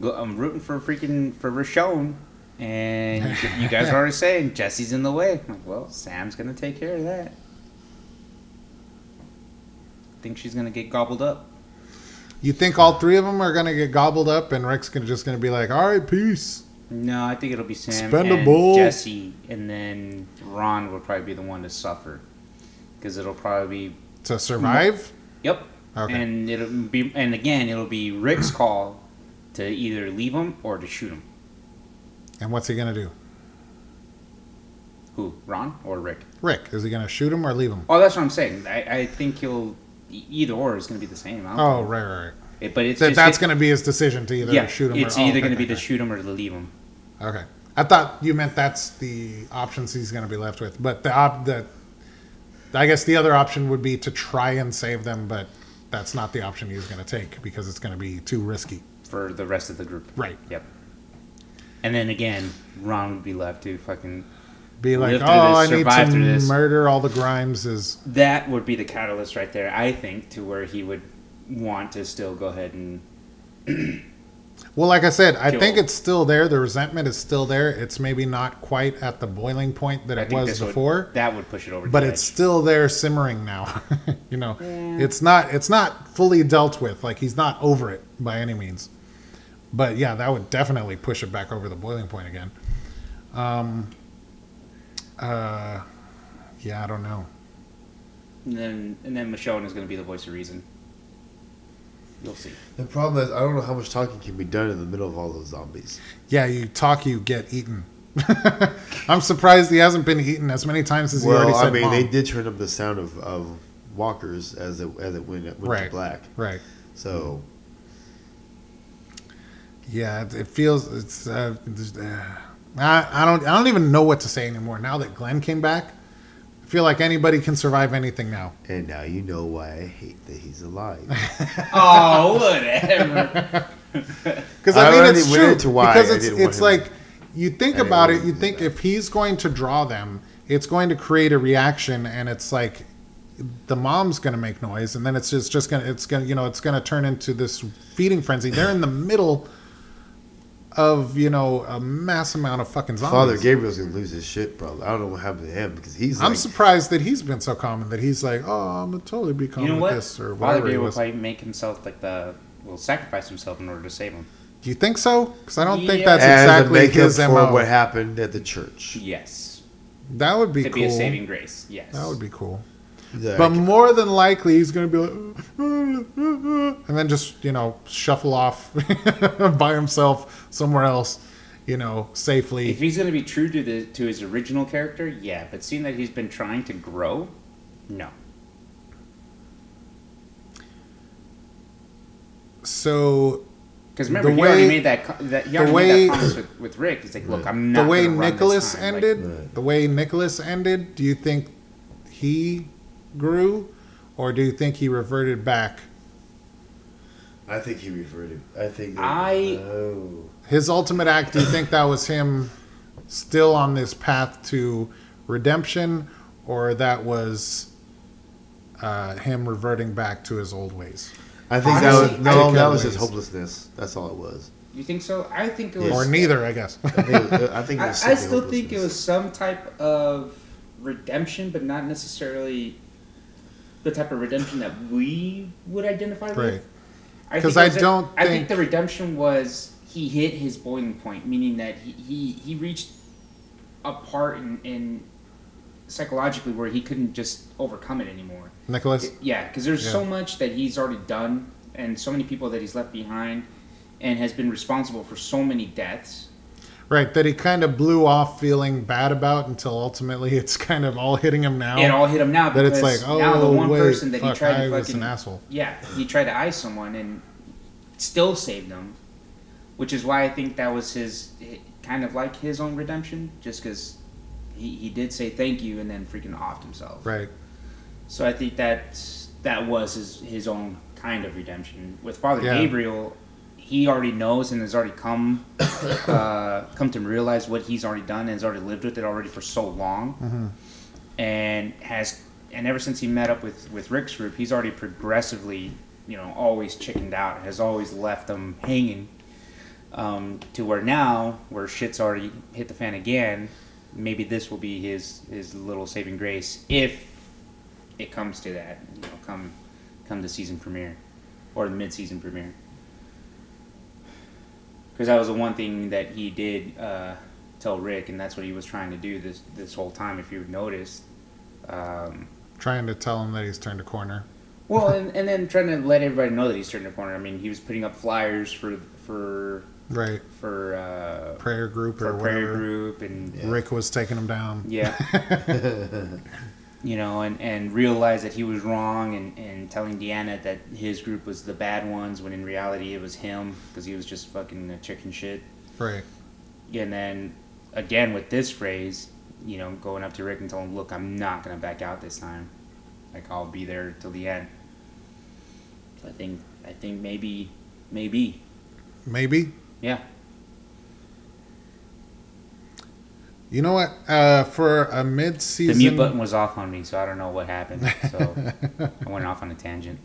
Speaker 3: Go, I'm rooting for freaking for Rashon, and you, you guys are already saying Jesse's in the way. I'm like, well, Sam's gonna take care of that. Think she's gonna get gobbled up.
Speaker 2: You think all three of them are gonna get gobbled up, and Rick's gonna just gonna be like, "All right, peace."
Speaker 3: No, I think it'll be Sam
Speaker 2: Expendable.
Speaker 3: and Jesse, and then Ron will probably be the one to suffer because it'll probably be
Speaker 2: To survive,
Speaker 3: yep.
Speaker 2: Okay.
Speaker 3: Mm-hmm. And it'll be, and again, it'll be Rick's call to either leave him or to shoot him.
Speaker 2: and what's he gonna do?
Speaker 3: Who, Ron or Rick?
Speaker 2: Rick, is he gonna shoot him or leave him?
Speaker 3: Oh, that's what I'm saying. I, I think he'll e- either or is going to be the same. I don't
Speaker 2: Oh, right, right. right.
Speaker 3: It- but it's
Speaker 2: That,
Speaker 3: just-
Speaker 2: that's
Speaker 3: it-
Speaker 2: gonna be his decision to either
Speaker 3: yeah,
Speaker 2: shoot him.
Speaker 3: It's
Speaker 2: or, oh,
Speaker 3: either
Speaker 2: okay,
Speaker 3: going to be to
Speaker 2: okay.
Speaker 3: shoot him or to leave him.
Speaker 2: Okay, I thought you meant that's the options he's gonna be left with, but the op the, I guess the other option would be to try and save them, but that's not the option he's gonna take because it's gonna be too risky.
Speaker 3: for the rest of the group.
Speaker 2: Right.
Speaker 3: Yep. And then again, Ron would be left to fucking.
Speaker 2: Be like,
Speaker 3: Live
Speaker 2: oh,
Speaker 3: through
Speaker 2: I
Speaker 3: this,
Speaker 2: need
Speaker 3: survive through
Speaker 2: to
Speaker 3: this."
Speaker 2: murder all the Grimes is
Speaker 3: That would be the catalyst right there, I think, to where he would want to still go ahead and.
Speaker 2: Well, like I said, I
Speaker 3: Kill.
Speaker 2: think it's still there. The resentment is still there. It's maybe not quite at the boiling point that
Speaker 3: I
Speaker 2: it
Speaker 3: think
Speaker 2: was
Speaker 3: this would-
Speaker 2: before,
Speaker 3: that would push it over. to
Speaker 2: but
Speaker 3: the
Speaker 2: it's
Speaker 3: edge.
Speaker 2: still there, simmering now. (laughs) you know, it's not it's not fully dealt with. Like he's not over it by any means. But yeah, that would definitely push it back over the boiling point again. Um, uh, yeah, I don't know.
Speaker 3: And then, and then Michonne is going to be the voice of reason. You'll see.
Speaker 1: the problem is I don't know how much talking can be done in the middle of all those zombies.
Speaker 2: Yeah, you talk, you get eaten. (laughs) I'm surprised he hasn't been eaten as many times as he
Speaker 1: Well,
Speaker 2: already said.
Speaker 1: I mean,
Speaker 2: "Mom."
Speaker 1: they did turn up the sound of, of walkers as it as it went, went
Speaker 2: Right.
Speaker 1: to black.
Speaker 2: right.
Speaker 1: So
Speaker 2: Yeah, it, it feels it's. Uh, just, uh, I, I don't I don't even know what to say anymore now that Glenn came back. I feel like anybody can survive anything now.
Speaker 1: and now you know why I hate that he's alive.
Speaker 3: oh, (laughs) whatever.
Speaker 2: Because I,
Speaker 1: I
Speaker 2: mean,
Speaker 1: already
Speaker 2: it's
Speaker 1: went
Speaker 2: true.
Speaker 1: into why
Speaker 2: because
Speaker 1: I
Speaker 2: it's
Speaker 1: didn't want
Speaker 2: it's
Speaker 1: him.
Speaker 2: like you think
Speaker 1: I didn't
Speaker 2: about
Speaker 1: want
Speaker 2: it.
Speaker 1: him to
Speaker 2: You
Speaker 1: do
Speaker 2: think
Speaker 1: that.
Speaker 2: if he's going to draw them, it's going to create a reaction, and it's like the mom's gonna make noise, and then it's just just gonna it's gonna you know it's gonna turn into this feeding frenzy. They're in the middle of you know a mass amount of fucking zombies.
Speaker 1: Father Gabriel's gonna lose his shit, bro. I don't know what happened to him because he's.
Speaker 2: I'm
Speaker 1: like-
Speaker 2: surprised that he's been so common that he's like, oh, I'm gonna totally be common
Speaker 3: You know
Speaker 2: with
Speaker 3: what?
Speaker 2: this or
Speaker 3: Father
Speaker 2: whatever. he
Speaker 3: Beer will
Speaker 2: was.
Speaker 3: probably make himself like the will sacrifice himself in order to save him.
Speaker 2: Do you think so? Because I don't think
Speaker 3: Yeah.
Speaker 2: that's
Speaker 1: as a
Speaker 2: exactly
Speaker 1: makeup
Speaker 2: his
Speaker 1: for
Speaker 2: mo.
Speaker 1: what happened at the church.
Speaker 3: Yes,
Speaker 2: that would be
Speaker 3: to
Speaker 2: cool.
Speaker 3: be a saving grace. Yes,
Speaker 2: That would be cool.
Speaker 1: Like,
Speaker 2: But more than likely, he's going to be like, (laughs) and then just, you know, shuffle off (laughs) by himself somewhere else, you know,
Speaker 3: If
Speaker 2: safely.
Speaker 3: he's going to be true to the to his original character, yeah. But seeing that he's been trying to grow, no.
Speaker 2: So
Speaker 3: Because remember,
Speaker 2: The
Speaker 3: he already
Speaker 2: way-
Speaker 3: made that co- that he
Speaker 2: the
Speaker 3: already
Speaker 2: way-
Speaker 3: made that promise with, with Rick. He's like, look, I'm not
Speaker 2: the way
Speaker 3: gonna run this
Speaker 2: Nicholas
Speaker 3: time. Like,
Speaker 2: ended,
Speaker 1: Right.
Speaker 2: the way Nicholas ended, do you think he grew or do you think he reverted back?
Speaker 1: I think he reverted. I think.
Speaker 3: I-
Speaker 1: Oh.
Speaker 2: His ultimate act, do you think that was him still on this path to redemption or that was uh, him reverting back to his old ways?
Speaker 1: I think that
Speaker 3: Honestly,
Speaker 1: was no.
Speaker 2: I-
Speaker 1: That was his
Speaker 2: Ways.
Speaker 1: hopelessness. That's all it (laughs) was.
Speaker 3: you think so? I think it was.
Speaker 1: Yes.
Speaker 2: or neither, I
Speaker 3: (laughs)
Speaker 2: guess.
Speaker 1: I think. It was, I, think it
Speaker 3: I,
Speaker 1: was
Speaker 3: I
Speaker 1: simply
Speaker 3: still think it
Speaker 1: hopelessness.
Speaker 3: was some type of redemption, but not necessarily the type of redemption that we would identify
Speaker 2: right.
Speaker 3: with. I
Speaker 2: 'Cause
Speaker 3: think it
Speaker 2: I
Speaker 3: was a-
Speaker 2: don't
Speaker 3: I think
Speaker 2: think-
Speaker 3: the redemption was he hit his boiling point, meaning that he he, he reached a part in, in psychologically where he couldn't just overcome it anymore.
Speaker 2: Nicholas,
Speaker 3: Yeah, because there's
Speaker 2: Yeah.
Speaker 3: so much that he's already done, and so many people that he's left behind, and has been responsible for so many deaths.
Speaker 2: right, that he kind of blew off feeling bad about until ultimately it's kind of all hitting him now.
Speaker 3: It all hit him now
Speaker 2: that it's
Speaker 3: because
Speaker 2: like, oh,
Speaker 3: now the one
Speaker 2: wait,
Speaker 3: person that
Speaker 2: fuck,
Speaker 3: he tried
Speaker 2: I
Speaker 3: to
Speaker 2: was
Speaker 3: fucking
Speaker 2: an asshole.
Speaker 3: yeah, he tried to eye someone and still saved them, which is why I think that was his kind of like his own redemption, just because he, he did say thank you and then freaking offed himself.
Speaker 2: Right.
Speaker 3: So I think that that was his his own kind of redemption with Father
Speaker 2: Yeah.
Speaker 3: Gabriel. He already knows and has already come uh, come to realize what he's already done and has already lived with it already for so long, and has and ever since he met up with with Rick's group, he's already progressively you know always chickened out, has always left them hanging um, to where now where shit's already hit the fan again. Maybe this will be his his little saving grace if it comes to that, you know, come come the season premiere or the mid season premiere. Because that was the one thing that he did uh, tell Rick, and that's what he was trying to do this this whole time. If you noticed, um,
Speaker 2: Trying to tell him that he's turned a corner.
Speaker 3: well, and, and then trying to let everybody know that he's turning a corner. I mean, he was putting up flyers for for
Speaker 2: Right.
Speaker 3: for uh,
Speaker 2: Prayer group
Speaker 3: for
Speaker 2: or
Speaker 3: prayer
Speaker 2: whatever.
Speaker 3: group and
Speaker 2: Rick was taking him down.
Speaker 3: yeah. you know, and, and realize that he was wrong and, and telling Deanna that his group was the bad ones when in reality it was him because he was just fucking a chicken shit.
Speaker 2: Right.
Speaker 3: And then again with this phrase, you know, going up to Rick and telling him, look, I'm not going to back out this time. Like, I'll be there till the end. So I think, I think maybe, maybe,
Speaker 2: Maybe.
Speaker 3: yeah.
Speaker 2: You know what? Uh, for a mid
Speaker 3: The
Speaker 2: season.
Speaker 3: mute button was off on me, so I don't know what happened. So I went off on a tangent.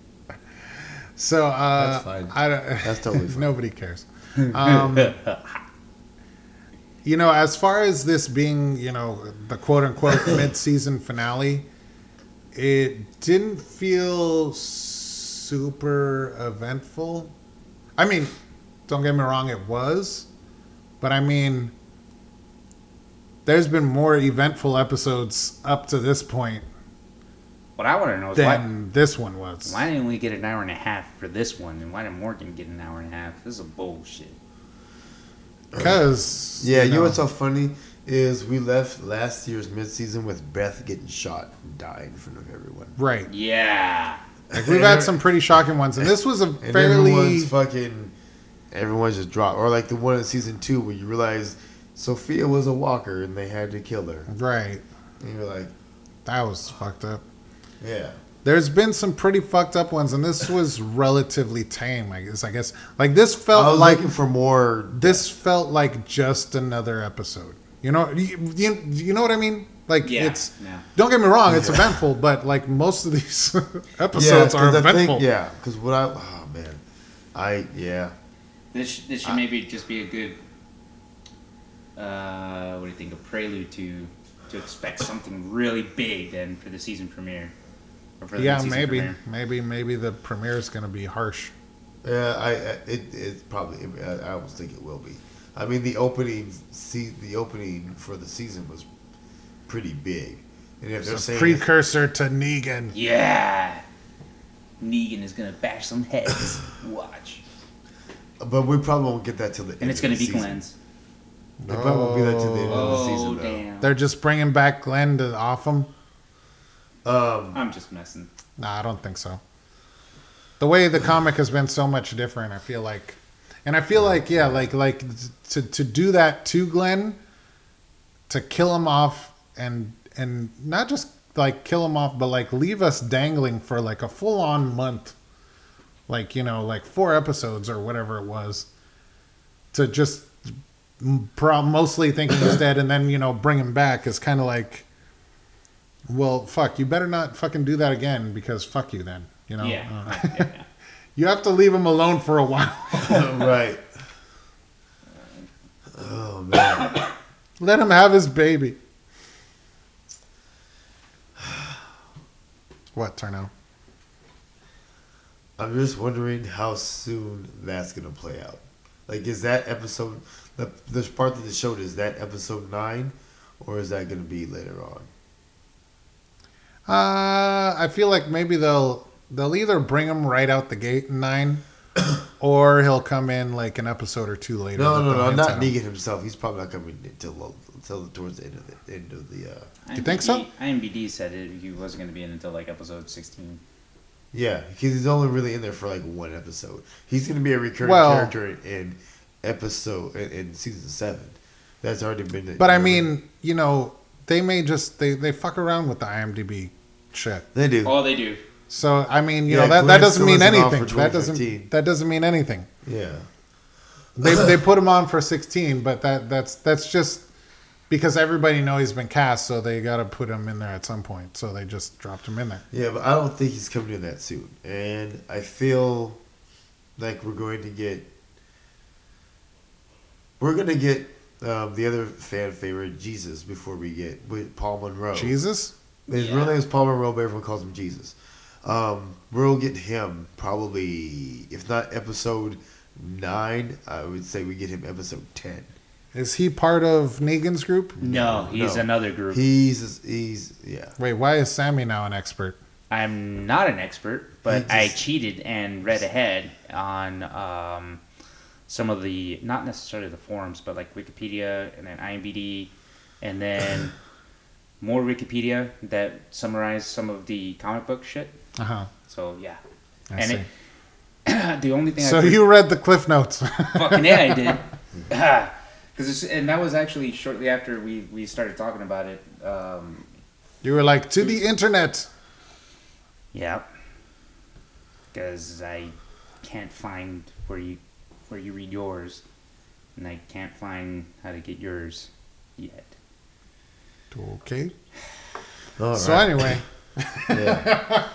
Speaker 2: So uh,
Speaker 1: That's fine.
Speaker 2: I don't,
Speaker 1: That's totally
Speaker 2: (laughs)
Speaker 3: (laughs)
Speaker 1: fine.
Speaker 2: nobody cares. Um, you know, as far as this being, you know, the quote
Speaker 1: (laughs)
Speaker 2: unquote mid-season finale, it didn't feel super eventful. I mean, don't get me wrong, it was, but I mean, there's been more eventful episodes up to this point
Speaker 3: What I want to know is why,
Speaker 2: than this one was.
Speaker 3: Why didn't we get an hour and a half for this one? And why did Morgan get an hour and a half? This is bullshit.
Speaker 2: Because
Speaker 1: Yeah, you know
Speaker 2: know,
Speaker 1: what's so funny is we left last year's midseason with Beth getting shot and dying in front of everyone.
Speaker 2: right.
Speaker 1: (laughs)
Speaker 3: Yeah.
Speaker 2: Like, we've had some pretty shocking ones, and this was a
Speaker 1: And
Speaker 2: fairly
Speaker 1: everyone's fucking. Everyone's just dropped. Or like the one in season two where you realize Sophia was a walker and they had to kill her.
Speaker 2: right.
Speaker 1: And you're like,
Speaker 2: That was fucked up.
Speaker 1: yeah.
Speaker 2: There's been some pretty fucked up ones, and this was relatively tame. I guess. I guess like this
Speaker 1: I
Speaker 2: felt
Speaker 1: was
Speaker 2: like
Speaker 1: looking for more.
Speaker 2: this felt like just another episode. You know, you, you, you know what I mean? Like
Speaker 3: Yeah,
Speaker 2: it's
Speaker 3: yeah.
Speaker 2: don't get me wrong, it's eventful, but like most of these (laughs)
Speaker 1: Yeah,
Speaker 2: episodes are
Speaker 1: because I
Speaker 2: eventful.
Speaker 1: think yeah, because what I oh man, I yeah
Speaker 3: This sh- this should maybe just be a good. Uh, what do you think? A prelude to to expect something really big then for the season premiere. Or for
Speaker 2: Yeah,
Speaker 3: mid-season
Speaker 2: maybe,
Speaker 3: premiere.
Speaker 2: maybe, maybe the premiere is going to be harsh.
Speaker 1: yeah I I- it it probably I, I almost think it will be. I mean the opening see the opening for the season was pretty big, and if they're
Speaker 2: It's a
Speaker 1: saying
Speaker 2: precursor to Negan.
Speaker 3: Yeah. Negan is gonna bash some (laughs) heads. Watch,
Speaker 1: but we probably won't get that till the end.
Speaker 3: and it's gonna
Speaker 1: of the
Speaker 3: be
Speaker 1: season.
Speaker 3: Glenn's.
Speaker 1: They probably won't be that till the end of the
Speaker 3: Oh
Speaker 1: season though.
Speaker 3: damn!
Speaker 2: They're just bringing back Glenn to off him.
Speaker 3: I'm just messing.
Speaker 2: Nah, I don't think so. The way the comic has been so much different, I feel like, and I feel like yeah, like like to to do that to Glenn, to kill him off and and not just like kill him off, but like leave us dangling for like a full on month, like you know like four episodes or whatever it was, to just m- pro- mostly thinking he's dead and then you know bring him back is kind of like. Well, fuck, you better not fucking do that again because fuck you then. You know?
Speaker 3: Yeah.
Speaker 2: Uh,
Speaker 3: (laughs) yeah, yeah.
Speaker 2: you have to leave him alone for a while.
Speaker 1: (laughs)
Speaker 2: (laughs)
Speaker 1: right. Oh man.
Speaker 2: Let him have his baby. (sighs) What, Turno?
Speaker 1: I'm just wondering how soon that's gonna play out. Like, is that episode the this part that they showed is that episode nine, or is that gonna be later on?
Speaker 2: Uh, I feel like maybe they'll they'll either bring him right out the gate in nine, (coughs) or he'll come in like an episode or two later.
Speaker 1: No,
Speaker 2: with
Speaker 1: no,
Speaker 2: the
Speaker 1: no,
Speaker 2: hands
Speaker 1: not
Speaker 2: on him.
Speaker 1: Negan himself. He's probably not coming until until towards the end of the end of the. Uh,
Speaker 2: You think so?
Speaker 3: IMDb said it, he wasn't gonna be in until like episode 16.
Speaker 1: yeah, because he's only really in there for like one episode. He's gonna be a recurring
Speaker 2: Well-
Speaker 1: character in episode in, in season seven. That's already been.
Speaker 2: But I mean, you know, they may just they they fuck around with the IMDb shit.
Speaker 1: they do.
Speaker 3: Oh, they do.
Speaker 2: So I mean, you
Speaker 1: Yeah,
Speaker 2: know that, that
Speaker 1: Glenn
Speaker 2: doesn't
Speaker 1: still
Speaker 2: mean
Speaker 1: isn't off
Speaker 2: anything.
Speaker 1: for
Speaker 2: That
Speaker 1: 2015.
Speaker 2: doesn't that doesn't mean anything.
Speaker 1: Yeah. (laughs)
Speaker 2: They they put him on for 16, but that that's that's just because everybody know he's been cast, so they got to put him in there at some point. So they just dropped him in there.
Speaker 1: Yeah, but I don't think he's coming in that soon. And I feel like we're going to get we're going to get um, the other fan favorite Jesus before we get with Paul Monroe.
Speaker 2: Jesus,
Speaker 1: His real name is Paul Monroe, but everyone calls him Jesus. Um, we'll get him probably if not episode nine. I would say we get him episode ten.
Speaker 2: is he part of Negan's group?
Speaker 3: No, he's
Speaker 1: No.
Speaker 3: another group.
Speaker 1: He's he's yeah.
Speaker 2: Wait, why is Sammy now an expert?
Speaker 3: I'm not an expert, but
Speaker 1: I
Speaker 3: I
Speaker 1: just-
Speaker 3: cheated and read ahead on um, some of the not necessarily the forums, but like Wikipedia and then IMDb,
Speaker 2: (laughs)
Speaker 3: and then more Wikipedia that summarized some of the comic book shit.
Speaker 2: Uh huh.
Speaker 3: So
Speaker 2: (laughs)
Speaker 3: yeah,
Speaker 2: I
Speaker 3: and It, the only thing
Speaker 2: So
Speaker 3: I could-
Speaker 2: you read the Cliff Notes. (laughs)
Speaker 3: fucking yeah, I did. (laughs) Because and that was actually shortly after we we started talking about it. Um,
Speaker 2: you were like to the internet.
Speaker 3: Yeah. Because I can't find where you where you read yours, and I can't find how to get yours yet.
Speaker 2: Okay.
Speaker 1: All (laughs)
Speaker 2: so (laughs)
Speaker 1: right.
Speaker 2: anyway,
Speaker 1: yeah.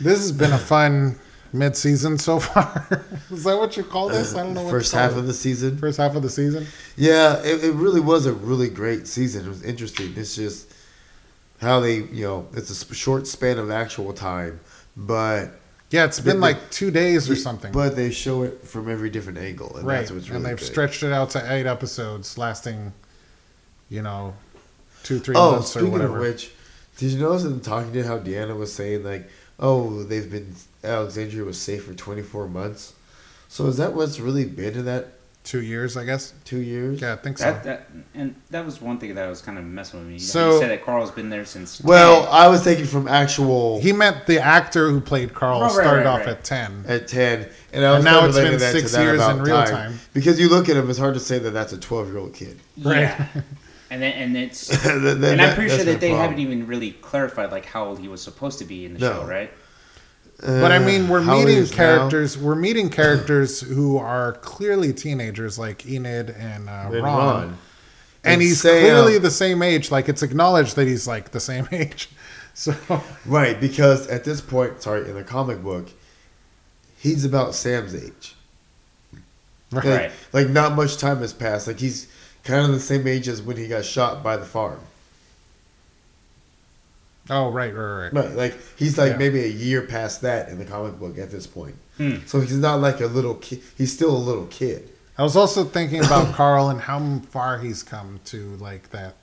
Speaker 2: this has been a fun mid-season so far. (laughs) is that what you call this? I don't know. What
Speaker 1: First
Speaker 2: you call
Speaker 1: half
Speaker 2: it.
Speaker 1: of the season.
Speaker 2: first half of the season.
Speaker 1: Yeah, it, it really was a really great season. It was interesting. It's just how they, you know, it's a sp- short span of actual time, but
Speaker 2: Yeah, it's
Speaker 1: The-
Speaker 2: been
Speaker 1: the-
Speaker 2: like two days or something.
Speaker 1: But they show it from every different angle, and
Speaker 2: right.
Speaker 1: that's what's really
Speaker 2: and they've
Speaker 1: good.
Speaker 2: stretched it out to eight episodes lasting, you know, two, three
Speaker 1: Oh,
Speaker 2: months or
Speaker 1: speaking of
Speaker 2: whatever.
Speaker 1: which, did you notice in talking to how Deanna was saying like, oh, they've been Alexandria was safe for twenty four months. So is that what's really been in that
Speaker 2: two years, I guess.
Speaker 1: two years?
Speaker 2: Yeah, I think so.
Speaker 3: That, that and that was one thing that was kind of messing with me. So
Speaker 2: So-
Speaker 3: you said that Carl's been there since.
Speaker 1: (laughs) Well, I was taking from actual
Speaker 2: he meant the actor who played Carl
Speaker 3: Right, right,
Speaker 2: started off
Speaker 3: right, right.
Speaker 2: at 10.
Speaker 1: at 10 and i was
Speaker 2: And now
Speaker 1: now
Speaker 2: it's
Speaker 1: relating
Speaker 2: been
Speaker 1: that
Speaker 2: six
Speaker 1: to that
Speaker 2: years
Speaker 1: about
Speaker 2: in real
Speaker 1: time.
Speaker 2: time.
Speaker 1: because you look at him it's hard to say that that's a 12 year old kid (laughs)
Speaker 3: yeah. And then and it's
Speaker 1: That- that-
Speaker 3: and I'm
Speaker 1: that-
Speaker 3: pretty sure
Speaker 1: that's my
Speaker 3: that they
Speaker 1: problem.
Speaker 3: haven't even really clarified like how old he was supposed to be in the
Speaker 1: No.
Speaker 3: show, right? e-
Speaker 2: But I
Speaker 1: Uh,
Speaker 2: mean, we're
Speaker 1: how old he
Speaker 2: meeting
Speaker 1: is now?
Speaker 2: characters. We're meeting characters who are clearly teenagers, like Enid and uh,
Speaker 1: And
Speaker 2: Ron.
Speaker 1: Ron.
Speaker 2: And, and he's
Speaker 1: say,
Speaker 2: clearly
Speaker 1: um,
Speaker 2: the same age. Like it's acknowledged that he's like the same (laughs) age. So
Speaker 1: Right, because at this point, sorry, in the comic book, he's about Sam's age. Like,
Speaker 4: Right.
Speaker 1: like not much time has passed. Like he's kind of the same age as when he got shot by the farm.
Speaker 2: oh right, right, right.
Speaker 1: Right, like he's like
Speaker 2: Yeah.
Speaker 1: maybe a year past that in the comic book at this point.
Speaker 3: Hmm.
Speaker 1: So he's not like a little kid. He's still a little kid.
Speaker 2: I was also
Speaker 1: (laughs)
Speaker 2: thinking about Carl and how far he's come to like that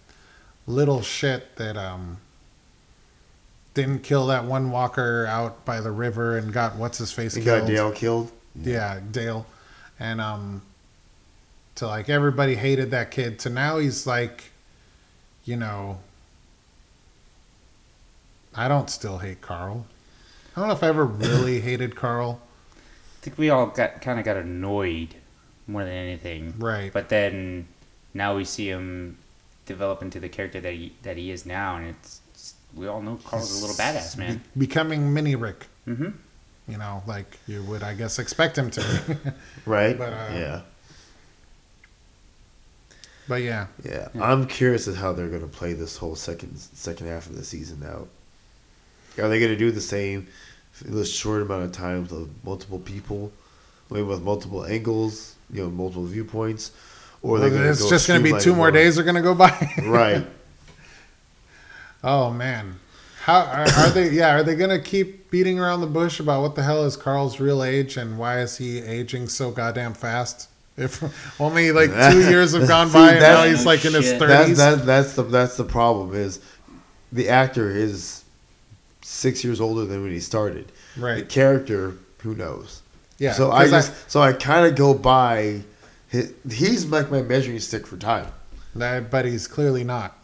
Speaker 2: little shit that um didn't kill that one walker out by the river and got what's his face
Speaker 1: He
Speaker 2: killed.
Speaker 1: got Dale killed.
Speaker 2: yeah dale and um to like everybody hated that kid to now he's like you know i don't still hate carl i don't know if i ever really hated carl
Speaker 4: I think we all got kind of got annoyed more than anything.
Speaker 2: right
Speaker 4: But then now we see him develop into the character that he that he is now, and it's, it's- we all know Carl's a little badass
Speaker 1: (laughs)
Speaker 4: man.
Speaker 2: Be- becoming mini rick
Speaker 4: Mm-hmm.
Speaker 2: you know like you would i guess expect him to (laughs) be
Speaker 1: Right.
Speaker 2: But, uh,
Speaker 1: yeah.
Speaker 2: but yeah
Speaker 1: yeah, I'm curious as how they're going to play this whole second second half of the season out. Are they going to do the same, the short amount of time with multiple people, maybe with multiple angles, you know, multiple viewpoints, or are they gonna
Speaker 2: it's
Speaker 1: go
Speaker 2: just gonna be
Speaker 1: streamline
Speaker 2: two
Speaker 1: it
Speaker 2: more days are gonna go by
Speaker 1: (laughs)
Speaker 2: (laughs)
Speaker 1: Right.
Speaker 2: Oh man, how are, are they? Yeah, are they gonna keep beating around the bush about what the hell is Carl's real age and why is he aging so goddamn fast? If (laughs) only like
Speaker 1: (laughs)
Speaker 2: two years have gone
Speaker 1: See,
Speaker 2: by and now
Speaker 1: that's-
Speaker 2: he's like in his
Speaker 4: Shit.
Speaker 1: That's,
Speaker 2: thirties.
Speaker 1: that's that's the that's the problem is, the actor is six years older than when he started. The
Speaker 2: Right?
Speaker 1: character, who knows?
Speaker 2: Yeah.
Speaker 1: So I
Speaker 2: 'cause
Speaker 1: just so I kind of go by. hi- He's like my measuring stick for time.
Speaker 2: I- but he's clearly not (laughs)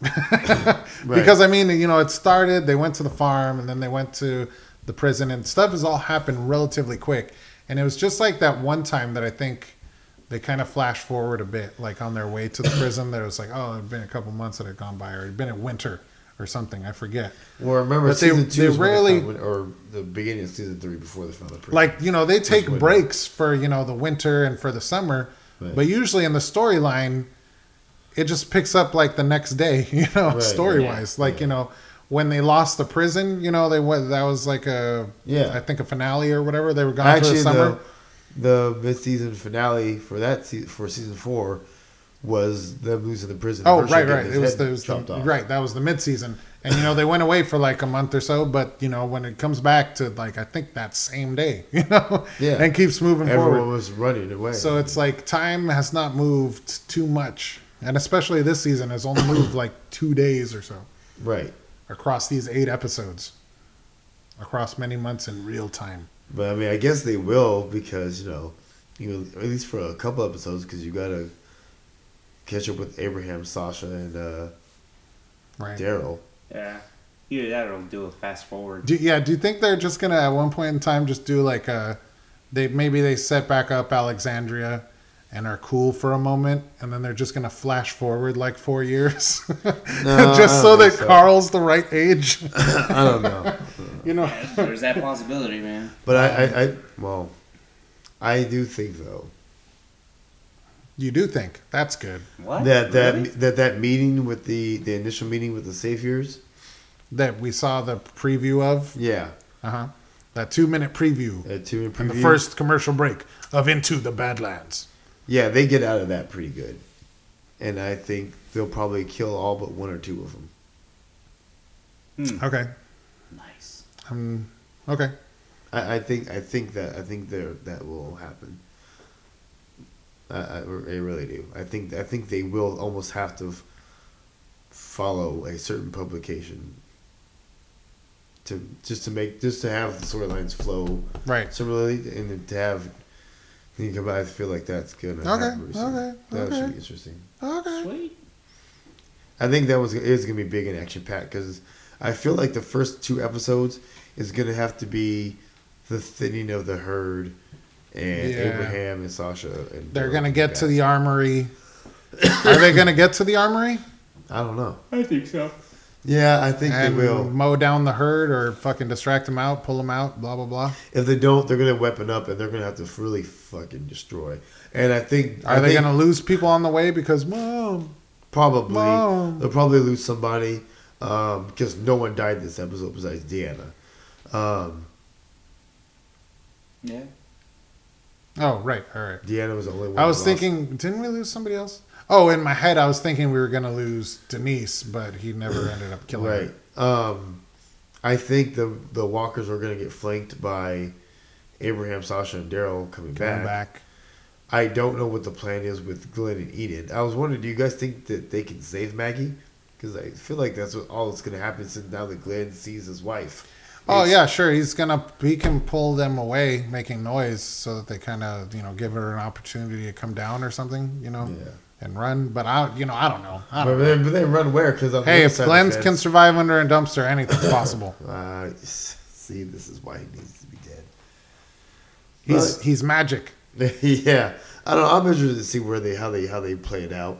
Speaker 2: because I mean, you know, it started. They went to the farm and then they went to the prison and stuff has all happened relatively quick. And it was just like that one time that I think they kind of flash forward a bit, like on their way to the prison. There was like, oh, it'd been a couple months that had gone by, or it'd been a winter or something. I forget.
Speaker 1: Well, remember
Speaker 2: But they-
Speaker 1: season two
Speaker 2: they
Speaker 1: is when
Speaker 2: rarely-
Speaker 1: found- or the beginning of season three before they found the prison.
Speaker 2: Like you know, they take
Speaker 1: winter.
Speaker 2: breaks for you know the winter and for the summer,
Speaker 1: Right.
Speaker 2: but usually in the storyline, it just picks up like the next day. (laughs) You know,
Speaker 1: Right,
Speaker 2: story wise, like you know. When they lost the prison, you know they went. That was like a
Speaker 1: Yeah.
Speaker 2: I think a finale or whatever. They were gone for
Speaker 1: actually
Speaker 2: the summer.
Speaker 1: the, the mid season finale for that se- for season four was them losing the prison.
Speaker 2: Oh
Speaker 1: Herschel
Speaker 2: right,
Speaker 1: getting
Speaker 2: right.
Speaker 1: his
Speaker 2: It was,
Speaker 1: head
Speaker 2: the, it was the-
Speaker 1: chopped off.
Speaker 2: right. That was the midseason, and you know they went away for like a month or so. But you know when it comes back to like I think that same day, (laughs) you know,
Speaker 1: Yeah.
Speaker 2: and keeps moving
Speaker 1: Everyone
Speaker 2: forward.
Speaker 1: was running away.
Speaker 2: So it's like time has not moved too much, and especially this season has only moved like two days or so
Speaker 1: right,
Speaker 2: across these eight episodes, across many months in real time.
Speaker 1: but I mean, I guess they will because you know, you know, at least for a couple episodes because you gotta catch up with Abraham, Sasha, and uh,
Speaker 2: Right.
Speaker 1: Daryl.
Speaker 4: Yeah, either that or do a fast forward. (laughs)
Speaker 2: Do, yeah, do you think they're just gonna at one point in time just do like a they maybe they set back up Alexandria and are cool for a moment and then they're just gonna flash forward like four years
Speaker 1: No, I
Speaker 2: (laughs) just so
Speaker 1: don't
Speaker 2: that
Speaker 1: think so.
Speaker 2: Carl's the right age, (laughs)
Speaker 1: I don't know.
Speaker 2: you know?
Speaker 4: There's that possibility, man.
Speaker 1: But I, I, I, well, I do think though
Speaker 2: You do think that's good
Speaker 4: What?
Speaker 1: that that
Speaker 4: Really?
Speaker 1: that that meeting with the the initial meeting with the saviors.
Speaker 2: that we saw the preview of
Speaker 1: Yeah,
Speaker 2: uh huh that two minute preview
Speaker 1: at two minute
Speaker 2: and the
Speaker 1: Uh-huh. preview.
Speaker 2: first commercial break of Into the Badlands.
Speaker 1: yeah, they get out of that pretty good, and I think they'll probably kill all but one or two of them.
Speaker 2: Okay,
Speaker 4: nice.
Speaker 2: um, okay,
Speaker 1: I, I think I think that I think there that will happen. I, I, I really do. I think I think they will almost have to f- follow a certain publication to just to make just to have the storylines flow
Speaker 2: right.
Speaker 1: similarly and then to have you come out, I feel like that's gonna
Speaker 2: Okay,
Speaker 1: happen pretty soon.
Speaker 2: okay,
Speaker 1: that
Speaker 2: okay.
Speaker 1: should be interesting.
Speaker 2: Okay.
Speaker 4: Sweet.
Speaker 1: I think that was is gonna be big and action packed because I feel like the first two episodes is gonna have to be the thinning of the herd and
Speaker 2: Yeah.
Speaker 1: Abraham and Sasha and
Speaker 2: They're
Speaker 1: Daryl
Speaker 2: gonna
Speaker 1: and
Speaker 2: get
Speaker 1: guys.
Speaker 2: to
Speaker 1: (coughs)
Speaker 2: the armory. Are they gonna get to the armory?
Speaker 1: I don't know.
Speaker 4: I think so.
Speaker 1: Yeah, I think
Speaker 2: and
Speaker 1: they will.
Speaker 2: mow down the herd or fucking distract them out, pull them out, blah blah blah.
Speaker 1: If they don't, they're gonna weapon up and they're gonna have to really fucking destroy. And I think
Speaker 2: Are
Speaker 1: I
Speaker 2: they
Speaker 1: think-
Speaker 2: gonna lose people on the way because mom?
Speaker 1: Probably.
Speaker 2: Mom.
Speaker 1: They'll probably lose somebody um, because no one died this episode besides Deanna. Um,
Speaker 4: Yeah.
Speaker 2: Oh, right. All right.
Speaker 1: Deanna was the only one.
Speaker 2: I
Speaker 1: who
Speaker 2: was
Speaker 1: lost.
Speaker 2: thinking, didn't we lose somebody else? Oh, in my head, I was thinking we were going to lose Denise, but he never ended up killing
Speaker 1: Right.
Speaker 2: her.
Speaker 1: Um, I think the the Walkers are going to get flanked by Abraham, Sasha, and Daryl coming
Speaker 2: Going
Speaker 1: back.
Speaker 2: back.
Speaker 1: I don't know what the plan is with Glenn and Enid. I was wondering, do you guys think that they can save Maggie? Because I feel like that's what all that's going to happen since now that Glenn sees his wife.
Speaker 2: Oh
Speaker 1: It's-
Speaker 2: yeah, sure. He's gonna he can pull them away, making noise, so that they kind of you know give her an opportunity to come down or something, you know,
Speaker 1: Yeah.
Speaker 2: and run. But I you know I don't know. I
Speaker 1: But
Speaker 2: don't know.
Speaker 1: then, but then run where? Because
Speaker 2: Hey, if Glenn can survive under a dumpster,
Speaker 1: (coughs)
Speaker 2: anything's possible.
Speaker 1: Uh, s- see, this is why he needs to be dead.
Speaker 2: He's he's magic.
Speaker 1: (laughs) yeah, I don't. know. I'm interested to see where they how they how they play it out.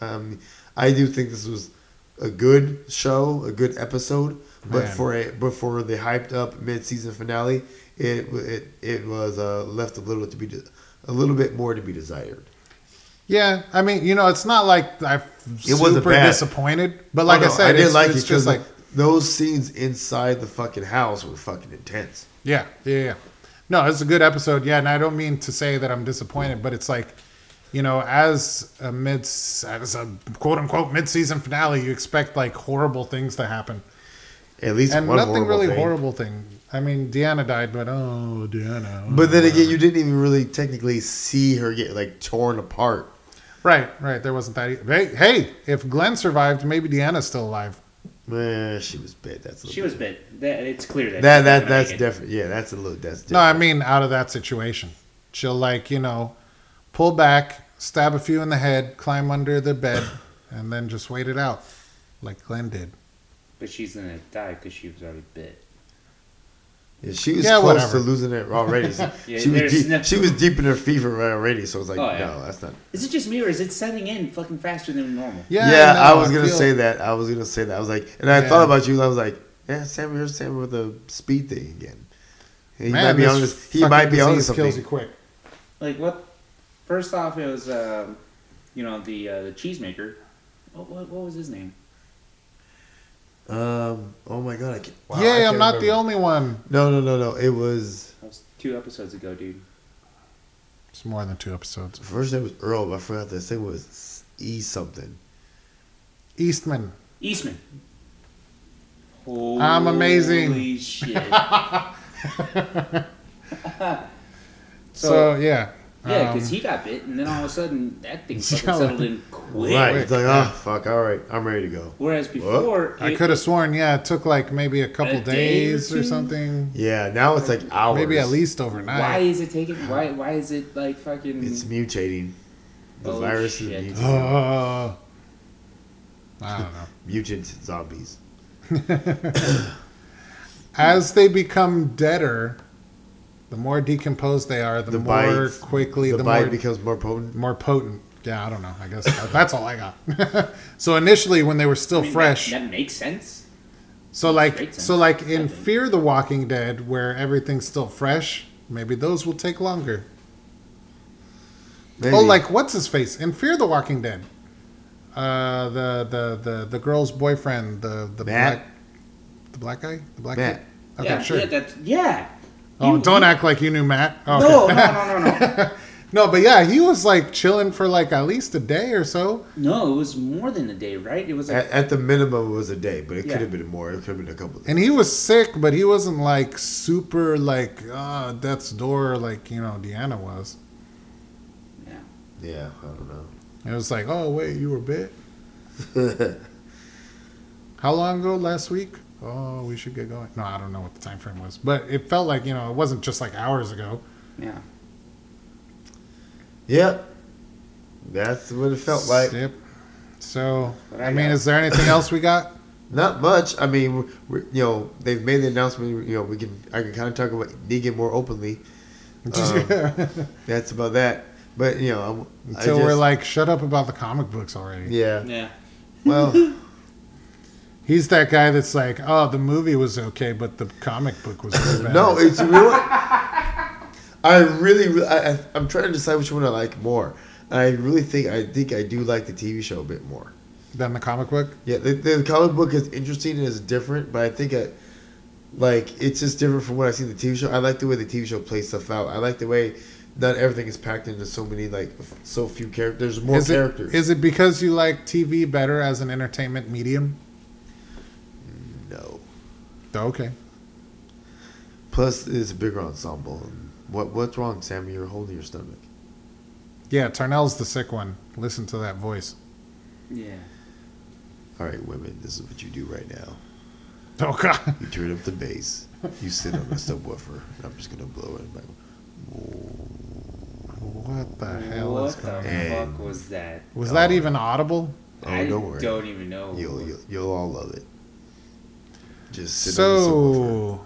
Speaker 1: Um, I do think this was a good show, a good episode, but
Speaker 2: Man.
Speaker 1: for a but for the hyped up mid season finale, it wa- it it was uh, left a little to be de- a little bit more to be desired.
Speaker 2: Yeah, I mean you know it's not like I'm
Speaker 1: It
Speaker 2: super
Speaker 1: wasn't bad.
Speaker 2: disappointed, but like
Speaker 1: Oh,
Speaker 2: I
Speaker 1: no,
Speaker 2: said,
Speaker 1: I did
Speaker 2: it's,
Speaker 1: like
Speaker 2: it's
Speaker 1: it because
Speaker 2: just like
Speaker 1: those scenes inside the fucking house were fucking intense.
Speaker 2: Yeah, yeah, yeah. No, it's a good episode. Yeah, and I don't mean to say that I'm disappointed, but it's like, you know, as a mid, as a quote unquote mid season finale, you expect like horrible things to happen,
Speaker 1: At least
Speaker 2: and
Speaker 1: one
Speaker 2: nothing
Speaker 1: horrible
Speaker 2: really
Speaker 1: thing.
Speaker 2: horrible thing. I mean, Deanna died, but oh, Deanna.
Speaker 1: But then again, you didn't even really technically see her get like torn apart.
Speaker 2: right, right. There wasn't that. E- hey, hey, if Glenn survived, maybe Deanna's still alive.
Speaker 1: Man, she was bad. That's a
Speaker 4: She
Speaker 1: little
Speaker 4: was bad. That, it's clear that
Speaker 1: That
Speaker 4: she's
Speaker 1: that
Speaker 4: gonna
Speaker 1: that's
Speaker 4: make it.
Speaker 1: different. Yeah, that's a little that's different.
Speaker 2: No, I mean out of that situation. She'll like, you know, pull back, stab a few in the head, climb under the bed, and then just wait it out. Like Glenn did.
Speaker 4: But she's gonna die because she was already bit.
Speaker 1: Yeah, she was
Speaker 2: Yeah,
Speaker 1: close
Speaker 2: whatever.
Speaker 1: to losing
Speaker 4: (laughs)
Speaker 1: it already. So
Speaker 4: Yeah,
Speaker 1: she was
Speaker 4: there's
Speaker 1: deep,
Speaker 4: no-
Speaker 1: she was deep in her fever already. So it's like,
Speaker 4: Oh, yeah.
Speaker 1: no, that's not.
Speaker 4: Is it just me or is it setting in fucking faster than normal?
Speaker 1: Yeah,
Speaker 2: no,
Speaker 1: I was gonna
Speaker 2: feel-
Speaker 1: say that. I was gonna say that. I was like, and I
Speaker 2: Yeah.
Speaker 1: thought about you. and I was like, yeah, Sam, here's Sam with the speed thing again. He
Speaker 2: Man,
Speaker 1: might be
Speaker 2: this
Speaker 1: on this. He
Speaker 2: fucking
Speaker 1: might be on to
Speaker 2: disease Kills you
Speaker 1: something.
Speaker 2: quick.
Speaker 4: Like what? First off, it was um, you know the uh, the cheesemaker. What, what what was his name?
Speaker 1: Um. Oh my god. I can't, wow, I
Speaker 2: Yay,
Speaker 1: can't
Speaker 2: I'm not the
Speaker 1: remember.
Speaker 2: only one.
Speaker 1: No, no, no, no. It was
Speaker 4: That was two episodes ago, dude.
Speaker 2: It's more than two episodes.
Speaker 1: first name was Earl, but I forgot the second was E something.
Speaker 2: Eastman.
Speaker 4: Eastman. Holy
Speaker 2: I'm amazing.
Speaker 4: shit.
Speaker 2: So, yeah.
Speaker 4: Yeah,
Speaker 2: um,
Speaker 4: because he got bit, and then all of a sudden that thing fucking
Speaker 2: (laughs) Yeah.
Speaker 4: settled in quick.
Speaker 1: Right.
Speaker 2: Quick,
Speaker 1: It's like,
Speaker 2: yeah.
Speaker 1: oh fuck. All right, I'm ready to go.
Speaker 4: Whereas before,
Speaker 2: I
Speaker 4: it-
Speaker 2: could have sworn, yeah, it took like maybe a couple
Speaker 4: A day or
Speaker 2: days or,
Speaker 4: two?
Speaker 2: something.
Speaker 1: Yeah. Now it's like hours.
Speaker 2: Maybe at least
Speaker 4: Why
Speaker 2: overnight.
Speaker 4: is it taking? Why why is it like fucking?
Speaker 1: It's mutating. The
Speaker 4: Oh,
Speaker 1: virus
Speaker 4: shit.
Speaker 1: is mutating.
Speaker 2: Uh, I don't know.
Speaker 1: Mutant zombies.
Speaker 2: as they become deader, the more decomposed they are, the,
Speaker 1: The
Speaker 2: more
Speaker 1: bite-
Speaker 2: quickly,
Speaker 1: The,
Speaker 2: the,
Speaker 1: bite
Speaker 2: more
Speaker 1: becomes more potent.
Speaker 2: more potent. Yeah, I don't know. I guess that- that's all I got. (laughs) so initially, when they were still
Speaker 4: I mean, that-
Speaker 2: fresh,
Speaker 4: That, makes sense.
Speaker 2: so like
Speaker 4: makes
Speaker 2: so
Speaker 4: sense,
Speaker 2: like
Speaker 4: I
Speaker 2: in
Speaker 4: think.
Speaker 2: Fear the Walking Dead, where everything's still fresh, maybe those will take longer.
Speaker 1: Maybe.
Speaker 2: Oh, like what's his face in Fear the Walking Dead? Uh, the the the the girl's boyfriend, the the
Speaker 1: Matt?
Speaker 2: black, the black guy, the black
Speaker 1: Matt.
Speaker 2: kid? Okay,
Speaker 4: yeah,
Speaker 2: sure.
Speaker 4: yeah, that's yeah.
Speaker 2: oh,
Speaker 4: You-
Speaker 2: don't act like you knew Matt. Oh,
Speaker 4: No, no, no, no,
Speaker 2: (laughs)
Speaker 4: no.
Speaker 2: No, but yeah, he was like chilling for like at least a day or so.
Speaker 4: no, it was more than a day, right? It was like
Speaker 1: At, at the minimum, it was a day, but it
Speaker 4: Yeah.
Speaker 1: could have been more. It could have been a couple. Of
Speaker 2: And he was sick, but he wasn't like super like uh death's door like, you know, Deanna was.
Speaker 4: yeah.
Speaker 1: yeah, I don't know.
Speaker 2: It was like, "Oh, wait, you were
Speaker 1: (laughs)
Speaker 2: bit." How long ago last week? Oh, we should get going. No, I don't know what the time frame was, but it felt like, you know, it wasn't just like hours ago.
Speaker 4: yeah.
Speaker 1: Yep, that's what it felt like.
Speaker 2: Yep. So,
Speaker 4: What I
Speaker 2: I mean,
Speaker 4: got.
Speaker 2: is there anything else we got?
Speaker 1: (laughs) Not much. I mean, we're, we're, you know, they've made the announcement. You know, we can I can kind of talk about Negan more openly. Um,
Speaker 2: (laughs)
Speaker 1: That's about that. But you know, I'm, I
Speaker 2: Until we're
Speaker 1: just-
Speaker 2: like, shut up about the comic books already.
Speaker 1: yeah.
Speaker 4: Yeah.
Speaker 1: Well,
Speaker 2: He's that guy that's like, oh, the movie was okay, but the comic book
Speaker 1: (clears throat)
Speaker 2: was way better.
Speaker 1: no, it's you know what? I really, really I, I- I'm trying to decide which one I like more. And I really think I think I do like the TV show a bit more.
Speaker 2: Than the comic book.
Speaker 1: Yeah, the, the comic book is interesting and it's different, but I think I, like it's just different from what I see in the TV show. I like the way the TV show plays stuff out. I like the way not everything is packed into so many like so few characters. There's more
Speaker 2: Is it,
Speaker 1: characters.
Speaker 2: is it because you like TV better as an entertainment medium?
Speaker 1: no.
Speaker 2: Okay.
Speaker 1: Plus, it's a bigger ensemble. And What what's wrong, Sammy? You're holding your stomach.
Speaker 2: Yeah, Tarnell's the sick one. Listen to that voice. (laughs)
Speaker 4: Yeah.
Speaker 1: All right, women, this is what you do right now.
Speaker 2: Oh god.
Speaker 1: You turn up the bass. You sit on the subwoofer. and I'm just gonna blow it. Like,
Speaker 2: What the hell
Speaker 4: What
Speaker 2: is
Speaker 4: the
Speaker 2: going on?
Speaker 1: on?
Speaker 4: fuck was that?
Speaker 2: Was
Speaker 1: Oh.
Speaker 2: that even audible?
Speaker 1: oh,
Speaker 4: I
Speaker 1: don't worry.
Speaker 4: don't even
Speaker 3: Oh,
Speaker 4: know.
Speaker 1: You'll, you'll you'll all love it. Just sit on the subwoofer.
Speaker 2: So,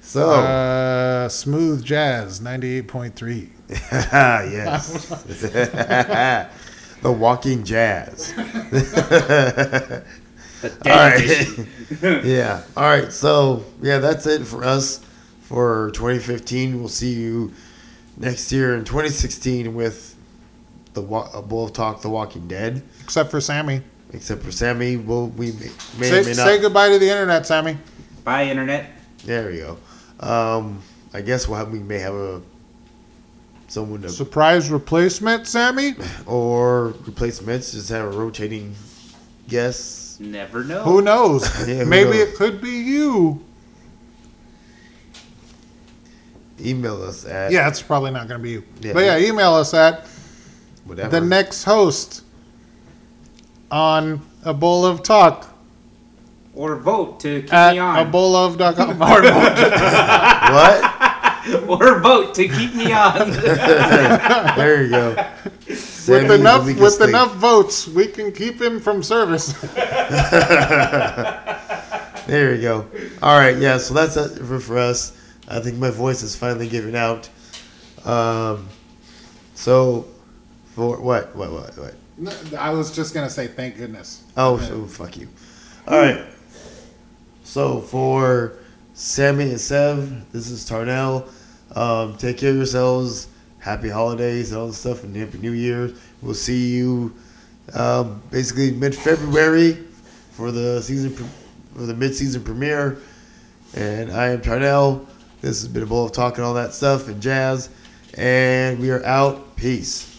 Speaker 1: So Oh.
Speaker 2: uh, smooth jazz, ninety-eight point three.
Speaker 1: (laughs) yes, the walking jazz.
Speaker 4: The
Speaker 1: All
Speaker 4: dead edition.
Speaker 1: right. yeah. (laughs) All right. So yeah, that's it for us for 2015. We'll see you next year in 2016 with the Wa- a Bull of Talk, The Walking Dead.
Speaker 2: Except for Sammy.
Speaker 1: Except for Sammy, will we may, may or
Speaker 2: Say,
Speaker 1: may not.
Speaker 2: say goodbye to the internet, Sammy.
Speaker 4: Bye, internet.
Speaker 1: There we go. Um, I guess we'll have, we may have a someone to,
Speaker 2: Surprise
Speaker 1: (laughs)
Speaker 2: replacement, Sammy.
Speaker 1: or replacements. Just have a rotating guest.
Speaker 4: Never know.
Speaker 2: Who knows?
Speaker 1: Yeah, who
Speaker 2: Maybe
Speaker 1: knows?
Speaker 2: it could be you.
Speaker 1: Email us at
Speaker 2: Yeah, it's probably not going to be you.
Speaker 1: Yeah.
Speaker 2: But yeah, email us at
Speaker 1: whatever.
Speaker 2: the next host on a bowl of talk
Speaker 4: Or vote to keep
Speaker 2: at
Speaker 4: me on.
Speaker 2: a bowl
Speaker 4: (laughs)
Speaker 2: of dot (laughs)
Speaker 1: what?
Speaker 4: or vote to keep me on.
Speaker 1: there you go. Sammy
Speaker 2: With
Speaker 1: the
Speaker 2: enough with
Speaker 1: weakest link.
Speaker 2: enough votes, we can keep him from service.
Speaker 1: There you go. All right, yeah. So that's it for, for us. I think my voice is finally giving out. Um, so for what, what, what, what?
Speaker 2: No, I was just gonna say thank goodness.
Speaker 1: Oh, so fuck you. All right. So for Sammy and Sev, this is Tarnell. Um, take care of yourselves. Happy holidays and all this stuff, and happy New Year. We'll see you um, basically mid-February for the season pre- for the mid-season premiere. And I am Tarnell. This has been a bowl of talk and all that stuff and jazz. And we are out. Peace.